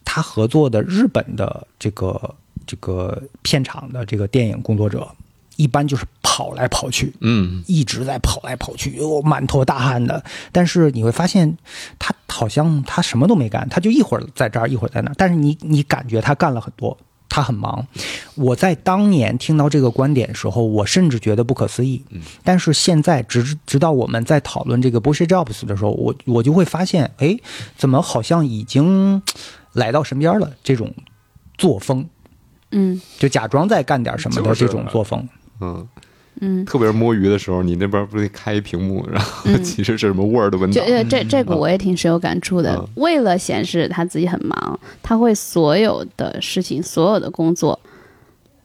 [SPEAKER 1] 他合作的日本的这个这个片场的这个电影工作者，一般就是跑来跑去，
[SPEAKER 3] 嗯，
[SPEAKER 1] 一直在跑来跑去，哦，满头大汗的。但是你会发现，他好像他什么都没干，他就一会儿在这儿，一会儿在那儿。但是你你感觉他干了很多，他很忙。我在当年听到这个观点的时候，我甚至觉得不可思
[SPEAKER 3] 嗯
[SPEAKER 1] 议。但是现在直直到我们在讨论这个 Bush Jobs 的时候，我我就会发现，哎，怎么好像已经嘖来到身边了这种作风，
[SPEAKER 2] 嗯
[SPEAKER 1] 就假装在干点什么的
[SPEAKER 3] 就是
[SPEAKER 1] 这种作风。
[SPEAKER 3] 嗯，
[SPEAKER 2] 嗯，
[SPEAKER 3] 特别是摸鱼的时候，你那边不得开一屏幕，然后
[SPEAKER 2] 嗯
[SPEAKER 3] 其实是什么 Word 文
[SPEAKER 2] 就
[SPEAKER 3] 档，
[SPEAKER 2] 呃这这个我也挺深有感触的
[SPEAKER 3] 嗯。
[SPEAKER 2] 为了显示他自己很忙，他会所有的事情、所有的工作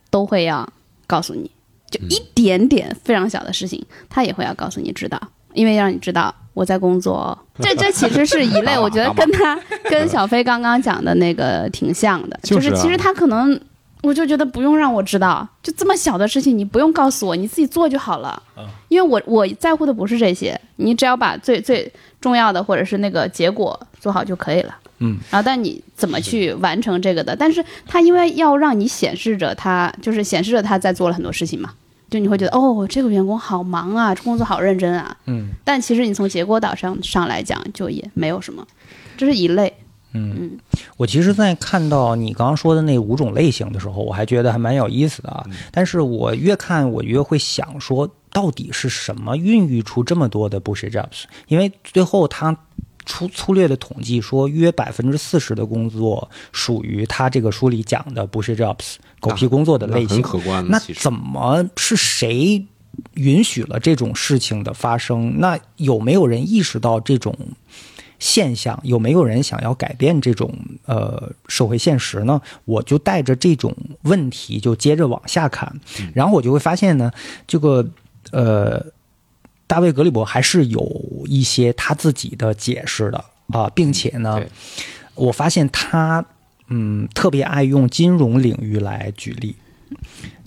[SPEAKER 2] 都会要告诉你，
[SPEAKER 3] 嗯
[SPEAKER 2] 就一点点非常小的事情，他也会要告诉你知道，因为让你知道我在工作哦。这这其实是 一
[SPEAKER 3] 干
[SPEAKER 2] 类，
[SPEAKER 3] 嘛
[SPEAKER 2] 我觉得
[SPEAKER 3] 干嘛
[SPEAKER 2] 跟他 跟小飞刚刚讲的那个挺像的，
[SPEAKER 3] 就
[SPEAKER 2] 就是
[SPEAKER 3] 啊
[SPEAKER 2] 是其实他可能。我就觉得不用让我知道，就这么小的事情，你不用告诉我，你自己做就好了。因为我我在乎的不是这些，你只要把最最重要的或者是那个结果做好就可以了。
[SPEAKER 1] 嗯，
[SPEAKER 2] 然后但你怎么去完成这个的？但是他因为要让你显示着他，就是显示着他在做了很多事情嘛，就你会觉得哦，这个员工好忙啊，工作好认真啊。
[SPEAKER 1] 嗯，
[SPEAKER 2] 但其实你从结果导上上来讲，就也没有什么，这是一类。
[SPEAKER 1] 我其实，在看到你刚刚说的那五种类型的时候，我还觉得还蛮有意思的
[SPEAKER 3] 嗯
[SPEAKER 1] 啊。但是我越看，我越会想说，到底是什么孕育出这么多的 bullshit jobs？因为最后他粗粗略的统计说，约百分之四十的工作属于他这个书里讲的 bullshit jobs 狗屁工作的类
[SPEAKER 3] 啊那
[SPEAKER 1] 型
[SPEAKER 3] 很。可观
[SPEAKER 1] 那
[SPEAKER 3] 的。其实
[SPEAKER 1] 怎么是谁允许了这种事情的发生？那有没有人意识到这种现象？有没有人想要改变这种呃社会现实呢？我就带着这种问题就接着往下看，然后我就会发现呢，这个呃，大卫·格里伯还是有一些他自己的解释的啊，并且呢
[SPEAKER 3] 对，
[SPEAKER 1] 我发现他嗯特别爱用金融领域来举例。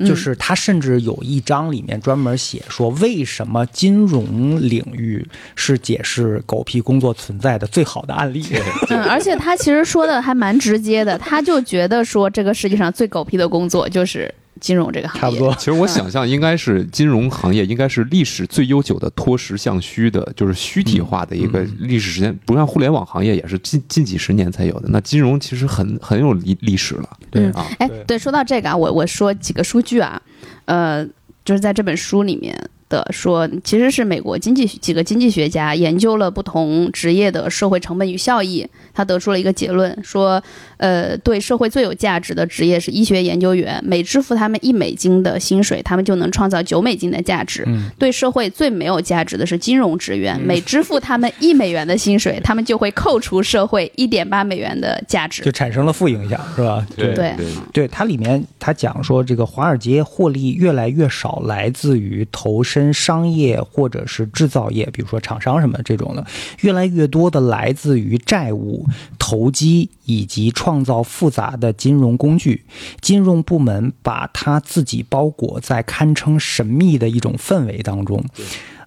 [SPEAKER 1] 就是他甚至有一章里面专门写说，为什么金融领域是解释狗屁工作存在的最好的案例。
[SPEAKER 2] 嗯，而且他其实说的还蛮直接的，他就觉得说这个世界上最狗屁的工作就是金融这个行 业，
[SPEAKER 1] 差不多。
[SPEAKER 3] 其实我想象应该是金融行业应该是历史最悠久的脱实向虚的，就是虚体化的一个历史时间，不像互联网行业也是近近几十年才有的。那金融其实很很有历历史了，
[SPEAKER 2] 嗯
[SPEAKER 3] 啊，
[SPEAKER 2] 哎
[SPEAKER 1] 对，
[SPEAKER 2] 对，说到这个啊，我我说几个数据啊，呃，就是在这本书里面的说，其实是美国经济几个经济学家研究了不同职业的社会成本与效益，他得出了一个结论，说，呃，对社会最有价值的职业是医学研究员，每支付他们一美金的薪水，他们就能创造九美金的价值。
[SPEAKER 1] 嗯
[SPEAKER 2] 对社会最没有价值的是金融职员，每支付他们一美元的薪水，他们就会扣除社会一点八美元的价值
[SPEAKER 1] 就。产生了负影响，是吧？
[SPEAKER 3] 对
[SPEAKER 2] 对
[SPEAKER 1] 对它里面它讲说，这个华尔街获利越来越少来自于投身商业或者是制造业，比如说厂商什么这种的，越来越多的来自于债务、投机以及创造复杂的金融工具。金融部门把它自己包裹在堪称神秘的一种氛围当中。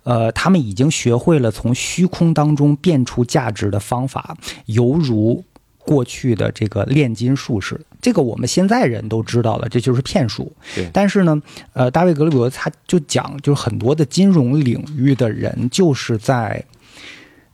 [SPEAKER 1] 呃，他们已经学会了从虚空当中变出价值的方法，犹如过去的这个炼金术士。这个我们现在人都知道了，这就是骗术
[SPEAKER 3] 对。
[SPEAKER 1] 但是呢，呃，大卫·格里伯他就讲，就是很多的金融领域的人就是在。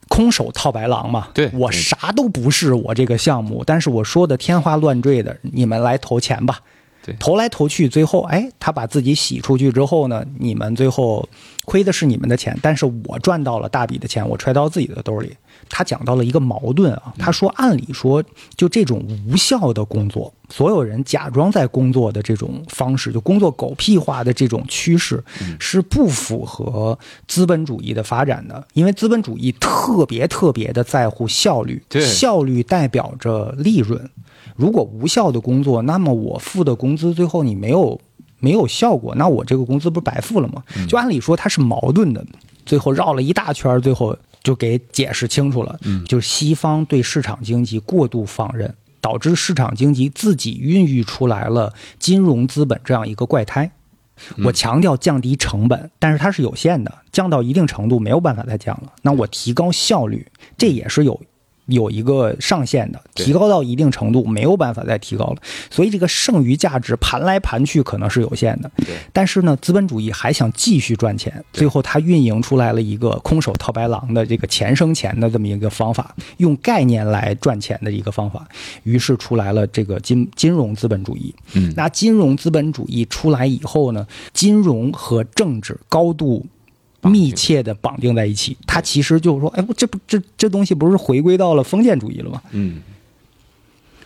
[SPEAKER 1] 空手套白狼嘛，
[SPEAKER 3] 对
[SPEAKER 1] 我啥都不是，我这个项目，但是我说的天花乱坠的，你们来投钱吧，
[SPEAKER 3] 对
[SPEAKER 1] 投来投去，最后哎，他把自己洗出去之后呢，你们最后亏的是你们的钱，但是我赚到了大笔的钱，我揣到自己的兜里。他讲到了一个矛盾
[SPEAKER 3] 嗯
[SPEAKER 1] 啊，他说，按理说就这种无效的工作，所有人假装在工作的这种方式，就工作狗屁化的这种趋势，
[SPEAKER 3] 嗯
[SPEAKER 1] 是不符合资本主义的发展的，因为资本主义特别特别的在乎效率，
[SPEAKER 3] 对
[SPEAKER 1] 效率代表着利润。如果无效的工作，那么我付的工资最后你没有没有效果，那我这个工资不是白付了吗？就按理说它是矛盾的，最后绕了一大圈儿，最后就给解释清楚了。就是西方对市场经济过度放任，导致市场经济自己孕育出来了金融资本这样一个怪胎。我强调降低成本，但是它是有限的，降到一定程度没有办法再降了。那我提高效率，这也是有有一个上限的，
[SPEAKER 3] 对
[SPEAKER 1] 提高到一定程度没有办法再提高了。所以这个剩余价值盘来盘去可能是有限的。
[SPEAKER 3] 对
[SPEAKER 1] 但是呢，资本主义还想继续赚钱，最后它运营出来了一个空手套白狼的这个钱生钱的这么一个方法，用概念来赚钱的一个方法，于是出来了这个金金融资本主义。
[SPEAKER 3] 嗯
[SPEAKER 1] 那金融资本主义出来以后呢，金融和政治高度。密切的绑定在一起，它其实就是说，哎，我这不这这东西不是回归到了封建主义了吗？
[SPEAKER 3] 嗯，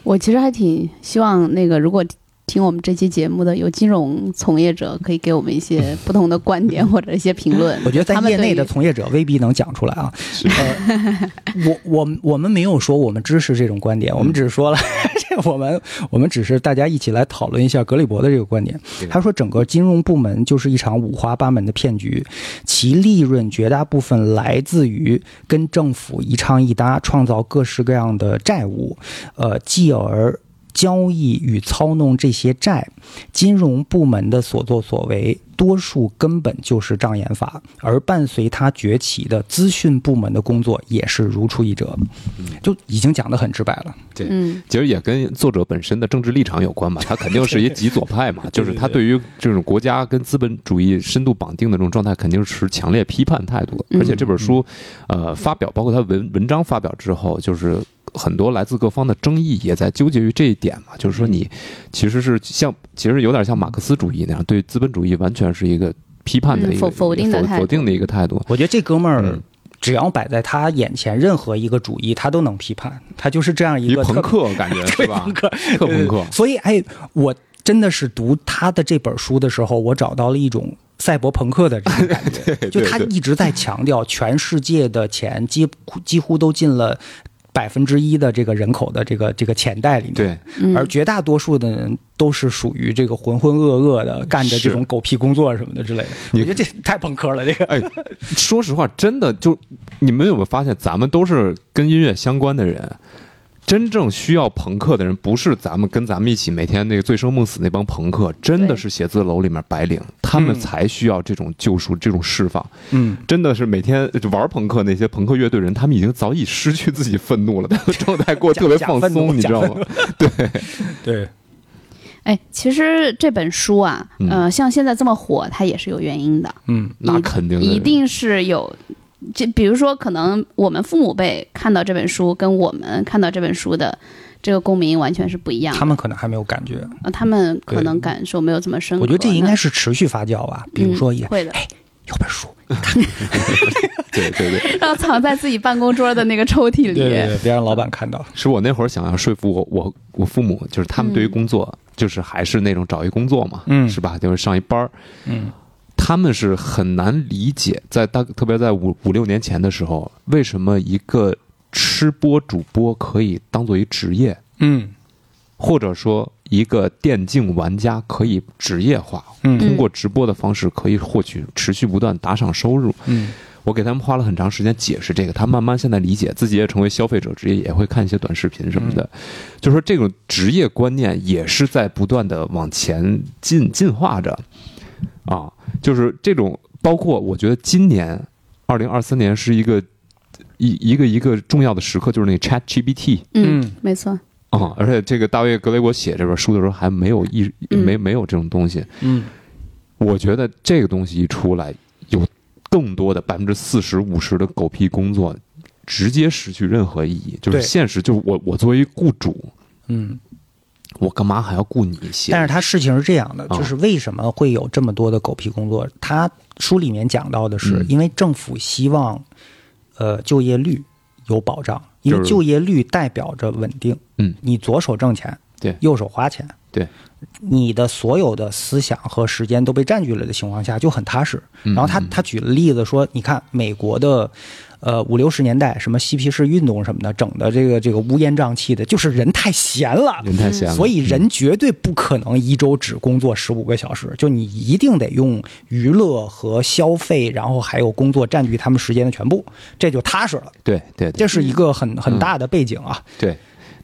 [SPEAKER 2] 我其实还挺希望那个，如果听我们这期节目的有金融从业者，可以给我们一些不同的观点或者一些评论。
[SPEAKER 1] 我觉得在
[SPEAKER 2] 他们
[SPEAKER 1] 业内的
[SPEAKER 2] 对于
[SPEAKER 1] 从业者未必能讲出来啊。呃，我我我们没有说我们支持这种观点，我们只是说了，这我们我们只是大家一起来讨论一下格里伯的这个观点。他说，整个金融部门就是一场五花八门的骗局，其利润绝大部分来自于跟政府一唱一搭，创造各式各样的债务，呃，继而。交易与操弄这些债，金融部门的所作所为，多数根本就是障眼法，而伴随它崛起的资讯部门的工作也是如出一辙，
[SPEAKER 3] 嗯
[SPEAKER 1] 就已经讲得很直白了。
[SPEAKER 2] 嗯，
[SPEAKER 3] 其实也跟作者本身的政治立场有关嘛，他肯定是一极左派嘛，就是他对于这种国家跟资本主义深度绑定的这种状态，肯定是持强烈批判态度的。
[SPEAKER 2] 嗯
[SPEAKER 3] 而且这本书，呃，发表包括他文文章发表之后，就是很多来自各方的争议也在纠结于这一点嘛，就是说你其实是像，其实有点像马克思主义那样，对资本主义完全是一个批判
[SPEAKER 2] 嗯
[SPEAKER 3] 的一个
[SPEAKER 2] 否否定的态度
[SPEAKER 3] 否定的一个态度。
[SPEAKER 1] 我觉得这哥们儿
[SPEAKER 3] 嗯。
[SPEAKER 1] 只要摆在他眼前任何一个主义，他都能批判，他就是这样一
[SPEAKER 3] 一
[SPEAKER 1] 个特
[SPEAKER 3] 朋克感觉 是吧？
[SPEAKER 1] 朋克，
[SPEAKER 3] 特朋克
[SPEAKER 1] 呃。所以，哎，我真的是读他的这本书的时候，我找到了一种赛博朋克的这种感 觉。
[SPEAKER 3] 对
[SPEAKER 1] 就他
[SPEAKER 3] 对
[SPEAKER 1] 一直在强调，全世界的钱几乎几乎都进了百分之一的这个人口的这个这个钱袋里面。
[SPEAKER 3] 对，
[SPEAKER 2] 嗯
[SPEAKER 1] 而绝大多数的人都是属于这个浑浑噩噩的，干着这种狗屁工作什么的之类的。我
[SPEAKER 3] 你
[SPEAKER 1] 觉得这太朋克了，这个。
[SPEAKER 3] 哎，说实话，真的就你们有没有发现，咱们都是跟音乐相关的人，真正需要朋克的人，不是咱们跟咱们一起每天那个醉生梦死那帮朋克，真的
[SPEAKER 2] 对
[SPEAKER 3] 是写字楼里面白领，他们
[SPEAKER 1] 嗯
[SPEAKER 3] 才需要这种救赎、这种释放。
[SPEAKER 1] 嗯，
[SPEAKER 3] 真的是每天呃玩朋克那些朋克乐队人，他们已经早已失去自己愤怒了，他们状态过得特别
[SPEAKER 1] 假
[SPEAKER 3] 放
[SPEAKER 1] 假愤怒
[SPEAKER 3] 松，你知道
[SPEAKER 1] 假
[SPEAKER 3] 吗？
[SPEAKER 1] 对，
[SPEAKER 2] 哎，其实这本书啊，
[SPEAKER 3] 嗯
[SPEAKER 2] 呃，像现在这么火，它也是有原因的，
[SPEAKER 1] 嗯，
[SPEAKER 3] 那肯定的
[SPEAKER 2] 一定是有。这比如说，可能我们父母辈看到这本书，跟我们看到这本书的这个共鸣完全是不一样的。
[SPEAKER 1] 嗯他们可能还没有感觉，
[SPEAKER 2] 呃他们可
[SPEAKER 1] 对
[SPEAKER 2] 能感受没有这么深刻。
[SPEAKER 1] 我觉得这应该
[SPEAKER 2] 那
[SPEAKER 1] 是持续发酵吧。比如说也
[SPEAKER 2] 嗯、会的，
[SPEAKER 1] 有本书，
[SPEAKER 3] 对对对，
[SPEAKER 2] 然后藏在自己办公桌的那个抽屉里。
[SPEAKER 1] 对，别让老板看到。
[SPEAKER 3] 是我那会儿想要说服我我我父母，就是他们对于工作，就是还是那种找一工作嘛，
[SPEAKER 1] 嗯
[SPEAKER 3] 是吧？就是上一班儿，
[SPEAKER 1] 嗯，
[SPEAKER 3] 他们是很难理解，在大特别在五五六年前的时候，为什么一个吃播主播可以当做一职业，
[SPEAKER 1] 嗯
[SPEAKER 3] 或者说一个电竞玩家可以职业化，通
[SPEAKER 1] 嗯
[SPEAKER 3] 过直播的方式可以获取持续不断打赏收入。
[SPEAKER 1] 嗯
[SPEAKER 3] 我给他们花了很长时间解释这个，他慢慢现在理解，自己也成为消费者，职业也会看一些短视频什么的。
[SPEAKER 1] 嗯
[SPEAKER 3] 就说这种职业观念也是在不断的往前进进化着，啊，就是这种包括我觉得今年二零二三年是一个一一个一个重要的时刻，就是那 Chat GPT。
[SPEAKER 2] 嗯，
[SPEAKER 1] 嗯
[SPEAKER 2] 没错。
[SPEAKER 3] 啊、而且这个大卫·格雷伯写这本书的时候还没有一
[SPEAKER 2] 嗯
[SPEAKER 3] 没没有这种东西，
[SPEAKER 1] 嗯，
[SPEAKER 3] 我觉得这个东西一出来，有更多的百分之四十五十的狗屁工作，直接失去任何意义。就是
[SPEAKER 1] 对
[SPEAKER 3] 现实，就是我我作为雇主，
[SPEAKER 1] 嗯。
[SPEAKER 3] 我干嘛还要雇你写？
[SPEAKER 1] 但是他事情是这样的，
[SPEAKER 3] 啊
[SPEAKER 1] 就是为什么会有这么多的狗屁工作？他书里面讲到的是
[SPEAKER 3] 嗯，
[SPEAKER 1] 因为政府希望，呃，就业率有保障，因
[SPEAKER 3] 就
[SPEAKER 1] 为
[SPEAKER 3] 是
[SPEAKER 1] 就业率代表着稳定。
[SPEAKER 3] 嗯
[SPEAKER 1] 你左手挣钱，
[SPEAKER 3] 对
[SPEAKER 1] 右手花钱，
[SPEAKER 3] 对，
[SPEAKER 1] 你的所有的思想和时间都被占据了的情况下，就很踏实。
[SPEAKER 3] 嗯
[SPEAKER 1] 然后他他举了例子说，你看美国的，呃五六十年代什么嬉皮士运动什么的，整的这个这个乌烟瘴气的，就是人太闲了，
[SPEAKER 3] 人太闲了，
[SPEAKER 1] 所以人绝对不可能一周只工作十五个小时，就你一定得用娱乐和消费，然后还有工作占据他们时间的全部，这就踏实了。
[SPEAKER 3] 对对对
[SPEAKER 1] 这是一个
[SPEAKER 3] 嗯
[SPEAKER 1] 很很大的背景啊。
[SPEAKER 3] 对。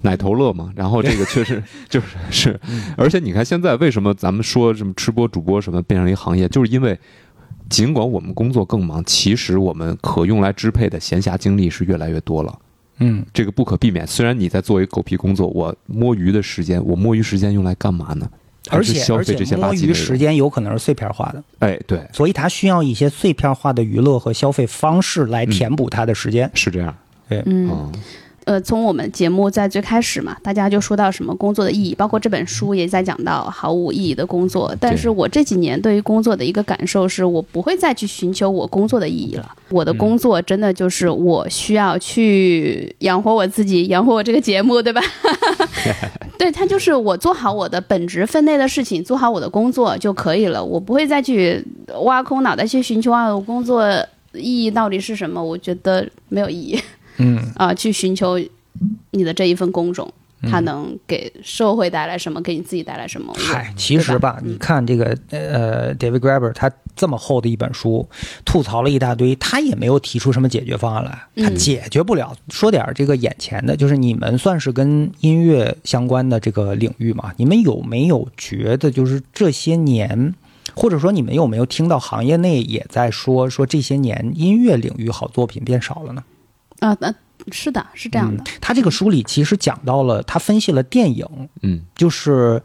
[SPEAKER 3] 奶头乐嘛，然后这个 确实就是是，
[SPEAKER 1] 嗯
[SPEAKER 3] 而且你看现在为什么咱们说什么吃播主播什么变成一行业，就是因为尽管我们工作更忙，其实我们可用来支配的闲暇精力是越来越多了。
[SPEAKER 1] 嗯
[SPEAKER 3] 这个不可避免。虽然你在做一个狗屁工作，我摸鱼的时间，我摸鱼时间用来干嘛呢？
[SPEAKER 1] 而
[SPEAKER 3] 还
[SPEAKER 1] 且
[SPEAKER 3] 是消
[SPEAKER 1] 而
[SPEAKER 3] 费
[SPEAKER 1] 且
[SPEAKER 3] 这些垃
[SPEAKER 1] 摸
[SPEAKER 3] 圾
[SPEAKER 1] 鱼
[SPEAKER 3] 内
[SPEAKER 1] 时
[SPEAKER 3] 容。
[SPEAKER 1] 间有可能是碎片化的，
[SPEAKER 3] 哎，对，
[SPEAKER 1] 所以他需要一些碎片化的娱乐和消费方式来
[SPEAKER 3] 嗯
[SPEAKER 1] 填补他的时间。
[SPEAKER 3] 是这样。
[SPEAKER 2] 嗯，
[SPEAKER 3] 嗯
[SPEAKER 2] 呃，从我们节目在最开始嘛，大家就说到什么工作的意义，包括这本书也在讲到毫无意义的工作。但是我这几年对于工作的一个感受是，我不会再去寻求我工作的意义了。我
[SPEAKER 1] 嗯
[SPEAKER 2] 的工作真的就是我需要去养活我自己，养活我这个节 目，对吧？ 对，它就是我做好我的本职分内的事情，做好我的工作就可以了。我不会再去挖空脑袋去寻求啊，我工作意义到底是什么？我觉得没有意义。
[SPEAKER 1] 嗯
[SPEAKER 2] 啊、去寻求你的这一份工种，它能给社会带来什么，给你自己带来什么？
[SPEAKER 1] 嗨，其实吧，
[SPEAKER 2] 嗯
[SPEAKER 1] 你看这个呃，David Graeber 他这么厚的一本书，吐槽了一大堆，他也没有提出什么解决方案来，
[SPEAKER 2] 嗯
[SPEAKER 1] 他解决不了。说点儿这个眼前的，就是你们算是跟音乐相关的这个领域嘛，你们有没有觉得就是这些年？或者说，你们有没有听到行业内也在说说这些年音乐领域好作品变少了呢？
[SPEAKER 2] 啊，那、是的，是这样的
[SPEAKER 1] 嗯。他这个书里其实讲到了，他分析了电影，
[SPEAKER 3] 嗯
[SPEAKER 1] 就是，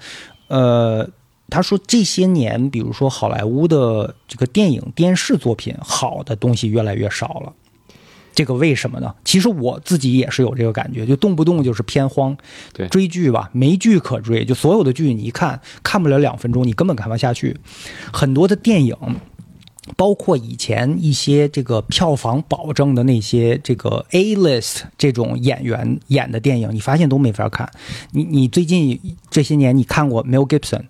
[SPEAKER 1] 呃，他说这些年，比如说好莱坞的这个电影、电视作品，好的东西越来越少了。这个为什么呢？其实我自己也是有这个感觉，就动不动就是偏荒。
[SPEAKER 3] 对
[SPEAKER 1] 追剧吧，没剧可追，就所有的剧你一看看不了两分钟，你根本看不下去。很多的电影，包括以前一些这个票房保证的那些这个 A list 这种演员演的电影，你发现都没法看。你你最近这些年你看过 Mel Gibson、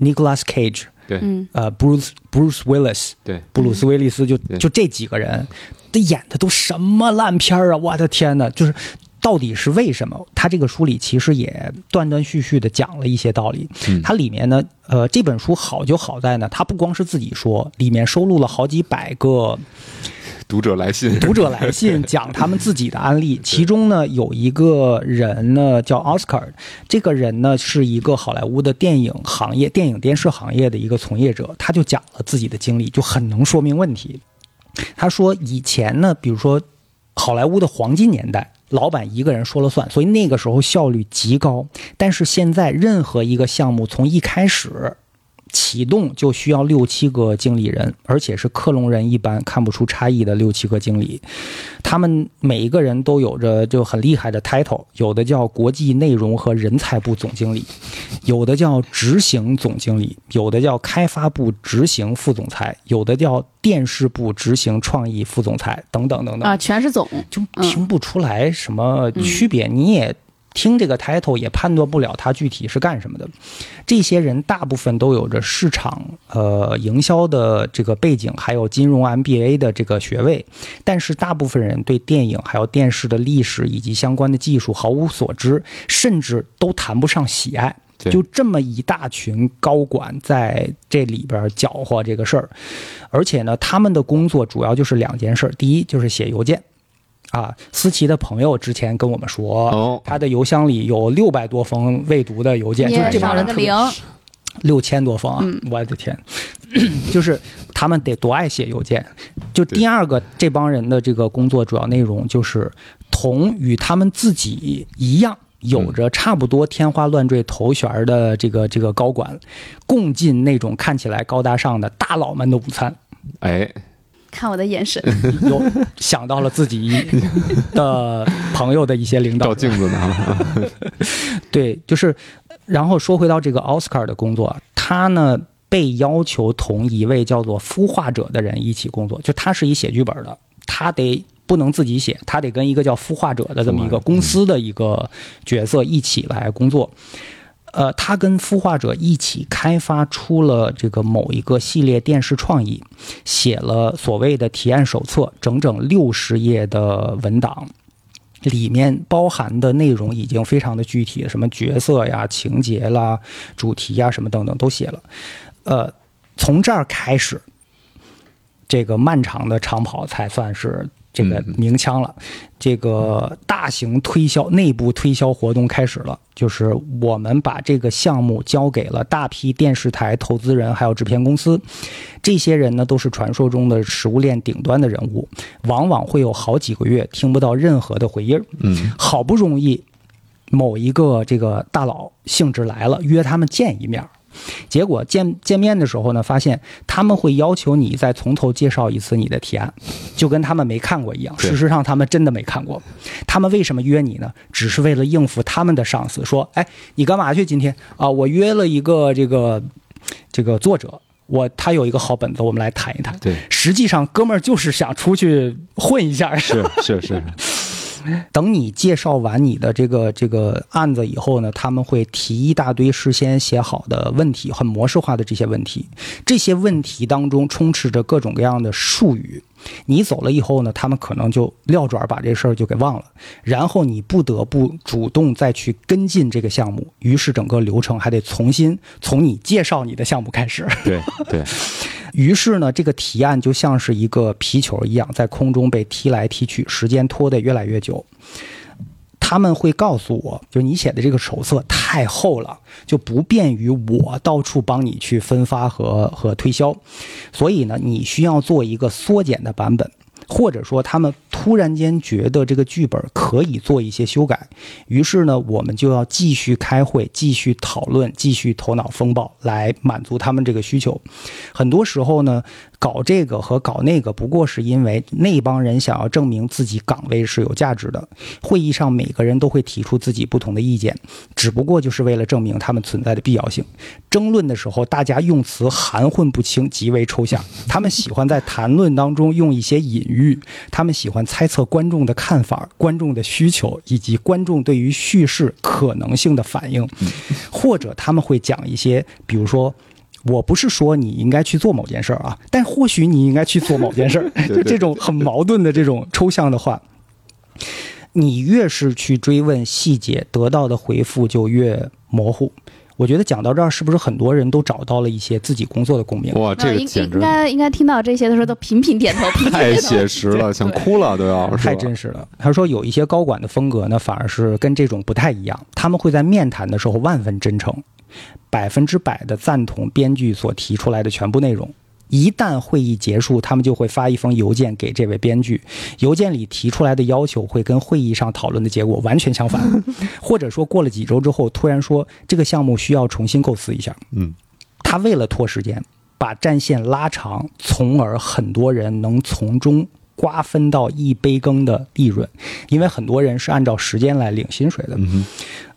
[SPEAKER 1] Nicolas Cage、
[SPEAKER 3] 对
[SPEAKER 2] 嗯
[SPEAKER 1] 呃 Bruce Bruce Willis
[SPEAKER 3] 对，
[SPEAKER 1] 布鲁斯威利斯就
[SPEAKER 3] 对
[SPEAKER 1] 就这几个人，这演的都什么烂片儿啊！我的天呐，就是到底是为什么？他这个书里其实也断断续续的讲了一些道理。
[SPEAKER 3] 嗯
[SPEAKER 1] 它里面呢，呃，这本书好就好在呢，它不光是自己说，里面收录了好几百个
[SPEAKER 3] 读者来信，
[SPEAKER 1] 读者来信讲他们自己的案例，其中呢有一个人呢叫 Oscar，这个人呢是一个好莱坞的电影行业、电影电视行业的一个从业者，他就讲了自己的经历，就很能说明问题。他说以前呢，比如说好莱坞的黄金年代。老板一个人说了算，所以那个时候效率极高。但是现在任何一个项目从一开始启动就需要六七个经理人，而且是克隆人一般看不出差异的六七个经理，他们每一个人都有着就很厉害的 title，有的叫国际内容和人才部总经理，有的叫执行总经理，有的叫开发部执行副总裁，有的叫电视部执行创意副总裁，等等等等
[SPEAKER 2] 啊，全是总，
[SPEAKER 1] 就听不出来什么区别，你也听这个 title 也判断不了它具体是干什么的。这些人大部分都有着市场呃营销的这个背景，还有金融 MBA 的这个学位，但是大部分人对电影还有电视的历史以及相关的技术毫无所知，甚至都谈不上喜爱。
[SPEAKER 3] 对
[SPEAKER 1] 就这么一大群高管在这里边搅和这个事儿，而且呢，他们的工作主要就是两件事儿，第一就是写邮件。啊，思琪的朋友之前跟我们说，
[SPEAKER 3] 哦
[SPEAKER 1] 他的邮箱里有六百多封未读的邮件，就是
[SPEAKER 2] 也
[SPEAKER 1] 这
[SPEAKER 2] 少
[SPEAKER 1] 帮
[SPEAKER 2] 了
[SPEAKER 1] 人
[SPEAKER 2] 个
[SPEAKER 1] 特别
[SPEAKER 2] 零，
[SPEAKER 1] 六千多封啊！我的天， 就是他们得多爱写邮件。就第二个，这帮人的这个工作主要内容就是同与他们自己一样。有着差不多天花乱坠头衔儿的这个这个高管，共进那种看起来高大上的大佬们的午餐，
[SPEAKER 3] 哎，
[SPEAKER 2] 看我的眼神，
[SPEAKER 1] 有想到了自己的朋友的一些 领导
[SPEAKER 3] 照，镜子呢啊，
[SPEAKER 1] 对，就是，然后说回到这个奥斯卡的工作，他呢被要求同一位叫做孵化者的人一起工作，就他是一写剧本的，他得不能自己写，他得跟一个叫孵化者的这么一个公司的一个角色一起来工作。呃，他跟孵化者一起开发出了这个某一个系列电视创意，写了所谓的提案手册，整整六十页的文档。里面包含的内容已经非常的具体了，什么角色呀、情节啦、主题啊呀，什么等等都写了。呃，从这儿开始，这个漫长的长跑才算是这个鸣枪了。这个大型推销、内部推销活动开始了，就是我们把这个项目交给了大批电视台投资人，还有制片公司。这些人呢，都是传说中的食物链顶端的人物，往往会有好几个月听不到任何的回音儿。
[SPEAKER 3] 嗯，
[SPEAKER 1] 好不容易某一个这个大佬兴致来了，约他们见一面儿。结果见见面的时候呢，发现他们会要求你再从头介绍一次你的提案，就跟他们没看过一样。
[SPEAKER 3] 对
[SPEAKER 1] 事实上，他们真的没看过。他们为什么约你呢？只是为了应付他们的上司，说：“哎，你干嘛去今天啊？我约了一个这个这个作者，我他有一个好本子，我们来谈一谈。”
[SPEAKER 3] 对，
[SPEAKER 1] 实际上，哥们儿就是想出去混一下，
[SPEAKER 3] 是是是，
[SPEAKER 1] 等你介绍完你的这个这个案子以后呢，他们会提一大堆事先写好的问题，很模式化的这些问题。这些问题当中充斥着各种各样的术语。你走了以后呢，他们可能就撂爪儿把这事儿就给忘了，然后你不得不主动再去跟进这个项目，于是整个流程还得重新从你介绍你的项目开始。
[SPEAKER 3] 对对，
[SPEAKER 1] 于是呢，这个提案就像是一个皮球一样，在空中被踢来踢去，时间拖得越来越久。他们会告诉我，就你写的这个手册太厚了，就不便于我到处帮你去分发和和推销，所以呢，你需要做一个缩减的版本，或者说他们突然间觉得这个剧本可以做一些修改，于是呢，我们就要继续开会，继续讨论，继续头脑风暴来满足他们这个需求。很多时候呢，搞这个和搞那个，不过是因为那帮人想要证明自己岗位是有价值的。会议上每个人都会提出自己不同的意见，只不过就是为了证明他们存在的必要性。争论的时候，大家用词含混不清，极为抽象。他们喜欢在谈论当中用一些隐喻，他们喜欢猜测观众的看法、观众的需求以及观众对于叙事可能性的反应，
[SPEAKER 3] 嗯
[SPEAKER 1] 或者他们会讲一些，比如说。我不是说你应该去做某件事儿啊，但或许你应该去做某件事儿，
[SPEAKER 3] 对
[SPEAKER 1] 就这种很矛盾的这种抽象的话，你越是去追问细节，得到的回复就越模糊。我觉得讲到这儿，是不是很多人都找到了一些自己工作的共鸣？
[SPEAKER 3] 哇，
[SPEAKER 2] 没
[SPEAKER 3] 啊这
[SPEAKER 2] 有
[SPEAKER 3] 个
[SPEAKER 2] 应
[SPEAKER 3] 简
[SPEAKER 2] 应
[SPEAKER 3] 直
[SPEAKER 2] 该应该听到这些的时候都频频 点头，频频
[SPEAKER 3] 太
[SPEAKER 2] 点头。
[SPEAKER 3] 写实了，想哭了都要，是吧
[SPEAKER 1] 太真实了。他说有一些高管的风格呢，反而是跟这种不太一样，他们会在面谈的时候万分真诚，百分之百的赞同编剧所提出来的全部内容。一旦会议结束，他们就会发一封邮件给这位编剧，邮件里提出来的要求会跟会议上讨论的结果完全相反， 或者说过了几周之后，突然说这个项目需要重新构思一下。
[SPEAKER 3] 嗯，
[SPEAKER 1] 他为了拖时间，把战线拉长，从而很多人能从中瓜分到一杯羹的利润，因为很多人是按照时间来领薪水的。
[SPEAKER 3] 嗯哼，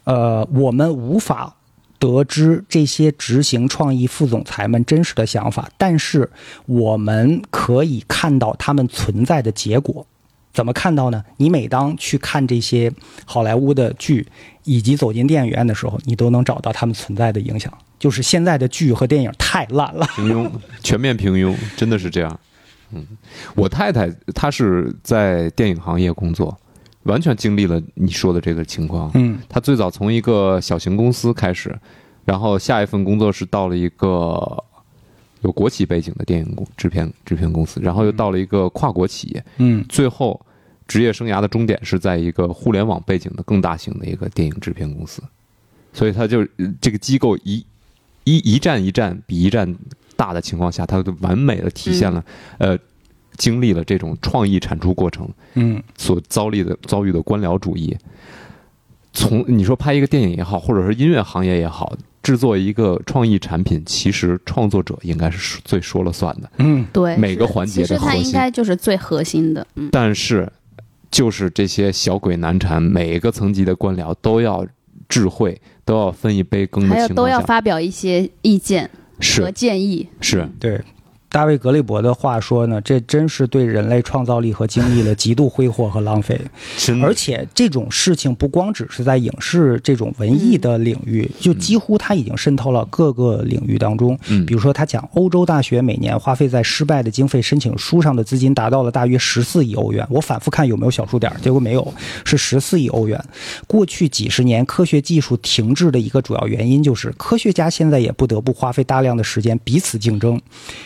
[SPEAKER 1] 呃，我们无法得知这些执行创意副总裁们真实的想法，但是我们可以看到他们存在的结果。怎么看到呢？你每当去看这些好莱坞的剧，以及走进电影院的时候，你都能找到他们存在的影响。就是现在的剧和电影太烂了，
[SPEAKER 3] 平庸，全面平庸，真的是这样。嗯，我太太她是在电影行业工作，完全经历了你说的这个情况。
[SPEAKER 1] 嗯，
[SPEAKER 3] 他最早从一个小型公司开始，然后下一份工作是到了一个有国企背景的电影公制片制片公司，然后又到了一个跨国企业，
[SPEAKER 1] 嗯
[SPEAKER 3] 最后职业生涯的终点是在一个互联网背景的更大型的一个电影制片公司，所以他就呃这个机构一一一站一站比一站大的情况下，他就完美的体现了、呃经历了这种创意产出过程，
[SPEAKER 1] 嗯
[SPEAKER 3] 所遭历的遭遇的官僚主义。从你说拍一个电影也好，或者是音乐行业也好，制作一个创意产品，其实创作者应该是最说了算的。
[SPEAKER 1] 嗯，
[SPEAKER 2] 对，
[SPEAKER 3] 每个
[SPEAKER 2] 是的
[SPEAKER 3] 环节
[SPEAKER 2] 其实
[SPEAKER 3] 的核
[SPEAKER 2] 它应
[SPEAKER 3] 心
[SPEAKER 2] 该就是最核心的，嗯，
[SPEAKER 3] 但是，就是这些小鬼难缠，每一个层级的官僚都要智慧，都要分一杯羹的
[SPEAKER 2] 还有
[SPEAKER 3] 嗯情
[SPEAKER 2] 都
[SPEAKER 3] 况
[SPEAKER 2] 要
[SPEAKER 3] 下，
[SPEAKER 2] 发嗯表一些意见和
[SPEAKER 3] 是
[SPEAKER 2] 建议，
[SPEAKER 3] 是，
[SPEAKER 1] 对。大卫·格里伯的话说呢，这真是对人类创造力和精力的极度挥霍和浪费。
[SPEAKER 3] 真
[SPEAKER 1] 而且这种事情不光只是在影视这种文艺的领域，就几乎它已经渗透了各个领域当中。
[SPEAKER 3] 嗯
[SPEAKER 1] 比如说他讲欧洲大学每年花费在失败的经费申请书上的资金达到了大约十四亿欧元。我反复看有没有小数点儿，结果没有，是十四亿欧元。过去几十年科学技术停滞的一个主要原因就是科学家现在也不得不花费大量的时间彼此竞争，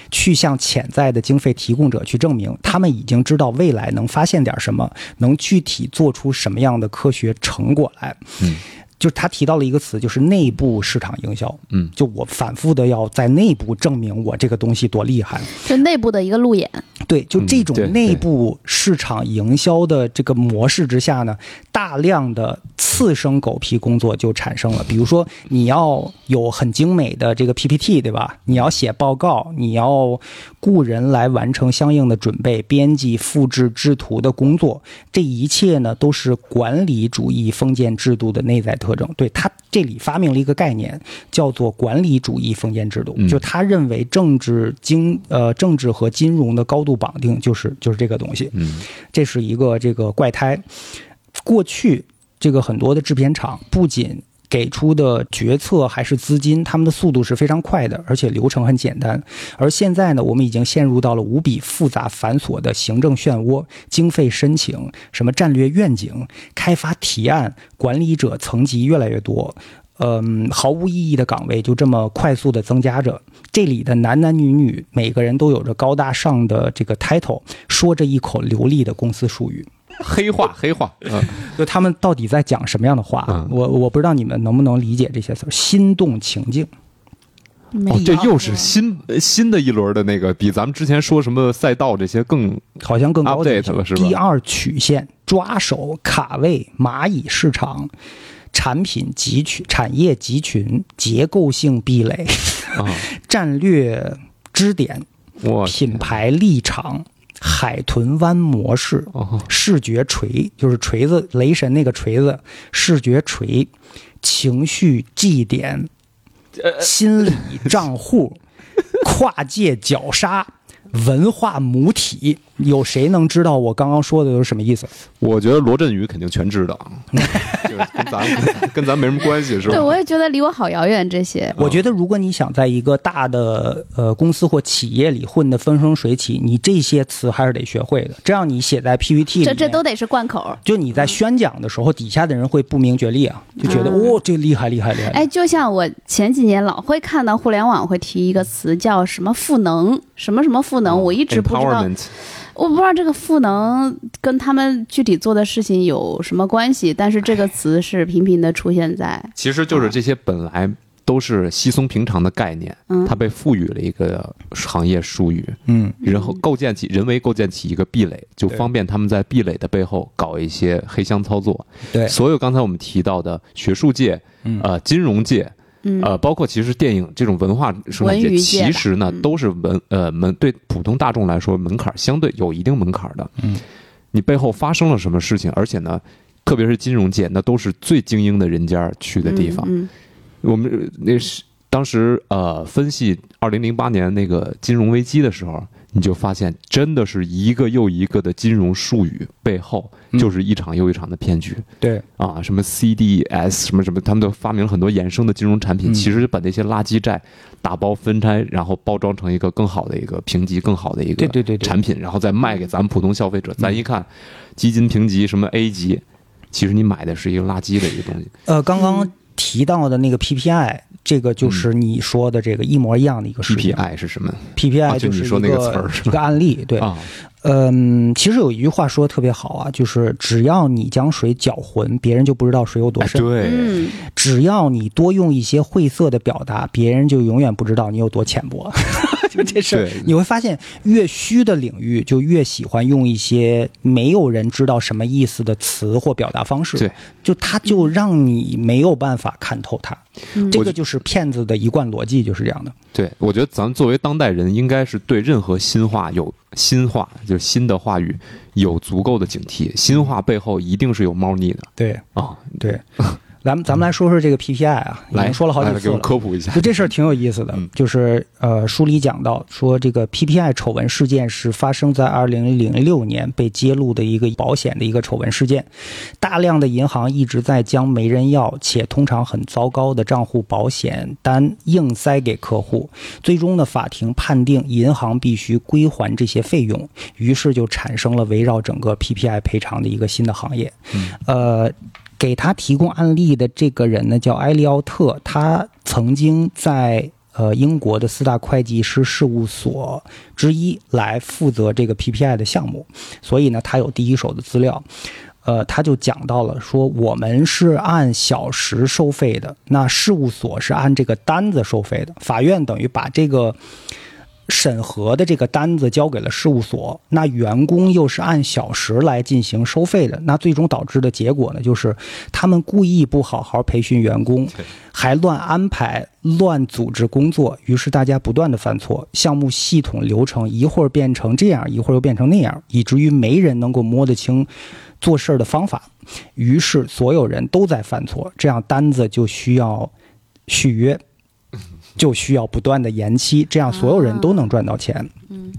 [SPEAKER 1] 去向潜在的经费提供者去证明他们已经知道未来能发现点什么，能具体做出什么样的科学成果来。
[SPEAKER 3] 嗯
[SPEAKER 1] 就是他提到了一个词，就是内部市场营销。
[SPEAKER 3] 嗯
[SPEAKER 1] 就我反复的要在内部证明我这个东西多厉害。
[SPEAKER 2] 就内部的一个路演，
[SPEAKER 1] 对，就这
[SPEAKER 3] 嗯对
[SPEAKER 1] 种内部市场营销的这个模式之下呢，大量的次生狗屁工作就产生了。比如说，你要有很精美的这个 PPT，对吧？你要写报告，你要雇人来完成相应的准备、编辑、复制、制图的工作，这一切呢都是管理主义封建制度的内在特征。对他这里发明了一个概念，叫做管理主义封建制度
[SPEAKER 3] 嗯，
[SPEAKER 1] 就他认为政治经呃政治和金融的高度绑定就是就是这个东西，
[SPEAKER 3] 嗯
[SPEAKER 1] 这是一个这个怪胎。过去这个很多的制片厂不仅给出的决策还是资金，他们的速度是非常快的，而且流程很简单。而现在呢，我们已经陷入到了无比复杂繁琐的行政漩涡，经费申请、什么战略愿景、开发提案、管理者层级越来越多。嗯，毫无意义的岗位就这么快速的增加着。这里的男男女女，每个人都有着高大上的这个 title，说着一口流利的公司术语。
[SPEAKER 3] 黑化黑化， 嗯
[SPEAKER 1] 就他们到底在讲什么样的话？
[SPEAKER 3] 嗯
[SPEAKER 1] 我我不知道你们能不能理解这些词儿。心动情境，
[SPEAKER 2] 没
[SPEAKER 3] 哦，这
[SPEAKER 2] 有
[SPEAKER 3] 又是新新的一轮的那个，比咱们之前说什么赛道这些更
[SPEAKER 1] 好像更高级一
[SPEAKER 3] Update
[SPEAKER 1] 些
[SPEAKER 3] 了是吧
[SPEAKER 1] 第二曲线、抓手、卡位、蚂蚁市场、产品集群、产业集群、结构性壁垒、
[SPEAKER 3] 啊，
[SPEAKER 1] 战略支点、
[SPEAKER 3] 我
[SPEAKER 1] 啊品牌立场、海豚湾模式、
[SPEAKER 3] 哦，
[SPEAKER 1] 视觉锤，就是锤子，雷神那个锤子，视觉锤，情绪祭点，心理账户，跨界绞杀，文化母体，有谁能知道我刚刚说的都是什么意思？
[SPEAKER 3] 我觉得罗振宇肯定全知道，就是跟咱跟咱没什么关系是吧嗯
[SPEAKER 2] 对，？我也觉得离我好遥远这些。
[SPEAKER 1] 我觉得，如果你想在一个大的呃公司或企业里混得风生水起，你这些词还是得学会的。这样你写在 PPT 里
[SPEAKER 2] 这
[SPEAKER 1] 面，
[SPEAKER 2] 这都得是贯口，
[SPEAKER 1] 就你在宣讲的时候，底下的人会不明觉厉啊，就觉得
[SPEAKER 2] 嗯
[SPEAKER 1] 哦，这厉害厉害厉害。
[SPEAKER 2] 哎，就像我前几年老会看到互联网会提一个词叫什么赋能，什么什么赋能，我一直不知道，
[SPEAKER 3] 哦 Empowerment
[SPEAKER 2] 我不知道这个赋能跟他们具体做的事情有什么关系，但是这个词是频频的出现在，
[SPEAKER 3] 其实就是这些本来都是稀松平常的概念，
[SPEAKER 2] 嗯
[SPEAKER 3] 它被赋予了一个行业术语，
[SPEAKER 1] 嗯，
[SPEAKER 3] 然后构建起人为构建起一个壁垒，就
[SPEAKER 1] 对
[SPEAKER 3] 方便他们在壁垒的背后搞一些黑箱操作。
[SPEAKER 1] 对，
[SPEAKER 3] 所有刚才我们提到的学术界、
[SPEAKER 1] 嗯
[SPEAKER 3] 呃金融界、
[SPEAKER 2] 嗯
[SPEAKER 3] 呃，包括其实电影这种文化生产
[SPEAKER 2] 文
[SPEAKER 3] 界，
[SPEAKER 2] 娱界吧
[SPEAKER 3] 其实呢
[SPEAKER 2] 嗯
[SPEAKER 3] 都是文呃门对普通大众来说门槛相对有一定门槛的。
[SPEAKER 1] 嗯，
[SPEAKER 3] 你背后发生了什么事情，而且呢，特别是金融界，那都是最精英的人家儿去的地方。
[SPEAKER 2] 嗯
[SPEAKER 3] 我们呃那是当时呃分析二零零八年那个金融危机的时候，你就发现真的是一个又一个的金融术语背后
[SPEAKER 1] 嗯
[SPEAKER 3] 就是一场又一场的骗局。
[SPEAKER 1] 对，
[SPEAKER 3] 啊，什么 CDS 什么什么，他们都发明了很多衍生的金融产品，
[SPEAKER 1] 嗯
[SPEAKER 3] 其实把那些垃圾债打包分拆，然后包装成一个更好的一个评级更好的一
[SPEAKER 1] 对
[SPEAKER 3] 个
[SPEAKER 1] 对对对，嗯
[SPEAKER 3] 产品，然后再卖给咱们普通消费者。咱一看，基金评级什么 A 级，其实你买的是一个垃圾的一个东西。
[SPEAKER 1] 呃，刚刚
[SPEAKER 2] 嗯
[SPEAKER 1] 提到的那个 PPI，这个就是
[SPEAKER 3] 嗯
[SPEAKER 1] 你说的这个一模一样的一个事情。
[SPEAKER 3] PPI 是什么
[SPEAKER 1] PPI
[SPEAKER 3] 啊就你
[SPEAKER 1] 是一
[SPEAKER 3] 说那个词儿是
[SPEAKER 1] 一
[SPEAKER 3] 吧
[SPEAKER 1] 个案例，对，
[SPEAKER 3] 啊？
[SPEAKER 1] 嗯，其实有一句话说的特别好啊，就是只要你将水搅浑，别人就不知道水有多
[SPEAKER 3] 哎
[SPEAKER 1] 深；
[SPEAKER 3] 对，
[SPEAKER 2] 嗯，
[SPEAKER 1] 只要你多用一些晦涩的表达，别人就永远不知道你有多浅薄。 就这事儿
[SPEAKER 3] 对，
[SPEAKER 1] 你会发现越虚的领域就越喜欢用一些没有人知道什么意思的词或表达方式，
[SPEAKER 3] 对，
[SPEAKER 1] 就它就让你没有办法看透它。
[SPEAKER 2] 嗯
[SPEAKER 1] 这个就是骗子的一贯逻辑，就是这样的。
[SPEAKER 3] 对，我觉得咱们作为当代人，应该是对任何新话有新话，就是新的话语有足够的警惕。新话背后一定是有猫腻的
[SPEAKER 1] 对
[SPEAKER 3] 啊！
[SPEAKER 1] 对，咱们咱们来说说这个 PPI 啊，已
[SPEAKER 3] 来
[SPEAKER 1] 经说了好
[SPEAKER 3] 来
[SPEAKER 1] 几
[SPEAKER 3] 给
[SPEAKER 1] 次
[SPEAKER 3] 我们
[SPEAKER 1] 了。
[SPEAKER 3] 科普一下
[SPEAKER 1] 就。这事儿挺有意思的
[SPEAKER 3] 嗯，
[SPEAKER 1] 就是呃，书里讲到说，这个 PPI 丑闻事件是发生在二零零六年被揭露的一个保险的一个丑闻事件。大量的银行一直在将没人要且通常很糟糕的账户保险单硬塞给客户，最终呢，法庭判定银行必须归还这些费用，于是就产生了围绕整个 PPI 赔偿的一个新的行业。
[SPEAKER 3] 嗯
[SPEAKER 1] 呃，给他提供案例的这个人呢，叫埃利奥特，他曾经在呃英国的四大会计师事务所之一来负责这个 PPI 的项目，所以呢，他有第一手的资料。呃，他就讲到了说，我们是按小时收费的，那事务所是按这个单子收费的，法院等于把这个。审核的这个单子交给了事务所，那员工又是按小时来进行收费的，那最终导致的结果呢，就是他们故意不好好培训员工，还乱安排、乱组织工作，于是大家不断的犯错，项目系统流程一会儿变成这样，一会儿又变成那样，以至于没人能够摸得清做事儿的方法，于是所有人都在犯错，这样单子就需要续约，就需要不断的延期，这样所有人都能赚到钱。
[SPEAKER 2] 嗯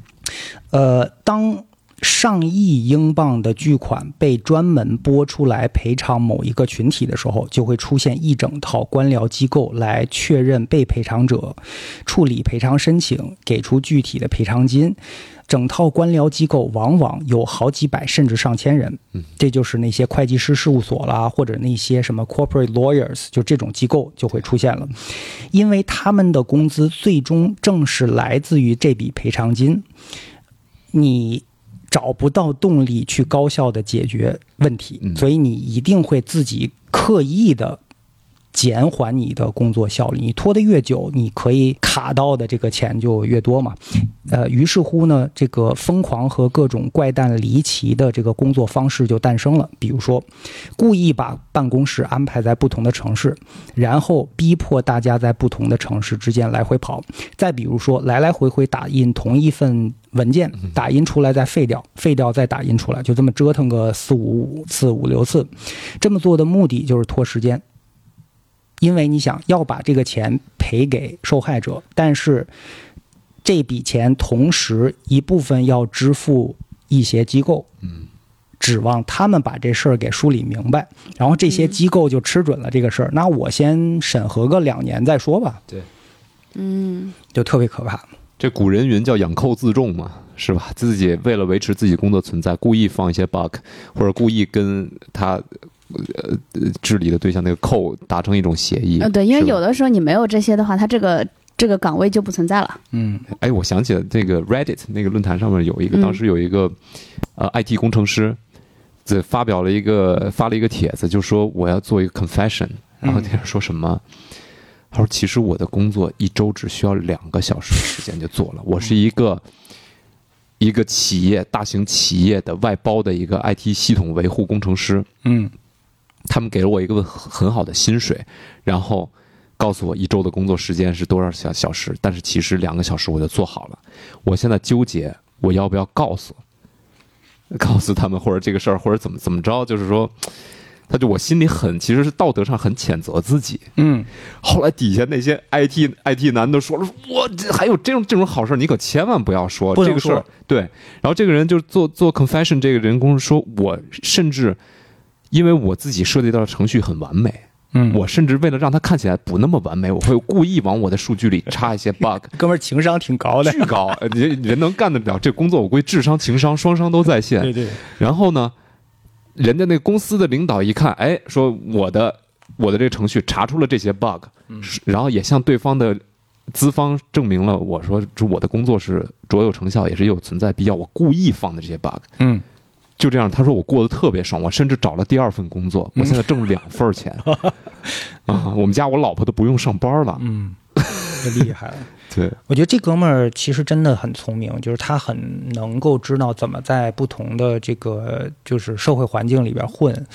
[SPEAKER 1] 呃，当上亿英镑的巨款被专门拨出来赔偿某一个群体的时候，就会出现一整套官僚机构来确认被赔偿者，处理赔偿申请，给出具体的赔偿金。整套官僚机构往往有好几百甚至上千人，
[SPEAKER 3] 嗯，
[SPEAKER 1] 这就是那些会计师事务所啦，或者那些什么 corporate lawyers，就这种机构就会出现了，因为他们的工资最终正是来自于这笔赔偿金，你找不到动力去高效的解决问题，
[SPEAKER 3] 嗯
[SPEAKER 1] 所以你一定会自己刻意的减缓你的工作效率。你拖得越久，你可以卡到的这个钱就越多嘛。呃，于是乎呢，这个疯狂和各种怪诞离奇的这个工作方式就诞生了。比如说，故意把办公室安排在不同的城市，然后逼迫大家在不同的城市之间来回跑。再比如说，来来回回打印同一份文件，打印出来再废掉，废掉再打印出来，就这么折腾个四五次、五六次。这么做的目的就是拖时间，因为你想要把这个钱赔给受害者，但是这笔钱同时一部分要支付一些机构，
[SPEAKER 3] 嗯，
[SPEAKER 1] 指望他们把这事儿给梳理明白，然后这些机构就吃准了这个事儿，那我先审核个两年再说吧，
[SPEAKER 2] 嗯
[SPEAKER 1] 就特别可怕。
[SPEAKER 3] 这古人云叫“养寇自重”嘛，是吧？自己为了维持自己工作存在，故意放一些 bug，或者故意跟他呃呃治理的对象那个寇达成一种协议。
[SPEAKER 2] 呃对，因为
[SPEAKER 3] 是吧
[SPEAKER 2] 有的时候你没有这些的话，它这个这个岗位就不存在了。
[SPEAKER 1] 嗯
[SPEAKER 3] 哎，我想起了这个 Reddit 那个论坛上面有一个，
[SPEAKER 2] 嗯
[SPEAKER 3] 当时有一个、呃 IT 工程师，这发表了一个发了一个帖子，就说我要做一个 confession，然后那个说什么、他说其实我的工作一周只需要两个小时的时间就做了，我是一个。一个企业，大型企业的外包的一个 IT 系统维护工程师，
[SPEAKER 1] 嗯，
[SPEAKER 3] 他们给了我一个很很好的薪水，然后告诉我一周的工作时间是多少小小时，但是其实两个小时我就做好了。我现在纠结，我要不要告诉 告诉他们，或者这个事儿，或者怎么怎么着，就是说，他就我心里很，其实是道德上很谴责自己。
[SPEAKER 1] 嗯，
[SPEAKER 3] 后来底下那些 IT IT 男都说了，我这还有这种这种好事儿，你可千万不要说
[SPEAKER 1] 不能
[SPEAKER 3] 这个事儿
[SPEAKER 1] 说。
[SPEAKER 3] 对，然后这个人就做做 confession，这个人工说，我甚至因为我自己设计到的程序很完美，
[SPEAKER 1] 嗯
[SPEAKER 3] 我甚至为了让它看起来不那么完美，我会故意往我的数据里插一些 bug，
[SPEAKER 1] 哥们儿情商挺高的，
[SPEAKER 3] 巨高， 呃人人能干得了这工作，我估计智商、情商双商都在线。
[SPEAKER 1] 对，
[SPEAKER 3] 然后呢，人家那公司的领导一看，哎，说我的我的这个程序查出了这些 bug，、然后也向对方的资方证明了，我说这我的工作是卓有成效，也是有存在必要，我故意放的这些 bug。
[SPEAKER 1] 嗯，
[SPEAKER 3] 就这样，他说我过得特别爽，我甚至找了第二份工作，我现在挣两份儿钱啊！我们家我老婆都不用上班了，
[SPEAKER 1] 嗯，这 厉害了。
[SPEAKER 3] 对，
[SPEAKER 1] 我觉得这哥们儿其实真的很聪明，就是他很能够知道怎么在不同的这个就是社会环境里边混。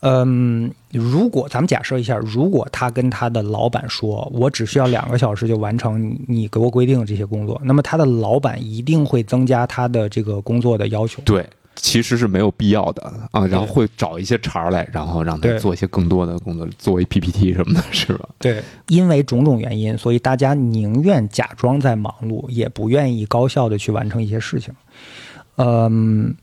[SPEAKER 1] 嗯，如果咱们假设一下，如果他跟他的老板说，我只需要两个小时就完成你你给我规定的这些工作，那么他的老板一定会增加他的这个工作的要求。
[SPEAKER 3] 对，其实是没有必要的啊。然后会找一些茬儿来，然后让他
[SPEAKER 1] 对
[SPEAKER 3] 做一些更多的工作，作为 PPT 什么的，是吧？
[SPEAKER 1] 对，因为种种原因，所以大家宁愿假装在忙碌，也不愿意高效的去完成一些事情。嗯，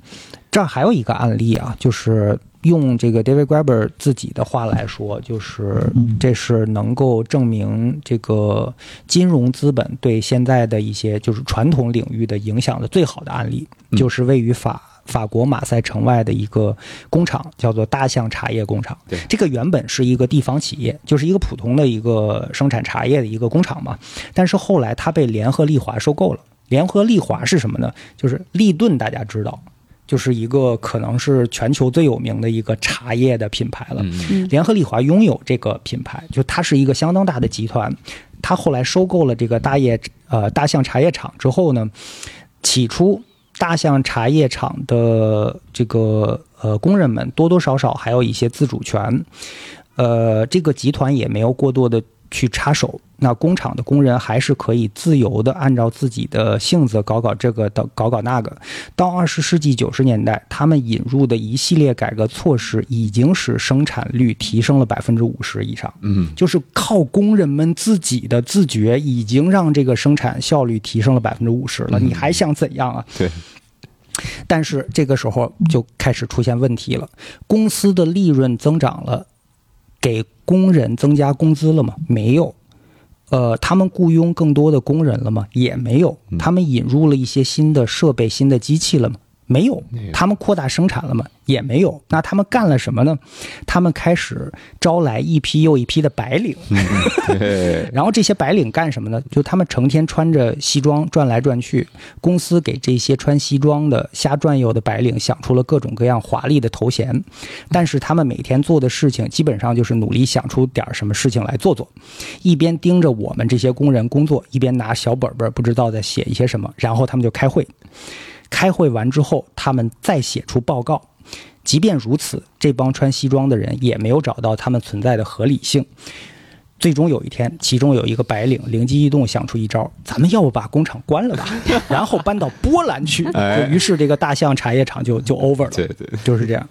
[SPEAKER 1] 这儿还有一个案例啊，就是用这个 David Graeber 自己的话来说，就是这是能够证明这个金融资本对现在的一些就是传统领域的影响的最好的案例，
[SPEAKER 3] 嗯
[SPEAKER 1] 就是位于法。法国马赛城外的一个工厂叫做大象茶叶工厂
[SPEAKER 3] 对，
[SPEAKER 1] 这个原本是一个地方企业，就是一个普通的一个生产茶叶的一个工厂嘛。但是后来它被联合利华收购了。联合利华是什么呢？就是利顿，大家知道，就是一个可能是全球最有名的一个茶叶的品牌了。
[SPEAKER 3] 嗯，
[SPEAKER 2] 嗯
[SPEAKER 1] 联合利华拥有这个品牌，就它是一个相当大的集团。它后来收购了这个大叶呃大象茶叶厂之后呢，起初大象茶叶厂的这个呃工人们多多少少还有一些自主权，呃，这个集团也没有过多的去插手。那工厂的工人还是可以自由的按照自己的性子搞搞这个的，搞搞那个。到二十世纪九十年代，他们引入的一系列改革措施已经使生产率提升了百分之五十以上。
[SPEAKER 3] 嗯，
[SPEAKER 1] 就是靠工人们自己的自觉，已经让这个生产效率提升了百分之五十了。
[SPEAKER 3] 嗯
[SPEAKER 1] 你还想怎样啊？
[SPEAKER 3] 对，
[SPEAKER 1] 但是这个时候就开始出现问题了，公司的利润增长了，给工人增加工资了吗？没有。呃，他们雇佣更多的工人了吗？也没有
[SPEAKER 3] 嗯。
[SPEAKER 1] 他们引入了一些新的设备、新的机器了吗？没有
[SPEAKER 3] 没有。
[SPEAKER 1] 他们扩大生产了吗？也没有。那他们干了什么呢？他们开始招来一批又一批的白领。
[SPEAKER 3] 对，
[SPEAKER 1] 然后这些白领干什么呢？就他们成天穿着西装转来转去，公司给这些穿西装的瞎转悠的白领想出了各种各样华丽的头衔，但是他们每天做的事情基本上就是努力想出点儿什么事情来做做，一边盯着我们这些工人工作，一边拿小本本儿不知道在写一些什么，然后他们就开会，开会完之后，他们再写出报告。即便如此，这帮穿西装的人也没有找到他们存在的合理性。最终有一天，其中有一个白领灵机一动，想出一招：咱们要不把工厂关了 吧，然后搬到波兰去。
[SPEAKER 3] 哎
[SPEAKER 1] 就于是这个大象茶叶厂就就 over 了。
[SPEAKER 3] 对对，
[SPEAKER 1] 就是这样。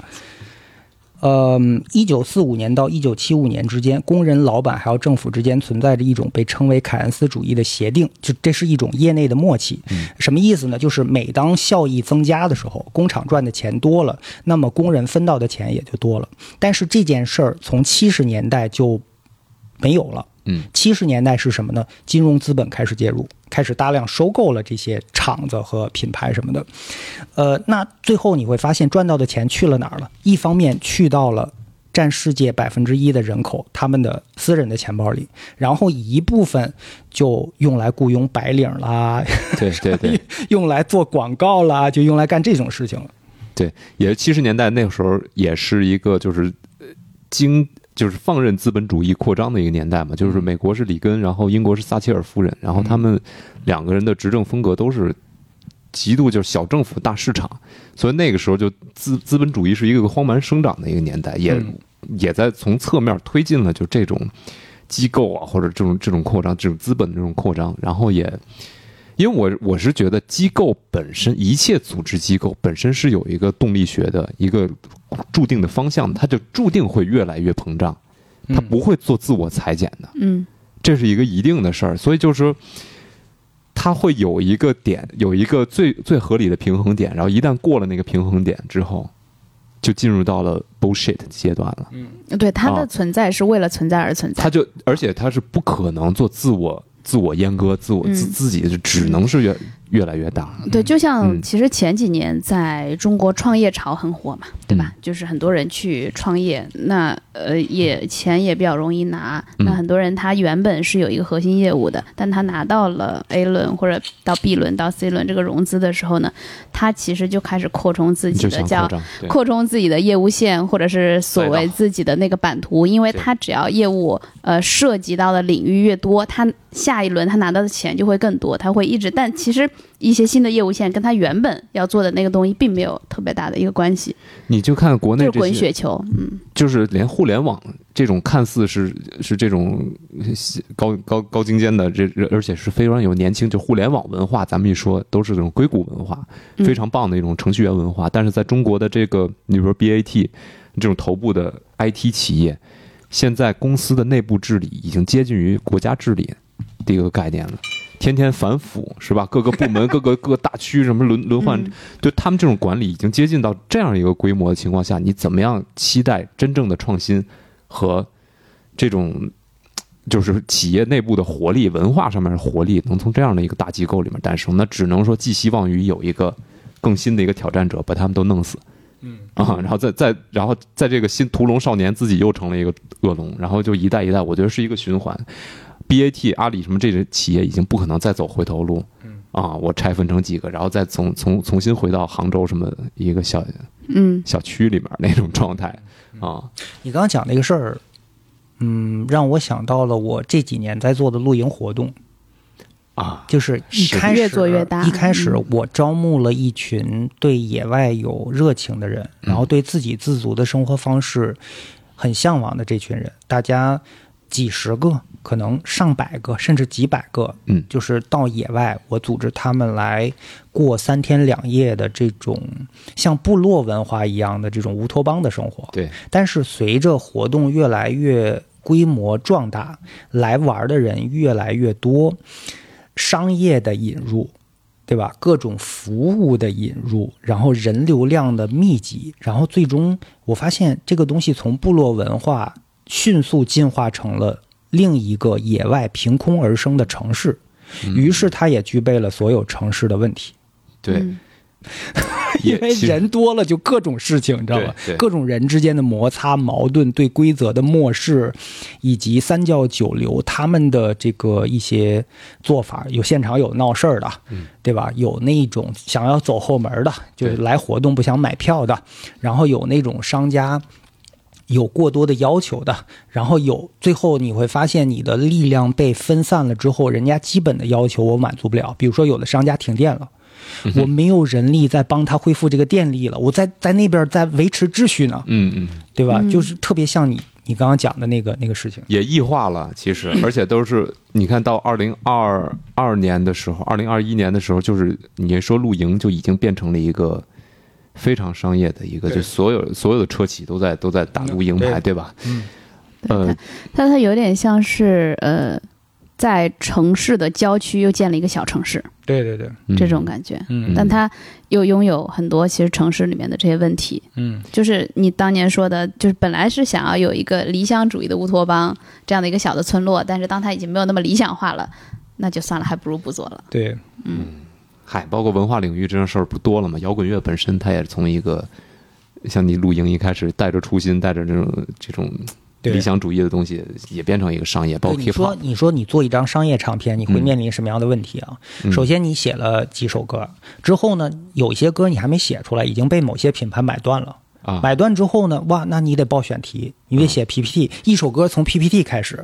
[SPEAKER 1] 嗯，一九四五年到一九七五年之间，工人、老板还有政府之间存在着一种被称为凯恩斯主义的协定，就这是一种业内的默契。
[SPEAKER 3] 嗯
[SPEAKER 1] 什么意思呢？就是每当效益增加的时候，工厂赚的钱多了，那么工人分到的钱也就多了。但是这件事儿从七十年代就没有了。
[SPEAKER 3] 嗯，
[SPEAKER 1] 七十年代是什么呢？金融资本开始介入，开始大量收购了这些厂子和品牌什么的。呃，那最后你会发现赚到的钱去了哪儿了？一方面去到了。占世界百分之一的人口，他们的私人的钱包里，然后一部分就用来雇佣白领啦，
[SPEAKER 3] 对对对
[SPEAKER 1] 用来做广告啦，就用来干这种事情了。
[SPEAKER 3] 对，也是七十年代那个时候，也是一个就是呃经就是放任资本主义扩张的一个年代嘛，就是美国是里根，然后英国是撒切尔夫人，然后他们两个人的执政风格都是极度就是小政府大市场，所以那个时候就资资本主义是一个荒蛮生长的一个年代，也、
[SPEAKER 1] 嗯
[SPEAKER 3] 也在从侧面推进了就这种机构啊，或者这种这种扩张，这种资本的这种扩张，然后也。因为我我是觉得机构本身，一切组织机构本身是有一个动力学的一个注定的方向，它就注定会越来越膨胀，
[SPEAKER 1] 嗯
[SPEAKER 3] 它不会做自我裁剪的，
[SPEAKER 2] 嗯
[SPEAKER 3] 这是一个一定的事儿。所以就是说，它会有一个点，有一个最最合理的平衡点，然后一旦过了那个平衡点之后，就进入到了 bullshit 阶段了。
[SPEAKER 2] 对，它
[SPEAKER 3] 啊
[SPEAKER 2] 的存在是为了存在而存在。
[SPEAKER 3] 他就而且他是不可能做自我自我阉割，自我自
[SPEAKER 2] 嗯
[SPEAKER 3] 自己就只能是越越来越大。
[SPEAKER 2] 对，就像
[SPEAKER 3] 嗯
[SPEAKER 2] 其实前几年在中国创业潮很火嘛，对
[SPEAKER 3] 嗯
[SPEAKER 2] 吧？就是很多人去创业，那呃也钱也比较容易拿。
[SPEAKER 3] 嗯
[SPEAKER 2] 那很多人他原本是有一个核心业务的，但他拿到了 A 轮或者到 B 轮到 C 轮这个融资的时候呢，他其实就开始扩充自己
[SPEAKER 3] 就
[SPEAKER 2] 的
[SPEAKER 3] 想
[SPEAKER 2] 叫
[SPEAKER 3] 扩张，对
[SPEAKER 2] 扩充自己的业务线，或者是所谓自己的那个版图，因为他只要业务呃涉及到的领域越多，他下一轮他拿到的钱就会更多，他会一直。但其实一些新的业务线跟他原本要做的那个东西并没有特别大的一个关系，
[SPEAKER 3] 你就看国内
[SPEAKER 2] 就是
[SPEAKER 3] 这
[SPEAKER 2] 滚
[SPEAKER 3] 些，
[SPEAKER 2] 雪球。嗯，
[SPEAKER 3] 就是连互联网这种看似是是这种高高高精尖的，这而且是非常有年轻，就互联网文化，咱们一说都是这种硅谷文化，
[SPEAKER 2] 嗯
[SPEAKER 3] 非常棒的一种程序员文化。但是在中国的这个，你比如说 BAT 这种头部的 IT 企业，现在公司的内部治理已经接近于国家治理的一个概念了。天天反腐是吧？各个部门、各个各个大区什么轮轮换
[SPEAKER 2] 嗯
[SPEAKER 3] 对他们这种管理已经接近到这样一个规模的情况下，你怎么样期待真正的创新和这种就是企业内部的活力、文化上面的活力，能从这样的一个大机构里面诞生？那只能说寄希望于有一个更新的一个挑战者把他们都弄死。嗯啊，然后再再然后在这个新屠龙少年自己又成了一个恶龙，然后就一代一代，我觉得是一个循环。BAT、阿里什么这些企业已经不可能再走回头路，啊，我拆分成几个，然后再从从重新回到杭州什么一个小
[SPEAKER 2] 嗯，
[SPEAKER 3] 小区里面那种状态
[SPEAKER 1] 嗯
[SPEAKER 3] 啊，
[SPEAKER 1] 你刚刚讲那个事儿，嗯，让我想到了我这几年在做的露营活动，
[SPEAKER 3] 啊，
[SPEAKER 1] 就是一
[SPEAKER 3] 是
[SPEAKER 1] 开始
[SPEAKER 2] 越做越大嗯
[SPEAKER 1] 一开始我招募了一群对野外有热情的人，然后对自给自足的生活方式很向往的这群人，大家几十个，可能上百个，甚至几百个，
[SPEAKER 3] 嗯
[SPEAKER 1] 就是到野外，我组织他们来过三天两夜的这种像部落文化一样的这种乌托邦的生活。
[SPEAKER 3] 对，
[SPEAKER 1] 但是随着活动越来越规模壮大，来玩的人越来越多，商业的引入，对吧？各种服务的引入，然后人流量的密集，然后最终我发现这个东西从部落文化迅速进化成了另一个野外凭空而生的城市，于是它也具备了所有城市的问题。
[SPEAKER 3] 对，
[SPEAKER 2] 嗯
[SPEAKER 3] 也
[SPEAKER 1] 因为
[SPEAKER 3] 其实
[SPEAKER 1] 人多了就各种事情，你知道吧
[SPEAKER 3] 对对？
[SPEAKER 1] 各种人之间的摩擦、矛盾、对规则的漠视，以及三教九流他们的这个一些做法，有现场有闹事儿的，对吧？有那种想要走后门的，就是
[SPEAKER 3] 嗯对
[SPEAKER 1] 来活动不想买票的，然后有那种商家。有过多的要求的，然后有最后你会发现你的力量被分散了之后，人家基本的要求我满足不了。比如说有的商家停电了，我没有人力在帮他恢复这个电力了，我在在那边在维持秩序呢，
[SPEAKER 3] 嗯嗯，
[SPEAKER 1] 对吧？就是特别像你你刚刚讲的那个那个事情，
[SPEAKER 3] 也异化了，其实，而且都是你看到二零二二年的时候，二零二一年的时候，就是你说露营就已经变成了一个。非常商业的一个，
[SPEAKER 1] 对
[SPEAKER 3] 就所有所有的车企都在都在打露营牌，对吧？
[SPEAKER 1] 嗯，
[SPEAKER 3] 呃，
[SPEAKER 2] 但它有点像是呃，在城市的郊区又建了一个小城市
[SPEAKER 1] 对对对，
[SPEAKER 3] 嗯
[SPEAKER 2] 这种感觉，
[SPEAKER 1] 嗯
[SPEAKER 2] 但它又拥有很多其实城市里面的这些问题。
[SPEAKER 1] 嗯，
[SPEAKER 2] 就是你当年说的，就是本来是想要有一个理想主义的乌托邦这样的一个小的村落，但是当它已经没有那么理想化了，那就算了，还不如不做了。
[SPEAKER 1] 对，
[SPEAKER 3] 嗨，包括文化领域这种事儿不多了嘛。摇滚乐本身它也是从一个像你露营一开始带着初心，带着这种这种
[SPEAKER 1] 对
[SPEAKER 3] 理想主义的东西，也变成一个商业，包
[SPEAKER 1] 对
[SPEAKER 3] 括
[SPEAKER 1] 你说
[SPEAKER 3] hiphop。
[SPEAKER 1] 你说你做一张商业唱片，你会
[SPEAKER 3] 嗯
[SPEAKER 1] 面临什么样的问题啊？
[SPEAKER 3] 嗯
[SPEAKER 1] 首先你写了几首歌之后呢，有一些歌你还没写出来，已经被某些品牌买断了。
[SPEAKER 3] 啊
[SPEAKER 1] 买断之后呢，哇，那你得报选题，你得写 PPT，一
[SPEAKER 3] 嗯
[SPEAKER 1] 首歌从 PPT 开始，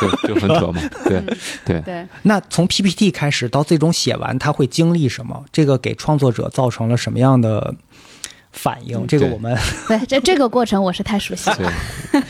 [SPEAKER 3] 就就很 扯嘛，对对
[SPEAKER 2] 对，
[SPEAKER 1] 那从 PPT 开始到最终写完，他会经历什么？这个给创作者造成了什么样的反应？这个
[SPEAKER 3] 嗯对
[SPEAKER 1] 我们
[SPEAKER 2] 对，这这个过程我是太熟悉了。
[SPEAKER 3] 对，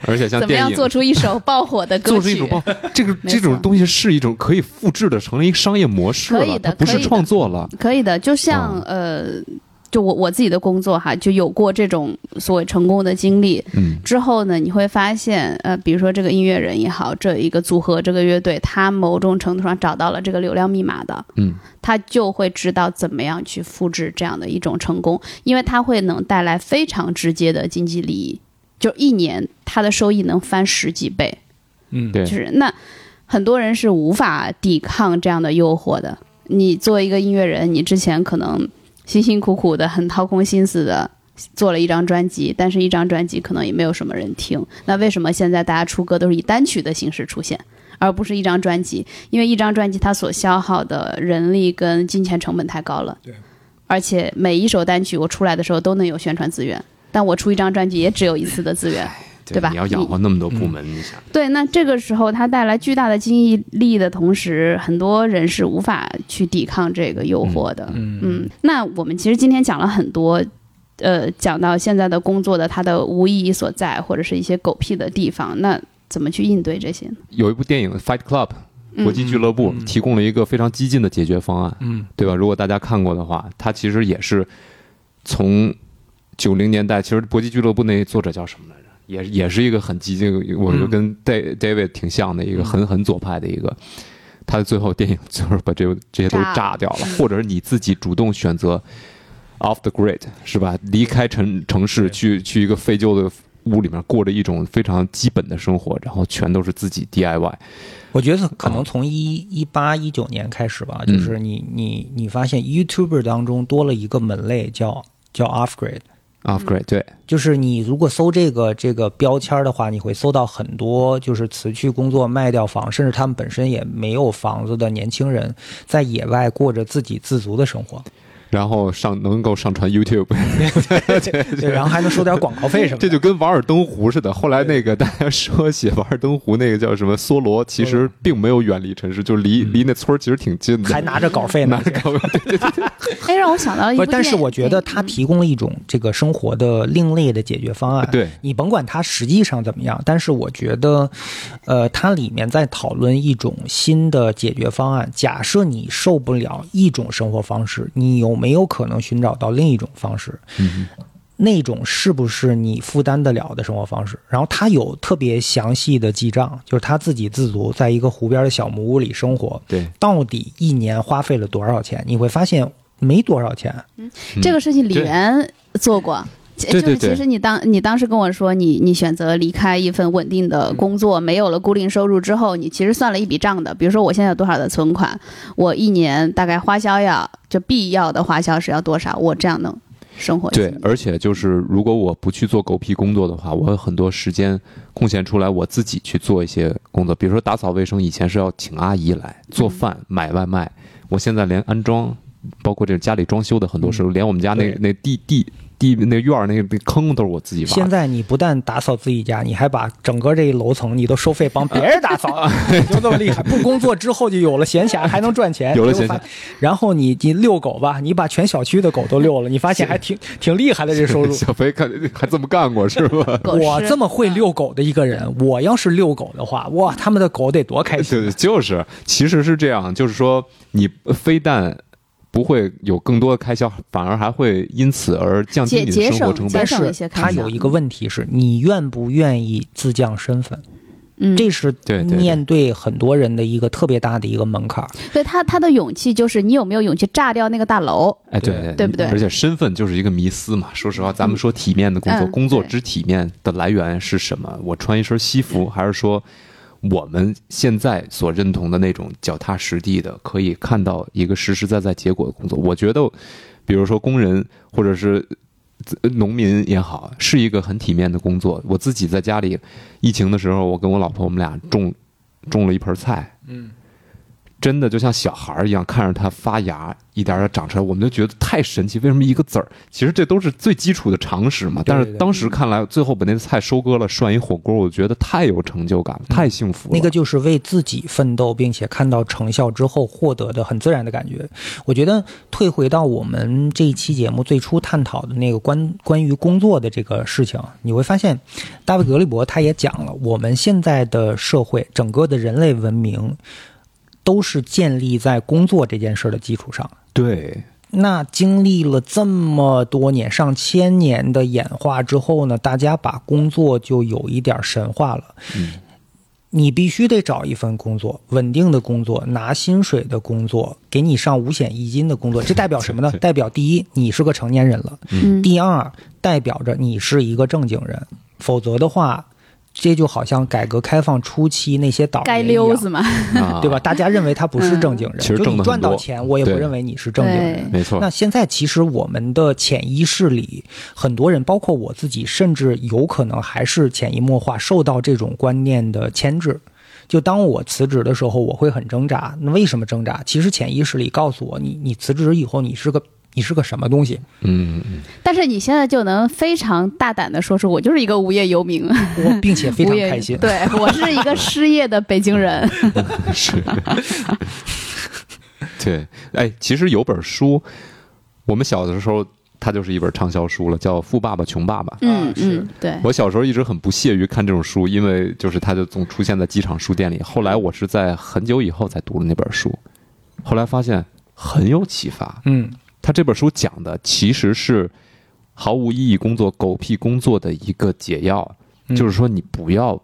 [SPEAKER 3] 而且
[SPEAKER 2] 怎
[SPEAKER 3] 像
[SPEAKER 2] 么
[SPEAKER 3] 电
[SPEAKER 2] 样
[SPEAKER 3] 影
[SPEAKER 2] 做出一首爆火的歌
[SPEAKER 3] 做出一
[SPEAKER 2] 曲？
[SPEAKER 3] 种爆，这个
[SPEAKER 2] 没错
[SPEAKER 3] 这种东西是一种可以复制的，成了一个商业模式
[SPEAKER 2] 可
[SPEAKER 3] 了，
[SPEAKER 2] 以
[SPEAKER 3] 它
[SPEAKER 2] 的
[SPEAKER 3] 不是
[SPEAKER 2] 可以的
[SPEAKER 3] 创作了。
[SPEAKER 2] 可以的，就像、
[SPEAKER 3] 嗯
[SPEAKER 2] 呃，就我我自己的工作哈，就有过这种所谓成功的经历。
[SPEAKER 3] 嗯
[SPEAKER 2] 之后呢，你会发现，呃，比如说这个音乐人也好，这一个组合、这个乐队，他某种程度上找到了这个流量密码的，
[SPEAKER 3] 嗯，
[SPEAKER 2] 他就会知道怎么样去复制这样的一种成功，因为他会能带来非常直接的经济利益，就一年他的收益能翻十几倍，
[SPEAKER 1] 嗯
[SPEAKER 3] 对
[SPEAKER 2] 就是那很多人是无法抵抗这样的诱惑的。你作为一个音乐人，你之前可能辛辛苦苦的、很掏空心思的做了一张专辑，但是一张专辑可能也没有什么人听。那为什么现在大家出歌都是以单曲的形式出现，而不是一张专辑？因为一张专辑它所消耗的人力跟金钱成本太高了。
[SPEAKER 1] 对。
[SPEAKER 2] 而且每一首单曲我出来的时候都能有宣传资源，但我出一张专辑也只有一次的资源。对吧
[SPEAKER 3] 你要养活那么多部门，你想，
[SPEAKER 2] 对，那这个时候它带来巨大的经济力的同时，很多人是无法去抵抗这个诱惑的。
[SPEAKER 1] 嗯
[SPEAKER 2] 嗯，那我们其实今天讲了很多，呃，讲到现在的工作的它的无意义所在，或者是一些狗屁的地方，那怎么去应对这些呢？
[SPEAKER 3] 有一部电影《Fight Club》国际俱乐部
[SPEAKER 1] 嗯嗯
[SPEAKER 3] 提供了一个非常激进的解决方案，
[SPEAKER 1] 嗯
[SPEAKER 3] 对吧？如果大家看过的话，它其实也是从九零年代，其实搏击俱乐部那作者叫什么来着？也也是一个很激进，我
[SPEAKER 1] 嗯
[SPEAKER 3] 觉得跟 Da- David 挺像的一个很很左派的一个。他最后电影 就是把这这些都
[SPEAKER 2] 炸了嗯
[SPEAKER 3] 炸掉了，或者是你自己主动选择 off the grid 是吧？离开城城市，
[SPEAKER 1] 对
[SPEAKER 3] 去去一个废旧的屋里面，过着一种非常基本的生活，然后全都是自己 DIY。
[SPEAKER 1] 我觉得可能从一一八一九年开始吧，
[SPEAKER 3] 嗯
[SPEAKER 1] 就是你你你发现 YouTuber 当中多了一个门类叫叫 Off Grid，
[SPEAKER 3] off grid 对，
[SPEAKER 1] 就是你如果搜这个这个标签儿的话，你会搜到很多就是辞去工作、卖掉房，甚至他们本身也没有房子的年轻人，在野外过着自给自足的生 活，
[SPEAKER 3] 然后上能够上传 YouTube，
[SPEAKER 1] 对，然后还能收点广告费什么的。
[SPEAKER 3] 这就跟瓦尔登湖似的。后来那个大家说写瓦尔登湖那个叫什么梭罗，其实并没有远离城市，就离离那村儿其实挺近的。
[SPEAKER 1] 还 拿着稿费呢
[SPEAKER 3] 拿，着高
[SPEAKER 2] 哎，让我想啊到一
[SPEAKER 1] 不
[SPEAKER 2] 部
[SPEAKER 1] 是，但是
[SPEAKER 2] 电影
[SPEAKER 1] 我觉得它提供了一种这个生活的另类的解决方案。
[SPEAKER 3] 对
[SPEAKER 1] 你甭管它实际上怎么样，但是我觉得，呃，它里面在讨论一种新的解决方案。假设你受不了一种生活方式，你有没有可能寻找到另一种方式？那种是不是你负担得了的生活方式？然后他有特别详细的记账，就是他自给自足，在一个湖边的小木屋里生活，
[SPEAKER 3] 对，
[SPEAKER 1] 到底一年花费了多少钱？你会发现没多少钱。
[SPEAKER 2] 这个事情李
[SPEAKER 3] 嗯对
[SPEAKER 2] 源做过。就
[SPEAKER 3] 对
[SPEAKER 2] 就
[SPEAKER 3] 对
[SPEAKER 2] 是其
[SPEAKER 3] 对
[SPEAKER 2] 实你当你当时跟我说你你选择离开一份稳定
[SPEAKER 3] 嗯
[SPEAKER 2] 的工作，没有了固定收入之后，你其实算了一笔账的。比如说我现在有多少的存款，我一年大概花销要就必要的花销是要多少，我这样能生活
[SPEAKER 3] 对，而且就是如果我不去做狗屁工作的话，我有很多时间空闲出来，我自己去做一些工作，比如说打扫卫生，以前是要请阿姨来做饭、买外卖，我现在连安装，包括这个家里装修的很多时候，连我们家那
[SPEAKER 1] 对
[SPEAKER 3] 那地地地那院儿那个坑都是我自己挖的。
[SPEAKER 1] 现在你不但打扫自己家，你还把整个这一楼层你都收费帮别人打 扫，你就这么厉害。不工作之后就有了闲暇，还能赚钱，
[SPEAKER 3] 有了
[SPEAKER 1] 结果
[SPEAKER 3] 闲暇
[SPEAKER 1] 发。然后你你遛狗吧，你把全小区的狗都遛了，你 发现还挺挺厉害的这收入。
[SPEAKER 3] 小飞看还这么干过 是吧？
[SPEAKER 2] 狗
[SPEAKER 1] 我
[SPEAKER 2] 吃
[SPEAKER 1] 这么会遛狗的一个人，我要是遛狗的话，哇，他们的狗得多开心！
[SPEAKER 3] 对，就是，其实是这样，就是说你非但。不会有更多的开销，反而还会因此而降低
[SPEAKER 2] 节
[SPEAKER 3] 你的
[SPEAKER 2] 节
[SPEAKER 3] 生
[SPEAKER 2] 省
[SPEAKER 3] 活成
[SPEAKER 2] 节
[SPEAKER 3] 本。
[SPEAKER 2] 省了一些
[SPEAKER 1] 他
[SPEAKER 2] 开销。
[SPEAKER 1] 有一个问题是，你愿不愿意自降身份？
[SPEAKER 2] 嗯，
[SPEAKER 1] 这是
[SPEAKER 3] 对对对
[SPEAKER 1] 面对很多人的一个特别大的一个门槛儿。
[SPEAKER 2] 所以他他的勇气就是你有没有勇气炸掉那个大楼？
[SPEAKER 3] 哎，对
[SPEAKER 1] 对
[SPEAKER 2] 对不对
[SPEAKER 3] 而且身份就是一个迷思嘛。说实话，咱们说体面的工作，
[SPEAKER 2] 嗯
[SPEAKER 3] 工作
[SPEAKER 2] 对
[SPEAKER 3] 之体面的来源是什么？我穿一身西服，还是说我们现在所认同的那种脚踏实地的，可以看到一个实实在在结果的工作？我觉得，比如说工人或者是呃农民也好，是一个很体面的工作。我自己在家里，疫情的时候，我跟我老婆我们俩种种了一盆菜，嗯，真的就像小孩儿一样，看着它发芽，一点儿点儿长出来，我们就觉得太神奇。为什么一个籽儿？其实这都是最基础的常识嘛。
[SPEAKER 1] 对
[SPEAKER 3] 但
[SPEAKER 1] 对
[SPEAKER 3] 是当时看来，最后把那菜收割了，涮一火锅，我觉得太有成就感了，太幸福了。
[SPEAKER 1] 嗯那个就是为自己奋斗，并且看到成效之后获得的很自然的感觉。我觉得退回到我们这一期节目最初探讨的那个关关于工作的这个事情，你会发现，大卫·格利伯他也讲了，我们现在的社会，整个的人类文明，都是建立在工作这件事儿的基础上。
[SPEAKER 3] 对，
[SPEAKER 1] 那经历了这么多年、上千年的演化之后呢，大家把工作就有一点神化了。
[SPEAKER 3] 嗯
[SPEAKER 1] 你必须得找一份工作，稳定的工作，拿薪水的工作，给你上五险一金的工作，这代表什么呢
[SPEAKER 3] 对？对
[SPEAKER 1] 代表第一，你是个成年人了；
[SPEAKER 2] 嗯
[SPEAKER 1] 第二，代表着你是一个正经人。否则的话，这就好像改革开放初期那些倒
[SPEAKER 2] 该
[SPEAKER 1] 霉一样
[SPEAKER 2] 溜子嘛，
[SPEAKER 3] 啊，
[SPEAKER 1] 对吧？？大家认为他不是正经人，
[SPEAKER 3] 嗯其实
[SPEAKER 1] 就
[SPEAKER 3] 挣
[SPEAKER 1] 你
[SPEAKER 3] 得
[SPEAKER 1] 赚
[SPEAKER 3] 很多
[SPEAKER 1] 到钱，我也不
[SPEAKER 3] 对
[SPEAKER 1] 认为你是正经人。
[SPEAKER 2] 对
[SPEAKER 3] 没错
[SPEAKER 1] 那，现在其实我们的潜意识里，很多人，包括我自己，甚至有可能还是潜移默化受到这种观念的牵制。就当我辞职的时候，我会很挣扎。那为什么挣扎？其实潜意识里告诉我，你你辞职以后，你是个你是个什么东西？
[SPEAKER 3] 嗯，嗯
[SPEAKER 2] 但是你现在就能非常大胆的说出，我就是一个无业游民，
[SPEAKER 1] 我并且非
[SPEAKER 2] 无
[SPEAKER 1] 常
[SPEAKER 2] 业
[SPEAKER 1] 开心。 啊
[SPEAKER 2] 对我是一个失业的北京人。
[SPEAKER 3] 嗯是， 对，哎，其实有本书，我们小的时候它就是一本畅销书了，叫《富爸爸穷爸爸》。
[SPEAKER 2] 嗯
[SPEAKER 1] 啊是
[SPEAKER 2] 嗯，对，
[SPEAKER 3] 我小时候一直很不屑于看这种书，因为就是它就总出现在机场书店里。后来我是在很久以后才读了那本书，后来发现很有启发。
[SPEAKER 1] 嗯，
[SPEAKER 3] 他这本书讲的其实是毫无意义工作、狗屁工作的一个解药，
[SPEAKER 1] 嗯
[SPEAKER 3] 就是说你不要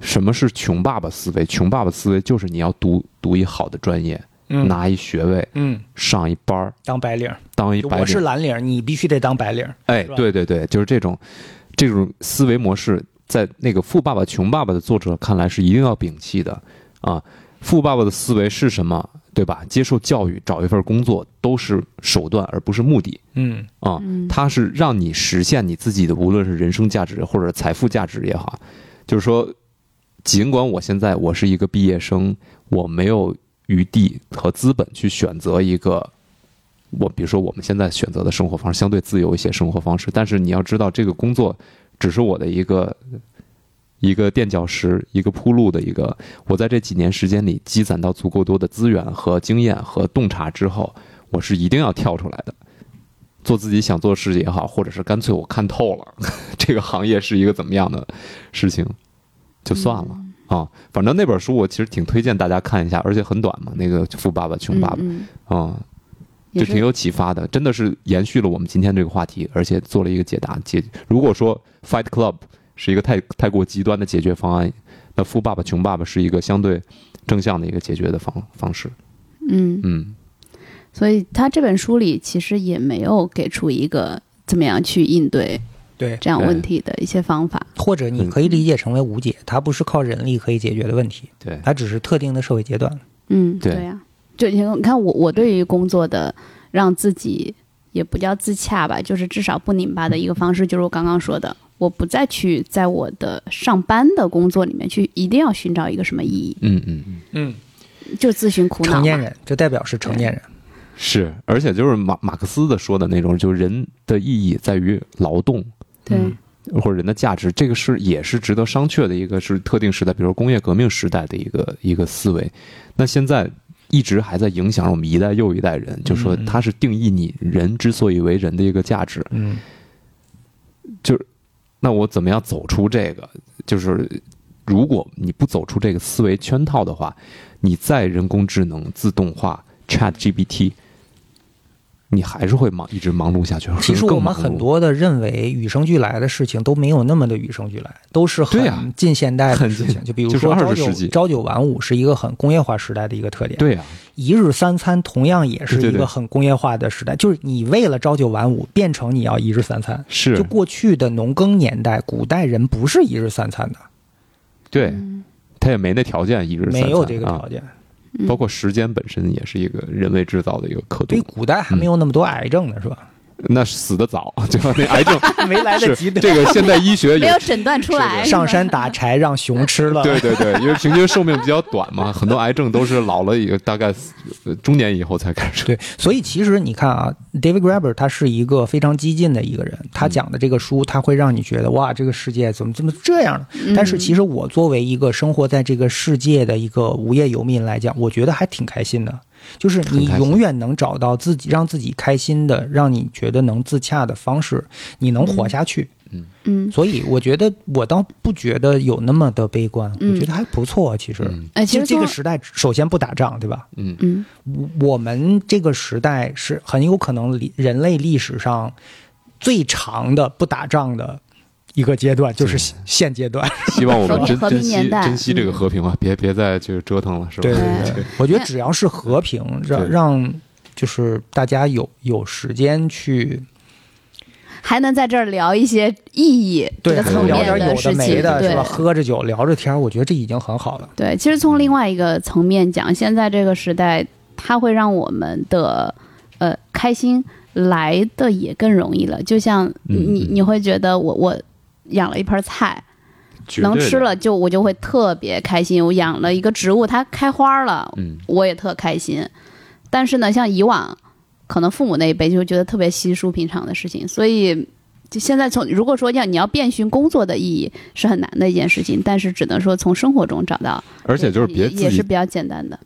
[SPEAKER 3] 什么是穷爸爸思维，穷爸爸思维就是你要读读一好的专业，
[SPEAKER 1] 嗯
[SPEAKER 3] 拿一学位，
[SPEAKER 1] 嗯，
[SPEAKER 3] 上一班儿，
[SPEAKER 1] 当白领儿，
[SPEAKER 3] 当一
[SPEAKER 1] 就
[SPEAKER 3] 白
[SPEAKER 1] 我
[SPEAKER 3] 领
[SPEAKER 1] 是。蓝领儿，你必须得当白领儿。
[SPEAKER 3] 哎
[SPEAKER 1] 是，吧
[SPEAKER 3] 对对对，就是这种这种思维模式，在那个《富爸爸穷爸爸》的作者看来是一定要摒弃的啊。富爸爸的思维是什么？对吧？接受教育，找一份工作都是手段，而不是目的
[SPEAKER 1] 嗯
[SPEAKER 3] 啊。
[SPEAKER 2] 嗯
[SPEAKER 3] 它是让你实现你自己的，无论是人生价值或者财富价值也好，就是说，尽管我现在我是一个毕业生，我没有余地和资本去选择一个。我比如说，我们现在选择的生活方式相对自由一些，生活方式。但是你要知道，这个工作只是我的一个一个垫脚石，一个铺路的一个。我在这几年时间里积攒到足够多的资源和经验和洞察之后，我是一定要跳出来的。做自己想做的事也好，或者是干脆我看透了 这个行业是一个怎么样的事情，就算了、
[SPEAKER 2] 嗯
[SPEAKER 3] 啊。反正那本书我其实挺推荐大家看一下，而且很短嘛，那个《富爸爸穷爸爸》
[SPEAKER 2] 嗯嗯
[SPEAKER 3] 啊、
[SPEAKER 2] 也
[SPEAKER 3] 就挺
[SPEAKER 2] 是
[SPEAKER 3] 有启发的，真的是延续了我们今天这个话题，而且做了一个解答。解如果说 Fight Club 是一个太太过极端的解决方案，那富爸爸穷爸爸是一个相对正向的一个解决的方方式。
[SPEAKER 2] 嗯。
[SPEAKER 3] 嗯，
[SPEAKER 2] 所以他这本书里其实也没有给出一个怎么样去应对
[SPEAKER 1] 对，
[SPEAKER 2] 这样问题的一些方法。
[SPEAKER 1] 或者
[SPEAKER 3] 嗯
[SPEAKER 1] 你可以理解成为无解，它不是靠人力可以解决的问题，
[SPEAKER 3] 对，
[SPEAKER 1] 它只是特定的社会阶段。
[SPEAKER 2] 嗯，
[SPEAKER 3] 对
[SPEAKER 2] 呀、就你看，你看我我对于工作的让自己也不叫自洽吧，就是至少不拧巴的一个方式，就是我刚刚说的，我不再去在我的上班的工作里面去一定要寻找一个什么意义，
[SPEAKER 3] 嗯嗯嗯，
[SPEAKER 1] 嗯，
[SPEAKER 2] 就自寻苦恼嘛。
[SPEAKER 1] 成年人，这代表是成年人。
[SPEAKER 3] 是，而且就是马马克思的说的那种，就是人的意义在于劳动
[SPEAKER 2] 对，
[SPEAKER 1] 嗯
[SPEAKER 3] 或者人的价值，这个是也是值得商榷的一个是特定时代，比如说工业革命时代的一个一个思维。那现在一直还在影响我们一代又一代人，就说
[SPEAKER 1] 嗯嗯
[SPEAKER 3] 它是定义你人之所以为人的一个价值。
[SPEAKER 1] 嗯，
[SPEAKER 3] 那我怎么样走出这个？就是如果你不走出这个思维圈套的话，你再人工智能、自动化、Chat GPT，你还是会忙一直忙碌下去。
[SPEAKER 1] 其实
[SPEAKER 3] 更
[SPEAKER 1] 我们
[SPEAKER 3] 忙碌
[SPEAKER 1] 很多的认为与生俱来的事情都没有那么的与生俱来，都是
[SPEAKER 3] 对呀
[SPEAKER 1] 很近现代的
[SPEAKER 3] 很
[SPEAKER 1] 事
[SPEAKER 3] 近
[SPEAKER 1] 情。就比如
[SPEAKER 3] 就是
[SPEAKER 1] 说
[SPEAKER 3] 20
[SPEAKER 1] 朝九
[SPEAKER 3] 世纪
[SPEAKER 1] 朝九晚五是一个很工业化时代的一个特点。，
[SPEAKER 3] 对呀、啊
[SPEAKER 1] 一日三餐同样也是
[SPEAKER 3] 对对
[SPEAKER 1] 一
[SPEAKER 3] 对
[SPEAKER 1] 个很工业化的时代，就是你为了朝九晚五变成你要一日三餐。
[SPEAKER 3] 是
[SPEAKER 1] 就过去的农耕年代，古代人不是一日三餐的，
[SPEAKER 3] 对，他也没那条件一日三餐
[SPEAKER 1] 嗯没有这个
[SPEAKER 3] 啊
[SPEAKER 1] 条，件。
[SPEAKER 2] 嗯
[SPEAKER 3] 包括时间本身也是一个人为制造的一个刻度
[SPEAKER 1] 对，。古代还没有那么多癌症呢，是吧？
[SPEAKER 3] 那是死 的早，对吧？那癌症
[SPEAKER 1] 没来得及
[SPEAKER 3] 是
[SPEAKER 1] 得
[SPEAKER 3] 这个现代医学
[SPEAKER 2] 没
[SPEAKER 3] 也
[SPEAKER 2] 有诊断出来，
[SPEAKER 1] 上山打柴让熊吃了，
[SPEAKER 3] 对对对，因为平均寿命比较短嘛，很多癌症都是老了以后大概呃中年以后才开始。
[SPEAKER 1] 对，所以其实你看啊，David Graeber 他是一个非常激进的一个人，他讲的这个书，他会让你觉得哇，这个世界怎么怎么这样呢？但是其实我作为一个生活在这个世界的一个无业游民来讲，我觉得还挺开心的。就是你
[SPEAKER 3] 开心
[SPEAKER 1] 永远能找到自己让自己开心的，让你觉得能自洽的方式，你能活下去。
[SPEAKER 2] 嗯，
[SPEAKER 1] 所以我觉得我倒不觉得有那么的悲观，
[SPEAKER 2] 嗯
[SPEAKER 1] 我觉得还不错。其实，
[SPEAKER 3] 嗯
[SPEAKER 2] 哎，其实
[SPEAKER 1] 这
[SPEAKER 2] 从
[SPEAKER 1] 个时代首先不打仗，对吧？
[SPEAKER 3] 嗯，
[SPEAKER 2] 嗯
[SPEAKER 1] 我们这个时代是很有可能历人类历史上最长的不打仗的一个阶段，就是现现阶段。
[SPEAKER 3] 希望我们珍
[SPEAKER 2] 和平
[SPEAKER 3] 珍惜
[SPEAKER 2] 年代嗯
[SPEAKER 3] 珍惜这个和平啊，别别再就是折腾了，是吧？
[SPEAKER 1] 对
[SPEAKER 2] 对
[SPEAKER 1] 对，我觉得只要是和平，让
[SPEAKER 3] 对
[SPEAKER 1] 让就是大家有有时间去
[SPEAKER 2] 还能在这儿聊一些意义这
[SPEAKER 1] 对
[SPEAKER 2] 个层
[SPEAKER 1] 聊
[SPEAKER 2] 面
[SPEAKER 1] 点有
[SPEAKER 2] 事
[SPEAKER 1] 的
[SPEAKER 2] 情，
[SPEAKER 1] 没的，是吧？
[SPEAKER 2] 对。
[SPEAKER 1] 喝着酒聊着天儿，我觉得这已经很好了。
[SPEAKER 2] 对，其实从另外一个层面讲，现在这个时代，它会让我们的呃开心来的也更容易了。就像你
[SPEAKER 3] 嗯
[SPEAKER 2] 你你会觉得我我养了一盆菜，
[SPEAKER 3] 绝对的
[SPEAKER 2] 能吃了，就我就会特别开心。我养了一个植物，它开花了，
[SPEAKER 3] 嗯，
[SPEAKER 2] 我也特开心。但是呢，像以往可能父母那一辈就会觉得特别稀疏平常的事情，所以就现在从如果说要你要遍寻工作的意义是很难的一件事情，但是只能说从生活中找到，
[SPEAKER 3] 而且就是别
[SPEAKER 2] 也
[SPEAKER 3] 自
[SPEAKER 2] 也是
[SPEAKER 3] 己，
[SPEAKER 2] 比较简单的，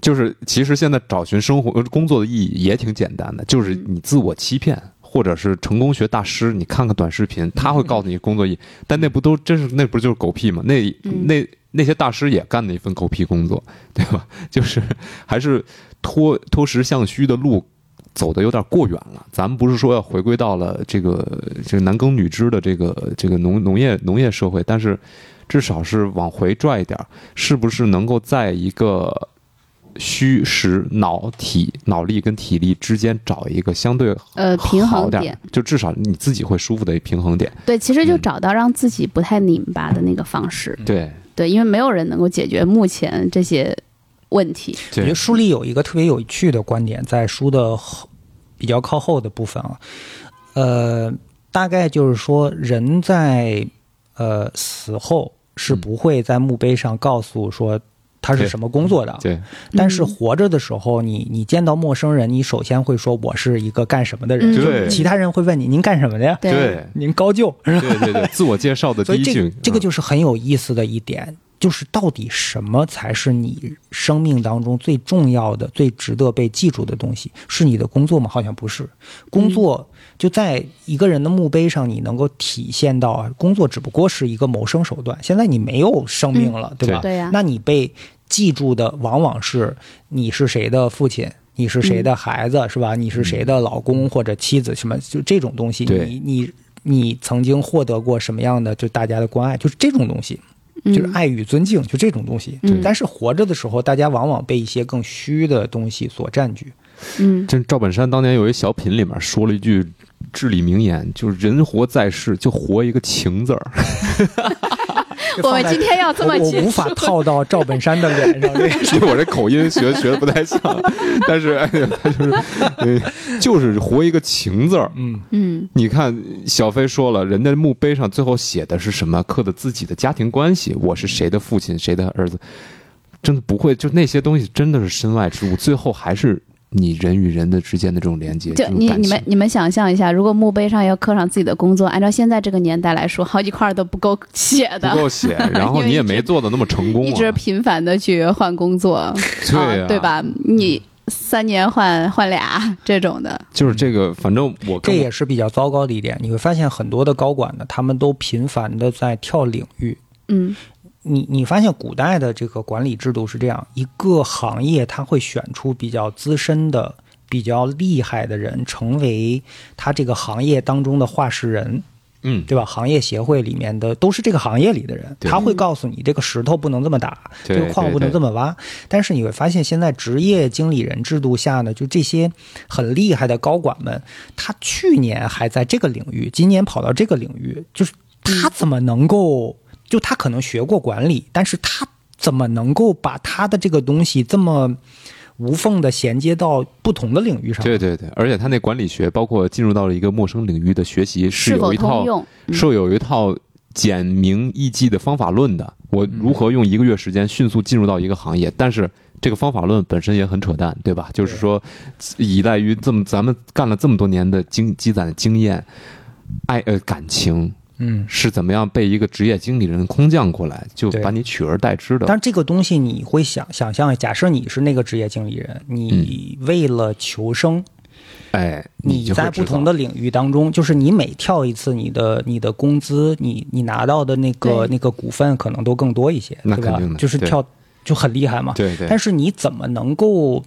[SPEAKER 3] 就是其实现在找寻生活呃工作的意义也挺简单的，就是
[SPEAKER 2] 嗯
[SPEAKER 3] 你自我欺骗。或者是成功学大师，你看看短视频，他会告诉你工作意义，但那不都真是那不就是狗屁吗？那
[SPEAKER 2] 嗯
[SPEAKER 3] 那那些大师也干了一份狗屁工作，对吧？ 就是还是脱脱实向虚的路走的有点过远了。咱们不是说要回归到了这个这个男耕女织的这个这个农农业农业社会，但是至少是往回拽一点儿，是不是能够在一个虚实脑体脑力跟体力之间找一个相对
[SPEAKER 2] 呃，平
[SPEAKER 3] 好
[SPEAKER 2] 衡
[SPEAKER 3] 点儿
[SPEAKER 2] 点。，
[SPEAKER 3] 就至少你自己会舒服的平衡点。
[SPEAKER 2] 对，其实就
[SPEAKER 3] 嗯
[SPEAKER 2] 找到让自己不太拧巴的那个方式。
[SPEAKER 3] 对
[SPEAKER 2] 对，因为没有人能够解决目前这些问题。
[SPEAKER 1] 我觉
[SPEAKER 3] 对
[SPEAKER 1] 得，书里有一个特别有趣的观点，在书的后比较靠后的部分啊，呃，大概就是说，人在呃死后是
[SPEAKER 3] 嗯
[SPEAKER 1] 不会在墓碑上告诉说他是
[SPEAKER 3] 对
[SPEAKER 1] 什么工作的，
[SPEAKER 3] 对，
[SPEAKER 1] 但是
[SPEAKER 2] 嗯
[SPEAKER 1] 活着的时候，你你见到陌生人，你首先会说我是一个干什么的人，
[SPEAKER 2] 嗯
[SPEAKER 3] 对
[SPEAKER 1] 其他人会问你您干什么的呀？
[SPEAKER 2] 对
[SPEAKER 3] 对
[SPEAKER 1] 您高就，
[SPEAKER 3] 对对对，自我介绍的第
[SPEAKER 1] 所以
[SPEAKER 3] 一
[SPEAKER 1] 这
[SPEAKER 3] 句
[SPEAKER 1] 个，这个
[SPEAKER 3] 嗯
[SPEAKER 1] 就是很有意思的一点，就是到底什么才是你生命当中最重要的、最值得被记住的东西？是你的工作吗？好像不是，工作就在一个人的墓碑上，你能够体现到啊，工作只不过是一个谋生手段。现在你没有生命了，
[SPEAKER 3] 嗯
[SPEAKER 1] 对吧？
[SPEAKER 2] 对呀
[SPEAKER 1] 那你被记住的往往是你是谁的父亲。你是谁的孩
[SPEAKER 2] 嗯
[SPEAKER 1] 子、是吧？你是谁的老公或者妻子什么？就这种东西，
[SPEAKER 3] 对
[SPEAKER 1] 你你你曾经获得过什么样的就大家的关爱，就是这种东西，就是爱与尊敬，就这种东西。
[SPEAKER 2] 嗯
[SPEAKER 1] 但是活着的时候，大家往往被一些更虚的东西所占据。
[SPEAKER 2] 嗯，
[SPEAKER 3] 啊这赵本山当年有一小品里面说了一句至理名言，就是人活在世就活一个情字 儿。
[SPEAKER 2] 我们今天要
[SPEAKER 1] 我
[SPEAKER 2] 这么
[SPEAKER 1] 我
[SPEAKER 2] 去
[SPEAKER 1] 无法套到赵本山的脸上， 这
[SPEAKER 3] 所以我这口音学学的不太像，但是哎呀，他就是、呃就是活一个情字儿。
[SPEAKER 1] 嗯，
[SPEAKER 2] 嗯
[SPEAKER 3] 你看，小飞说了，人家墓碑上最后写的是什么？刻的自己的家庭关系，我是谁的父亲，谁的儿子，真的不会，就那些东西真的是身外之物，最后还是你人与人的之间的这种连接，这
[SPEAKER 2] 就
[SPEAKER 3] 种
[SPEAKER 2] 你
[SPEAKER 3] 感
[SPEAKER 2] 你们
[SPEAKER 3] 情。
[SPEAKER 2] 你们想象一下，如果墓碑上要刻上自己的工作，按照现在这个年代来说，好几块都不够写
[SPEAKER 3] 不
[SPEAKER 2] 的，
[SPEAKER 3] 够写， 然后你也没做的那么成功
[SPEAKER 2] 一
[SPEAKER 3] 啊，
[SPEAKER 2] 直频繁的去换工作，
[SPEAKER 3] 对嗯呀
[SPEAKER 2] 啊，对？吧？你三年换换俩这种的，
[SPEAKER 3] 就是这个，反正我
[SPEAKER 1] 这
[SPEAKER 3] 跟我
[SPEAKER 1] 也是比较糟糕的一点。你会发现很多的高管呢，他们都频繁的在跳领域。
[SPEAKER 2] 嗯
[SPEAKER 1] 你你发现古代的这个管理制度是这样，一个行业它会选出比较资深的、比较厉害的人，成为他这个行业当中的话事人。
[SPEAKER 3] 嗯，
[SPEAKER 1] 对吧？行业协会里面的都是这个行业里的人，
[SPEAKER 3] 对
[SPEAKER 1] 他会告诉你这个石头不能这么打，
[SPEAKER 3] 对
[SPEAKER 1] 这个矿不能这么挖。但是你会发现，现在职业经理人制度下呢，就这些很厉害的高管们，他去年还在这个领域，今年跑到这个领域，就是他怎么能够？就他可能学过管理，但是他怎么能够把他的这个东西这么？无缝的衔接到不同的领域上。
[SPEAKER 3] 对对对，而且他那管理学，包括进入到了一个陌生领域的学习，
[SPEAKER 2] 是
[SPEAKER 3] 是有
[SPEAKER 2] 否
[SPEAKER 3] 一
[SPEAKER 2] 通
[SPEAKER 3] 套
[SPEAKER 2] 用？嗯
[SPEAKER 3] 是有一套简明易记的方法论的。我如何用一个月时间迅速进入到一个行业？但是这个方法论本身也很扯淡，对吧？就是说，依赖于这么咱们干了这么多年的经积攒的经验，爱呃感情
[SPEAKER 1] 嗯，
[SPEAKER 3] 是怎么样被一个职业经理人空降过来，就
[SPEAKER 1] 对
[SPEAKER 3] 把你取而代之的。
[SPEAKER 1] 但这个东西你会想想象，假设你是那个职业经理人，你为了求生，
[SPEAKER 3] 哎，
[SPEAKER 1] 你
[SPEAKER 3] 嗯就会
[SPEAKER 1] 在
[SPEAKER 3] 知
[SPEAKER 1] 不同
[SPEAKER 3] 道
[SPEAKER 1] 的领域当中，就是你每跳一次，你的你的工资，你你拿到的那个
[SPEAKER 2] 对
[SPEAKER 1] 那个股份可能都更多一些，
[SPEAKER 3] 那
[SPEAKER 1] 对吧
[SPEAKER 3] 肯定？的
[SPEAKER 1] 就是
[SPEAKER 3] 对
[SPEAKER 1] 跳就很厉害嘛。
[SPEAKER 3] 对对
[SPEAKER 1] 但是你怎么能够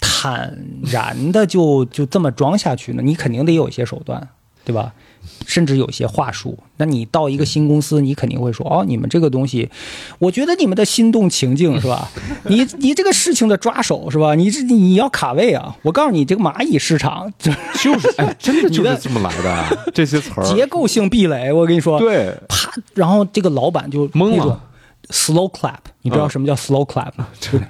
[SPEAKER 1] 坦然的就 就这么装下去呢？你肯定得有一些手段，对吧？甚至有一些话术。那你到一个新公司，你肯定会说：“哦，你们这个东西，我觉得你们的心动情境是 吧？你你这个事情的抓手是吧？你这你你要卡位啊！我告诉你，这个蚂蚁市场就是
[SPEAKER 3] 就是哎，真的就
[SPEAKER 1] 你
[SPEAKER 3] 是
[SPEAKER 1] 的
[SPEAKER 3] 这么来的啊这些词
[SPEAKER 1] 结
[SPEAKER 3] 儿。
[SPEAKER 1] 构性壁垒。我跟你说，
[SPEAKER 3] 对，
[SPEAKER 1] 啪，然后这个老板就
[SPEAKER 3] 懵了啊
[SPEAKER 1] 那种 Slow clap，你知道什么叫 slow clap 吗？就是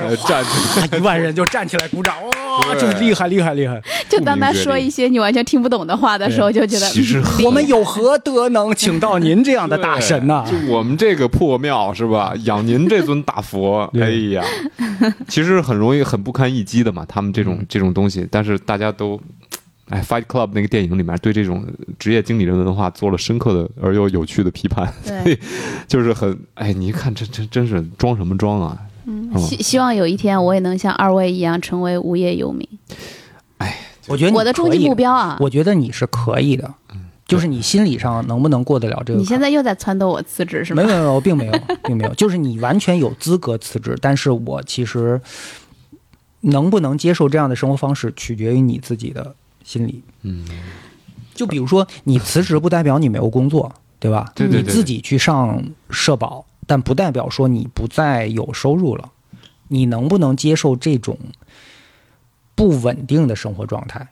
[SPEAKER 3] 呃站着
[SPEAKER 1] 啊，一万人就站起来鼓 掌，哇，
[SPEAKER 3] 对
[SPEAKER 1] 就是厉害，厉害，厉害！
[SPEAKER 2] 就当他说一些你完全听不懂的话的时候，就觉得
[SPEAKER 3] 其 实很
[SPEAKER 1] 我们有何德能，请到您这样的大神呐、
[SPEAKER 3] 就我们这个破庙是吧？养您这尊 大佛，哎呀，其实很容易很不堪一击的嘛。他们这种
[SPEAKER 1] 嗯
[SPEAKER 3] 这种东西，但是大家都，哎，《Fight Club》那个电影里面对这种职业经理人文化做了深刻的而又有趣的批判，
[SPEAKER 2] 对，
[SPEAKER 3] 就是很哎，你一看这这真是装什么装啊！
[SPEAKER 2] 嗯希希望有一天我也能像二位一样成为无业游民。
[SPEAKER 1] 我觉得你
[SPEAKER 2] 我的终
[SPEAKER 1] 可以
[SPEAKER 2] 极目，标啊，
[SPEAKER 1] 我觉得你是可以的，就是你心理上能不能过得了这个坎儿？
[SPEAKER 2] 你现在又在撺掇我辞职是
[SPEAKER 1] 没
[SPEAKER 2] 吗
[SPEAKER 1] 有？没有没有，并没有，并没有，就是你完全有资格辞职，但是我其实能不能接受这样的生活方式，取决于你自己的心理。
[SPEAKER 3] 嗯，
[SPEAKER 1] 就比如说，你辞职不代表你没有工作，对吧？
[SPEAKER 3] 对对对
[SPEAKER 1] 你自己去上社保，但不代表说你不再有收入了。你能不能接受这种不稳定的生活状态？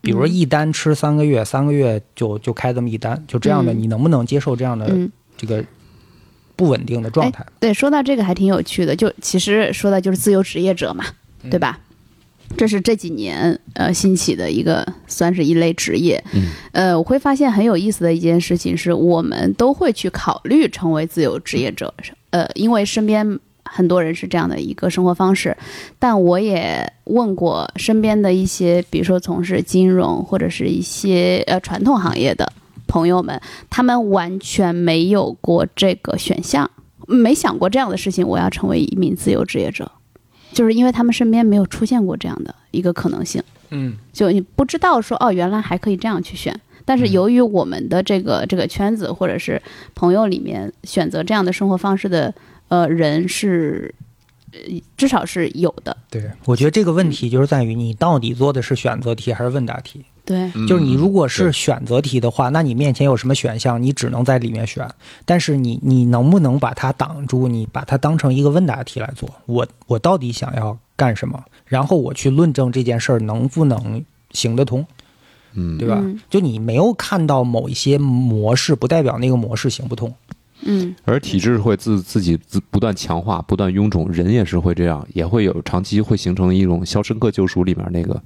[SPEAKER 1] 比
[SPEAKER 2] 嗯
[SPEAKER 1] 如说一单吃三个月，三个月就就开这么一单，就这样的，
[SPEAKER 2] 嗯
[SPEAKER 1] 你能不能接受这样的
[SPEAKER 2] 嗯，哎
[SPEAKER 1] 这个不稳定的状态？
[SPEAKER 2] 对，说到这个还挺有趣的，就其实说的就是自由职业者嘛，对吧？这是这几年呃兴起的一个算是一类职业，
[SPEAKER 3] 嗯
[SPEAKER 2] 呃，我会发现很有意思的一件事情是，我们都会去考虑成为自由职业者，呃，因为身边很多人是这样的一个生活方式，但我也问过身边的一些，比如说从事金融或者是一些呃传统行业的朋友们，他们完全没有过这个选项，没想过这样的事情，我要成为一名自由职业者，就是因为他们身边没有出现过这样的一个可能性。
[SPEAKER 1] 嗯，
[SPEAKER 2] 就你不知道说哦，原来还可以这样去选。但是由于我们的这个这个圈子或者是朋友里面选择这样的生活方式的呃人是，呃至少是有的。
[SPEAKER 1] 对，我觉得这个问题就是在于你到底做的是选择题还是问答题。
[SPEAKER 2] 对，
[SPEAKER 1] 就是你如果
[SPEAKER 3] 嗯对
[SPEAKER 1] 是选择题的话，那你面前有什么选项，你只能在里面选。但是你你能不能把它挡住？你把它当成一个问答题来做？我我到底想要干什么？然后我去论证这件事儿能不能行得通，
[SPEAKER 3] 嗯
[SPEAKER 1] 对吧？
[SPEAKER 2] 嗯
[SPEAKER 1] 就你没有看到某一些模式，不代表那个模式行不通。
[SPEAKER 2] 嗯，
[SPEAKER 3] 而体制会自自己自不断强化、不断臃肿，人也是会这样，也会有长期会形成一种《肖申克救赎》里面那个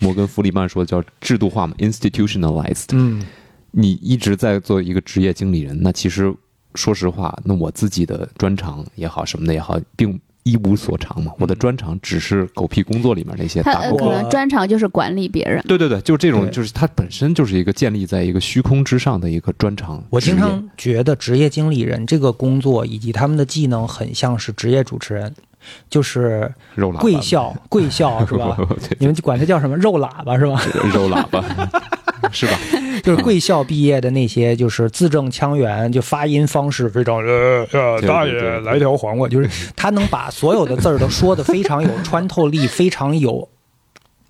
[SPEAKER 3] 摩根·弗里曼说的叫制度化嘛 （institutionalized）。
[SPEAKER 1] 嗯，
[SPEAKER 3] 你一直在做一个职业经理人，那其实说实话，那我自己的专长也好，什么的也好，并一无所长嘛。
[SPEAKER 1] 嗯
[SPEAKER 3] 我的专长只是狗屁工作里面那些
[SPEAKER 2] 他
[SPEAKER 3] 哎打
[SPEAKER 2] 呃
[SPEAKER 3] 工
[SPEAKER 2] 可
[SPEAKER 1] 过
[SPEAKER 2] 能专长就是管理别人。
[SPEAKER 3] 对对对，就这种，
[SPEAKER 1] 对
[SPEAKER 3] 就是它本身就是一个建立在一个虚空之上的一个专长职业。
[SPEAKER 1] 我经常觉得职业经理人这个工作以及他们的技能很像是职业主持人，就是
[SPEAKER 3] 肉喇叭
[SPEAKER 1] 贵校贵校是 吧？你们就管它叫什么肉喇叭是吧？
[SPEAKER 3] 肉喇 叭是吧？
[SPEAKER 1] 就是贵校毕业的那些，就是字正腔圆，就发音方式非常呃呃，
[SPEAKER 3] 对
[SPEAKER 1] 大
[SPEAKER 3] 对对
[SPEAKER 1] 爷来条黄瓜，就是他能把所有的字儿都说的非常有穿透力，非常有，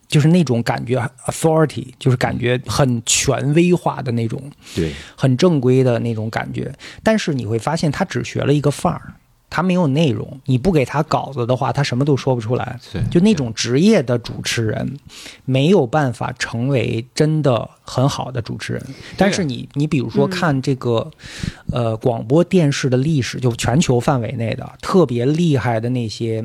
[SPEAKER 1] 就是那种感觉 authority，就是感觉很权威化的那种，
[SPEAKER 3] 对，
[SPEAKER 1] 很正规的那种感觉。但是你会发现，他只学了一个范儿。他没有内容，你不给他稿子的话，他什么都说不出来。
[SPEAKER 3] 对
[SPEAKER 1] 就那种职业的主持人，没有办法成为真的很好的主持人。但是你，你比如说看这个，呃，广播电视的历史，就全球范围内的特别厉害的那些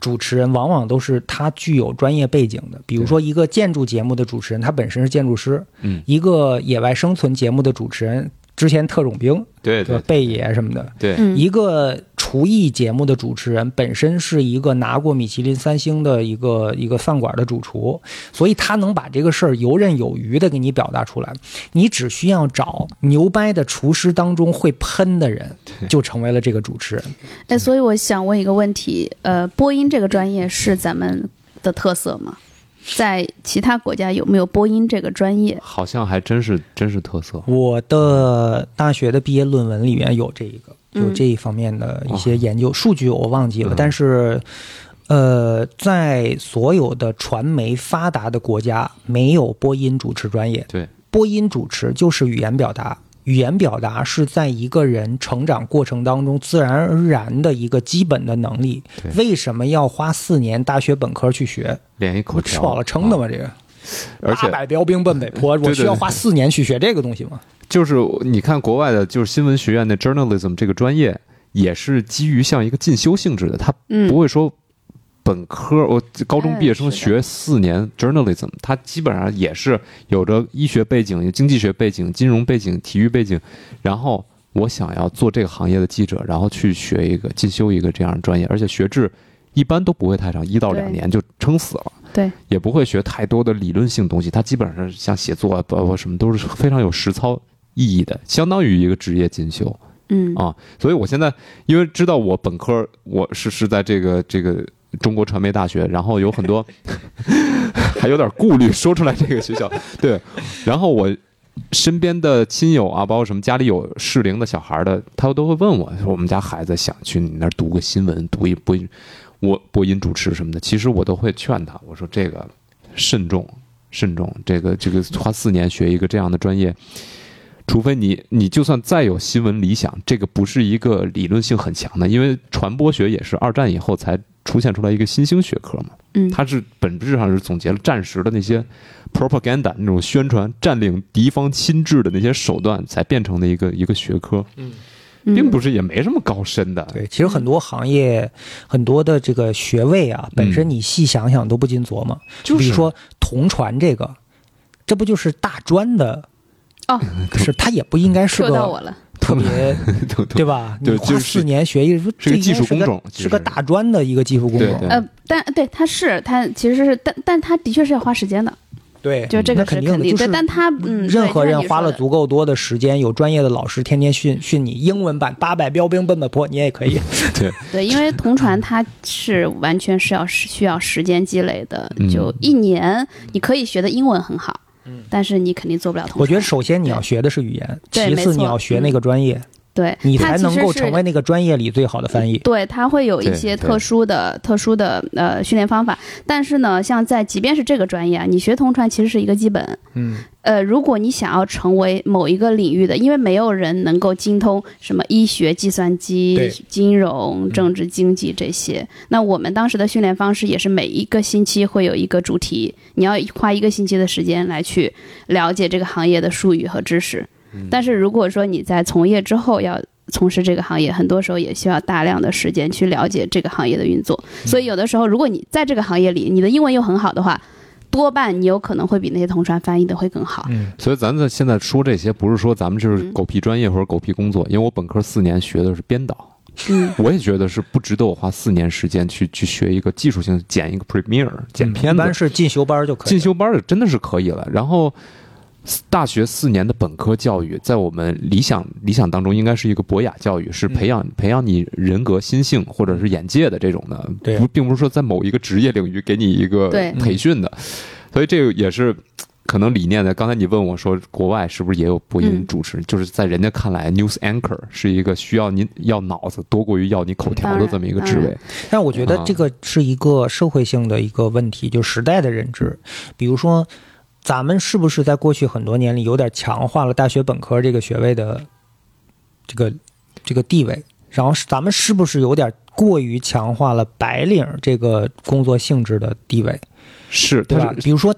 [SPEAKER 1] 主持人，往往都是他具有专业背景的。比如说，一个建筑节目的主持人，他本身是建筑师；
[SPEAKER 3] 嗯，
[SPEAKER 1] 一个野外生存节目的主持人，之前特种兵，
[SPEAKER 3] 对对
[SPEAKER 1] 吧贝爷什么的。
[SPEAKER 3] 对，
[SPEAKER 2] 嗯
[SPEAKER 1] 一个厨艺节目的主持人本身是一个拿过米其林三星的一个一个饭馆的主厨，所以他能把这个事儿游刃有余的给你表达出来。你只需要找牛掰的厨师当中会喷的人，就成为了这个主持人。
[SPEAKER 2] 哎，所以我想问一个问题，呃，播音这个专业是咱们的特色吗？在其他国家有没有播音这个专业？
[SPEAKER 3] 好像还真是真是特色。
[SPEAKER 1] 我的大学的毕业论文里面有这一个，
[SPEAKER 2] 嗯
[SPEAKER 1] 有这一方面的一些研究、数据，我忘
[SPEAKER 3] 嗯
[SPEAKER 1] 记了，但是。呃，在所有的传媒发达的国家，没有播音主持专业。
[SPEAKER 3] 对，
[SPEAKER 1] 播音主持就是语言表达，语言表达是在一个人成长过程当中自然而然的一个基本的能力
[SPEAKER 3] 对。
[SPEAKER 1] 为什么要花四年大学本科去学？
[SPEAKER 3] 连一口
[SPEAKER 1] 我
[SPEAKER 3] 条
[SPEAKER 1] 吃
[SPEAKER 3] 啊
[SPEAKER 1] 饱了撑的嘛，这个
[SPEAKER 3] 而
[SPEAKER 1] 八
[SPEAKER 3] 且
[SPEAKER 1] 百标兵奔北坡，
[SPEAKER 3] 对
[SPEAKER 1] 我
[SPEAKER 3] 对
[SPEAKER 1] 需要花四年去学这个东西吗？
[SPEAKER 3] 就是你看国外的，就是新闻学院的 journalism 这个专业，也是基于像一个进修性质的，它
[SPEAKER 2] 嗯
[SPEAKER 3] 不会说本科我高中毕业生
[SPEAKER 2] 哎是的
[SPEAKER 3] 学四年 journalism，它基本上也是有着医学背景、经济学背景、金融背景、体育背景，然后我想要做这个行业的记者，然后去学一个进修一个这样的专业，而且学制一般都不会太长，一到两
[SPEAKER 2] 对
[SPEAKER 3] 年就撑死了。
[SPEAKER 2] 对，
[SPEAKER 3] 也不会学太多的理论性东西，它基本上像写作啊，包括什么都是非常有实操意义的，相当于一个职业进修
[SPEAKER 2] 嗯，
[SPEAKER 1] 哦
[SPEAKER 3] 啊。所以我现在因为知道我本科我是是在这个这个中国传媒大学，然后有很多 还有点顾虑说出来这个学校 对，然后我。身边的亲友啊，包括什么家里有适龄的小孩的，他都会问我，说我们家孩子想去你那儿读个新闻，读一播音我播音主持什么的，其实我都会劝他，我说这个慎重，慎重，这个这个花四年学一个这样的专业，除非你你就算再有新闻理想，这个不是一个理论性很强的，因为传播学也是二战以后才出现出来一个新兴学科嘛，
[SPEAKER 2] 嗯
[SPEAKER 3] 它是本质上是总结了战时的那些 propaganda 那种宣传占领敌方亲制的那些手段才变成的一个一个学科，并不
[SPEAKER 2] 是，
[SPEAKER 3] 是也没什么高深 的，
[SPEAKER 1] 对，其实很多行业、很多的这个学位啊，本身你细想想都不禁琢磨。
[SPEAKER 3] 嗯就是
[SPEAKER 1] 比如说同传这个，这不就是大专的？
[SPEAKER 2] 哦，
[SPEAKER 1] 是它也不应该是
[SPEAKER 2] 说到我
[SPEAKER 1] 个
[SPEAKER 2] 了，
[SPEAKER 1] 特别
[SPEAKER 3] 对对
[SPEAKER 1] 对吧？
[SPEAKER 3] 对
[SPEAKER 1] 你
[SPEAKER 3] 就
[SPEAKER 1] 花
[SPEAKER 3] 是
[SPEAKER 1] 四年学一，这
[SPEAKER 3] 是个技术
[SPEAKER 1] 应该
[SPEAKER 3] 工种其
[SPEAKER 1] 是个
[SPEAKER 3] 实
[SPEAKER 1] 大专的一个技术工
[SPEAKER 3] 对
[SPEAKER 1] 种
[SPEAKER 3] 对。
[SPEAKER 2] 呃，但对，他是他其实是，但但他的确是要花时间的，
[SPEAKER 1] 对，
[SPEAKER 2] 就这
[SPEAKER 1] 哎那
[SPEAKER 2] 个是
[SPEAKER 1] 肯定的，就
[SPEAKER 2] 对，
[SPEAKER 1] 是
[SPEAKER 2] 但他嗯，
[SPEAKER 1] 任
[SPEAKER 2] 对
[SPEAKER 1] 何人花了，
[SPEAKER 2] 就像你说的
[SPEAKER 1] 足够多的时间，有专业的老师天天训训你英文版八百标兵奔奔坡，你也可以。
[SPEAKER 2] 对，因为同传它是完全是要是需要时间积累的
[SPEAKER 3] 嗯，
[SPEAKER 2] 就一年你可以学的英文很好，但是你肯定做不了同传。
[SPEAKER 1] 嗯我觉得首先你要学的是语言，
[SPEAKER 2] 对
[SPEAKER 1] 其
[SPEAKER 2] 没
[SPEAKER 1] 次
[SPEAKER 2] 错嗯
[SPEAKER 1] 你要学那个专业，
[SPEAKER 2] 对，
[SPEAKER 1] 你
[SPEAKER 2] 它
[SPEAKER 1] 才
[SPEAKER 2] 其
[SPEAKER 1] 能
[SPEAKER 2] 实
[SPEAKER 1] 够
[SPEAKER 2] 是
[SPEAKER 1] 成为那个专业里最好的翻译。
[SPEAKER 2] 对，它会有一些
[SPEAKER 3] 对对
[SPEAKER 2] 特殊的、特殊的呃训练方法。但是呢，像在即便是这个专业啊，你学同传其实是一个基本。
[SPEAKER 1] 嗯，
[SPEAKER 2] 呃，如果你想要成为某一个领域的，因为没有人能够精通什么医学、计算
[SPEAKER 1] 对
[SPEAKER 2] 机、金融、政治、经济这些。那我们当时的训练方式也是每一个星期会有一个主题，你要花一个星期的时间来去了解这个行业的术语和知识。但是如果说你在从业之后要从事这个行业，很多时候也需要大量的时间去了解这个行业的运作。所以有的时候，如果你在这个行业里，你的英文又很好的话，多半你有可能会比那些同传翻译的会更好。
[SPEAKER 1] 嗯，
[SPEAKER 3] 所以咱这现在说这些，不是说咱们就是
[SPEAKER 2] 嗯
[SPEAKER 3] 狗屁专业或者狗屁工作，因为我本科四年学的是编导，
[SPEAKER 2] 嗯，
[SPEAKER 3] 我也觉得是不值得我花四年时间去去学一个技术性剪一个 Premiere 剪片
[SPEAKER 1] 一
[SPEAKER 3] 子
[SPEAKER 1] 般，是进修班儿就可以了。
[SPEAKER 3] 进修班儿真的是可以了。然后大学四年的本科教育，在我们理想理想当中应该是一个博雅教育，
[SPEAKER 1] 嗯
[SPEAKER 3] 是培养培养你人格、心性或者是眼界的这种的，
[SPEAKER 1] 对嗯
[SPEAKER 3] 不并不是说在某一个职业领域给你一个
[SPEAKER 2] 对
[SPEAKER 3] 培训的，所以这个也是。可能理念的，刚才你问我说，国外是不是也有播音
[SPEAKER 2] 嗯
[SPEAKER 3] 主持？就是在人家看来，news anchor 是一个需要你要脑子多过于要你口条
[SPEAKER 2] 当
[SPEAKER 3] 的
[SPEAKER 2] 然
[SPEAKER 3] 这么一个
[SPEAKER 2] 当
[SPEAKER 3] 职
[SPEAKER 2] 然
[SPEAKER 3] 位。
[SPEAKER 1] 但我觉得这个是一个社会性的一个问题，就时代的认知。比如说，咱们是不是在过去很多年里有点强化了大学本科这个学位的这个这个地位？然后是咱们是不是有点过于强化了白领这个工作性质的地位，
[SPEAKER 3] 是，
[SPEAKER 1] 对
[SPEAKER 3] 它
[SPEAKER 1] 吧？
[SPEAKER 3] 是
[SPEAKER 1] 比如说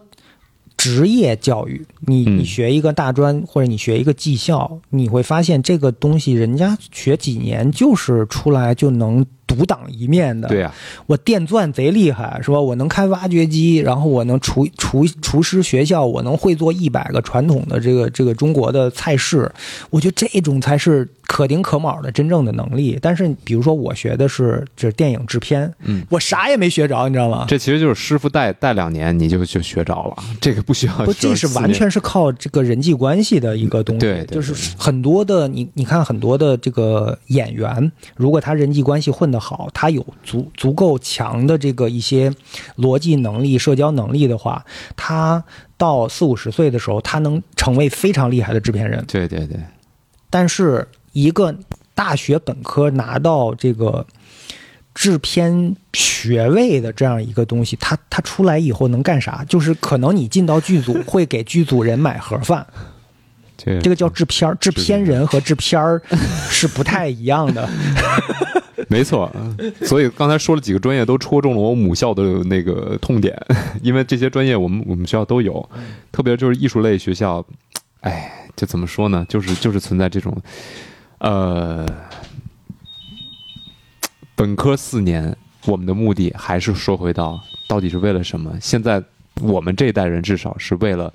[SPEAKER 1] 职业教育，你
[SPEAKER 3] 嗯
[SPEAKER 1] 你学一个大专或者你学一个技校，你会发现这个东西人家学几年就是出来就能独当一面的，
[SPEAKER 3] 对啊呀、
[SPEAKER 1] 我电钻贼厉害，是吧？我能开挖掘机，然后我能厨厨厨师学校，我能会做一百个传统的这个这个中国的菜式。我觉得这种才是可丁可卯的真正的能力。但是，比如说我学的是这电影制片，
[SPEAKER 3] 嗯，
[SPEAKER 1] 我啥也没学着，你知道吗？
[SPEAKER 3] 这其实就是师傅带带两年，你就就学着了，这个不需要说
[SPEAKER 1] 不，
[SPEAKER 3] 四年。
[SPEAKER 1] 这是完全是靠这个人际关系的一个东西。
[SPEAKER 3] 对对对
[SPEAKER 1] 就是很多的你，你看很多的这个演员，如果他人际关系混得好，他有足足够强的这个一些逻辑能力、社交能力的话，他到四五十岁的时候，他能成为非常厉害的制片人。
[SPEAKER 3] 对对对，
[SPEAKER 1] 但是一个大学本科拿到这个。制片学位的这样一个东西，他他出来以后能干啥？就是可能你进到剧组会给剧组人买盒 饭，
[SPEAKER 3] 这
[SPEAKER 1] 这个叫制片儿，制片人和制片儿是不太一样 的。
[SPEAKER 3] 没错，嗯所以刚才说了几个专业都戳中了我母校的那个痛点， 因为这些专业我们我们学校都有，特别就是艺术类学校，哎，这怎么说呢？就是就是存在这种，呃，本科四年，我们的目的还是说回到到底是为了什么？现在我们这一代人至少是为了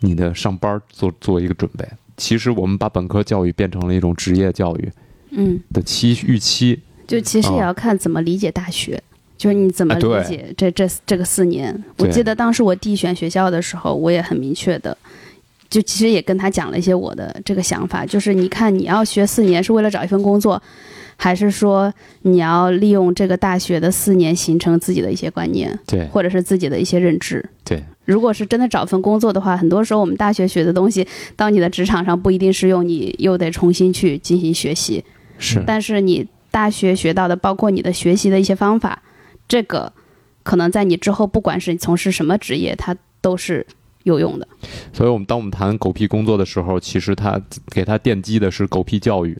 [SPEAKER 3] 你的上班儿做做一个准备。其实我们把本科教育变成了一种职业教育
[SPEAKER 2] 嗯，
[SPEAKER 3] 的期预期，
[SPEAKER 2] 就其实也要看怎么理解大学，就是你怎么
[SPEAKER 3] 哦啊
[SPEAKER 2] 理
[SPEAKER 3] 对
[SPEAKER 2] 解这、这这个四年。我
[SPEAKER 3] 对
[SPEAKER 2] 记得当时我弟选学校的时候，我也很明确的，就其实也跟他讲了一些我的这个想法，就是你看你要学四年是为了找一份工作，还是说你要利用这个大学的四年形成自己的一些观念，
[SPEAKER 3] 对
[SPEAKER 2] 或者是自己的一些认知。
[SPEAKER 3] 对，
[SPEAKER 2] 如果是真的找份工作的话，很多时候我们大学学的东西，到你的职场上不一定适用，你又得重新去进行学习。
[SPEAKER 3] 是
[SPEAKER 2] 但是你大学学到的，包括你的学习的一些方法，这个可能在你之后，不管是你从事什么职业，它都是有用的。
[SPEAKER 3] 所以我们当我们谈狗屁工作的时候，其实他给他奠基的是狗屁教育，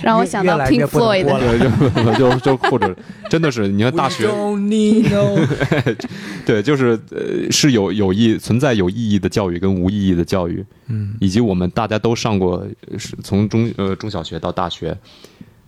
[SPEAKER 2] 让我想到
[SPEAKER 1] 越来
[SPEAKER 2] Pink
[SPEAKER 1] 越不能
[SPEAKER 2] Floyd
[SPEAKER 1] 播
[SPEAKER 2] 的，
[SPEAKER 1] 了。
[SPEAKER 3] 对， 就就就或者 真的是你看大学
[SPEAKER 4] We，don't need no
[SPEAKER 3] 对，就是呃是有有意存在有意义的教育跟无意义的教育，
[SPEAKER 4] 嗯，
[SPEAKER 3] 以及我们大家都上过，呃是从中呃中小学到大学，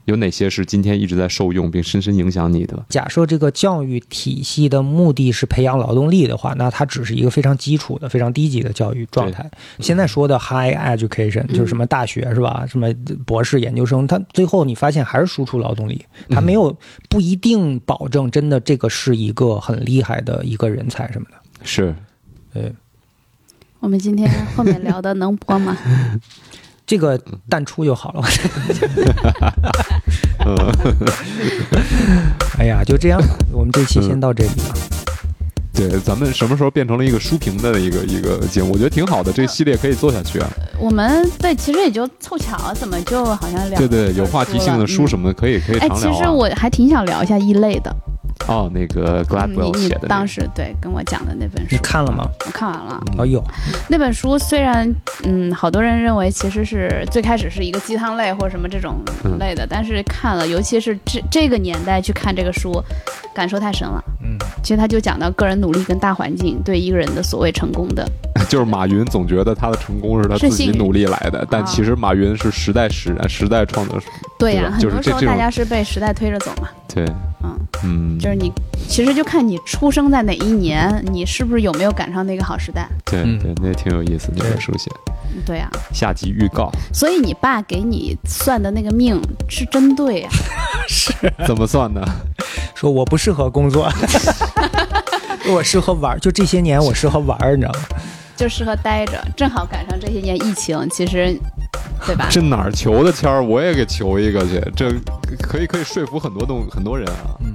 [SPEAKER 3] 有哪些是今天一直在受用并深深影响你的？
[SPEAKER 1] 假设这个教育体系的目的是培养劳动力的话，那它只是一个非常基础的、非常低级的教育状态。现在说的 high education 就是什么大学是吧？什么博士、研究生，它最后你发现还是输出劳动力，它没有不一定保证真的这个是一个很厉害的一个人才什么的。
[SPEAKER 3] 是
[SPEAKER 2] 我们今天后面聊的能 播吗？
[SPEAKER 1] 这个淡出就好了。哎呀，就这样吧，我们这期先到这里啊吧。
[SPEAKER 3] 对，咱们什么时候变成了一个书评的一个一个节目？我觉得挺好的，这个系列可以做下去啊。
[SPEAKER 2] 我们对，其实也就凑巧，怎么就好像聊
[SPEAKER 3] 对对，有话题性的书什
[SPEAKER 2] 么？
[SPEAKER 3] 么的可以可以
[SPEAKER 2] 哎，
[SPEAKER 3] 常聊、
[SPEAKER 2] 其
[SPEAKER 3] 啊。
[SPEAKER 2] 实我还挺想聊一下异类的，
[SPEAKER 3] 哦，那
[SPEAKER 2] 嗯
[SPEAKER 3] 个
[SPEAKER 2] 你
[SPEAKER 3] Gladwell 写
[SPEAKER 2] 你
[SPEAKER 3] 的、那个，
[SPEAKER 2] 当时对跟我讲的那本书
[SPEAKER 1] 你，看了吗？
[SPEAKER 2] 我看完了。
[SPEAKER 1] 哦有，
[SPEAKER 2] 那本书虽然，嗯，好多人认为其实是最开始是一个鸡汤类或者什么这种
[SPEAKER 3] 嗯
[SPEAKER 2] 类的，但是看了，尤其是这这个年代去看这个书，感受太深了。
[SPEAKER 1] 嗯，
[SPEAKER 2] 其实他就讲到个人努力跟大环境对一个人的所谓成功的，
[SPEAKER 3] 就是马云总觉得他的成功是他自
[SPEAKER 2] 是
[SPEAKER 3] 己
[SPEAKER 2] 幸运
[SPEAKER 3] 努力来的，但
[SPEAKER 2] 啊
[SPEAKER 3] 其实马云是时代使然，时代创造出。
[SPEAKER 2] 对呀、
[SPEAKER 3] 对吧
[SPEAKER 2] 很
[SPEAKER 3] 就是
[SPEAKER 2] 多时候
[SPEAKER 3] 这这种
[SPEAKER 2] 大家是被时代推着走嘛。
[SPEAKER 3] 对，
[SPEAKER 2] 嗯，
[SPEAKER 3] 嗯，
[SPEAKER 2] 就是你，其实就看你出生在哪一年，你是不是有没有赶上那个好时代。
[SPEAKER 3] 对
[SPEAKER 1] 嗯
[SPEAKER 3] 对，那挺有意思，那
[SPEAKER 1] 对
[SPEAKER 3] 本书写。
[SPEAKER 2] 嗯对呀、
[SPEAKER 3] 下集预告，
[SPEAKER 2] 所以你爸给你算的那个命是真对呀、
[SPEAKER 3] 怎么算呢？
[SPEAKER 1] 说我不适合工作，我适合玩儿。就这些年，我适合玩儿，你知道吗？
[SPEAKER 2] 就适合待着，正好赶上这些年疫情，其实，对吧？
[SPEAKER 3] 这哪儿求的签儿？我也给求一个去，这可以可以说服很多东很多人啊。
[SPEAKER 1] 嗯，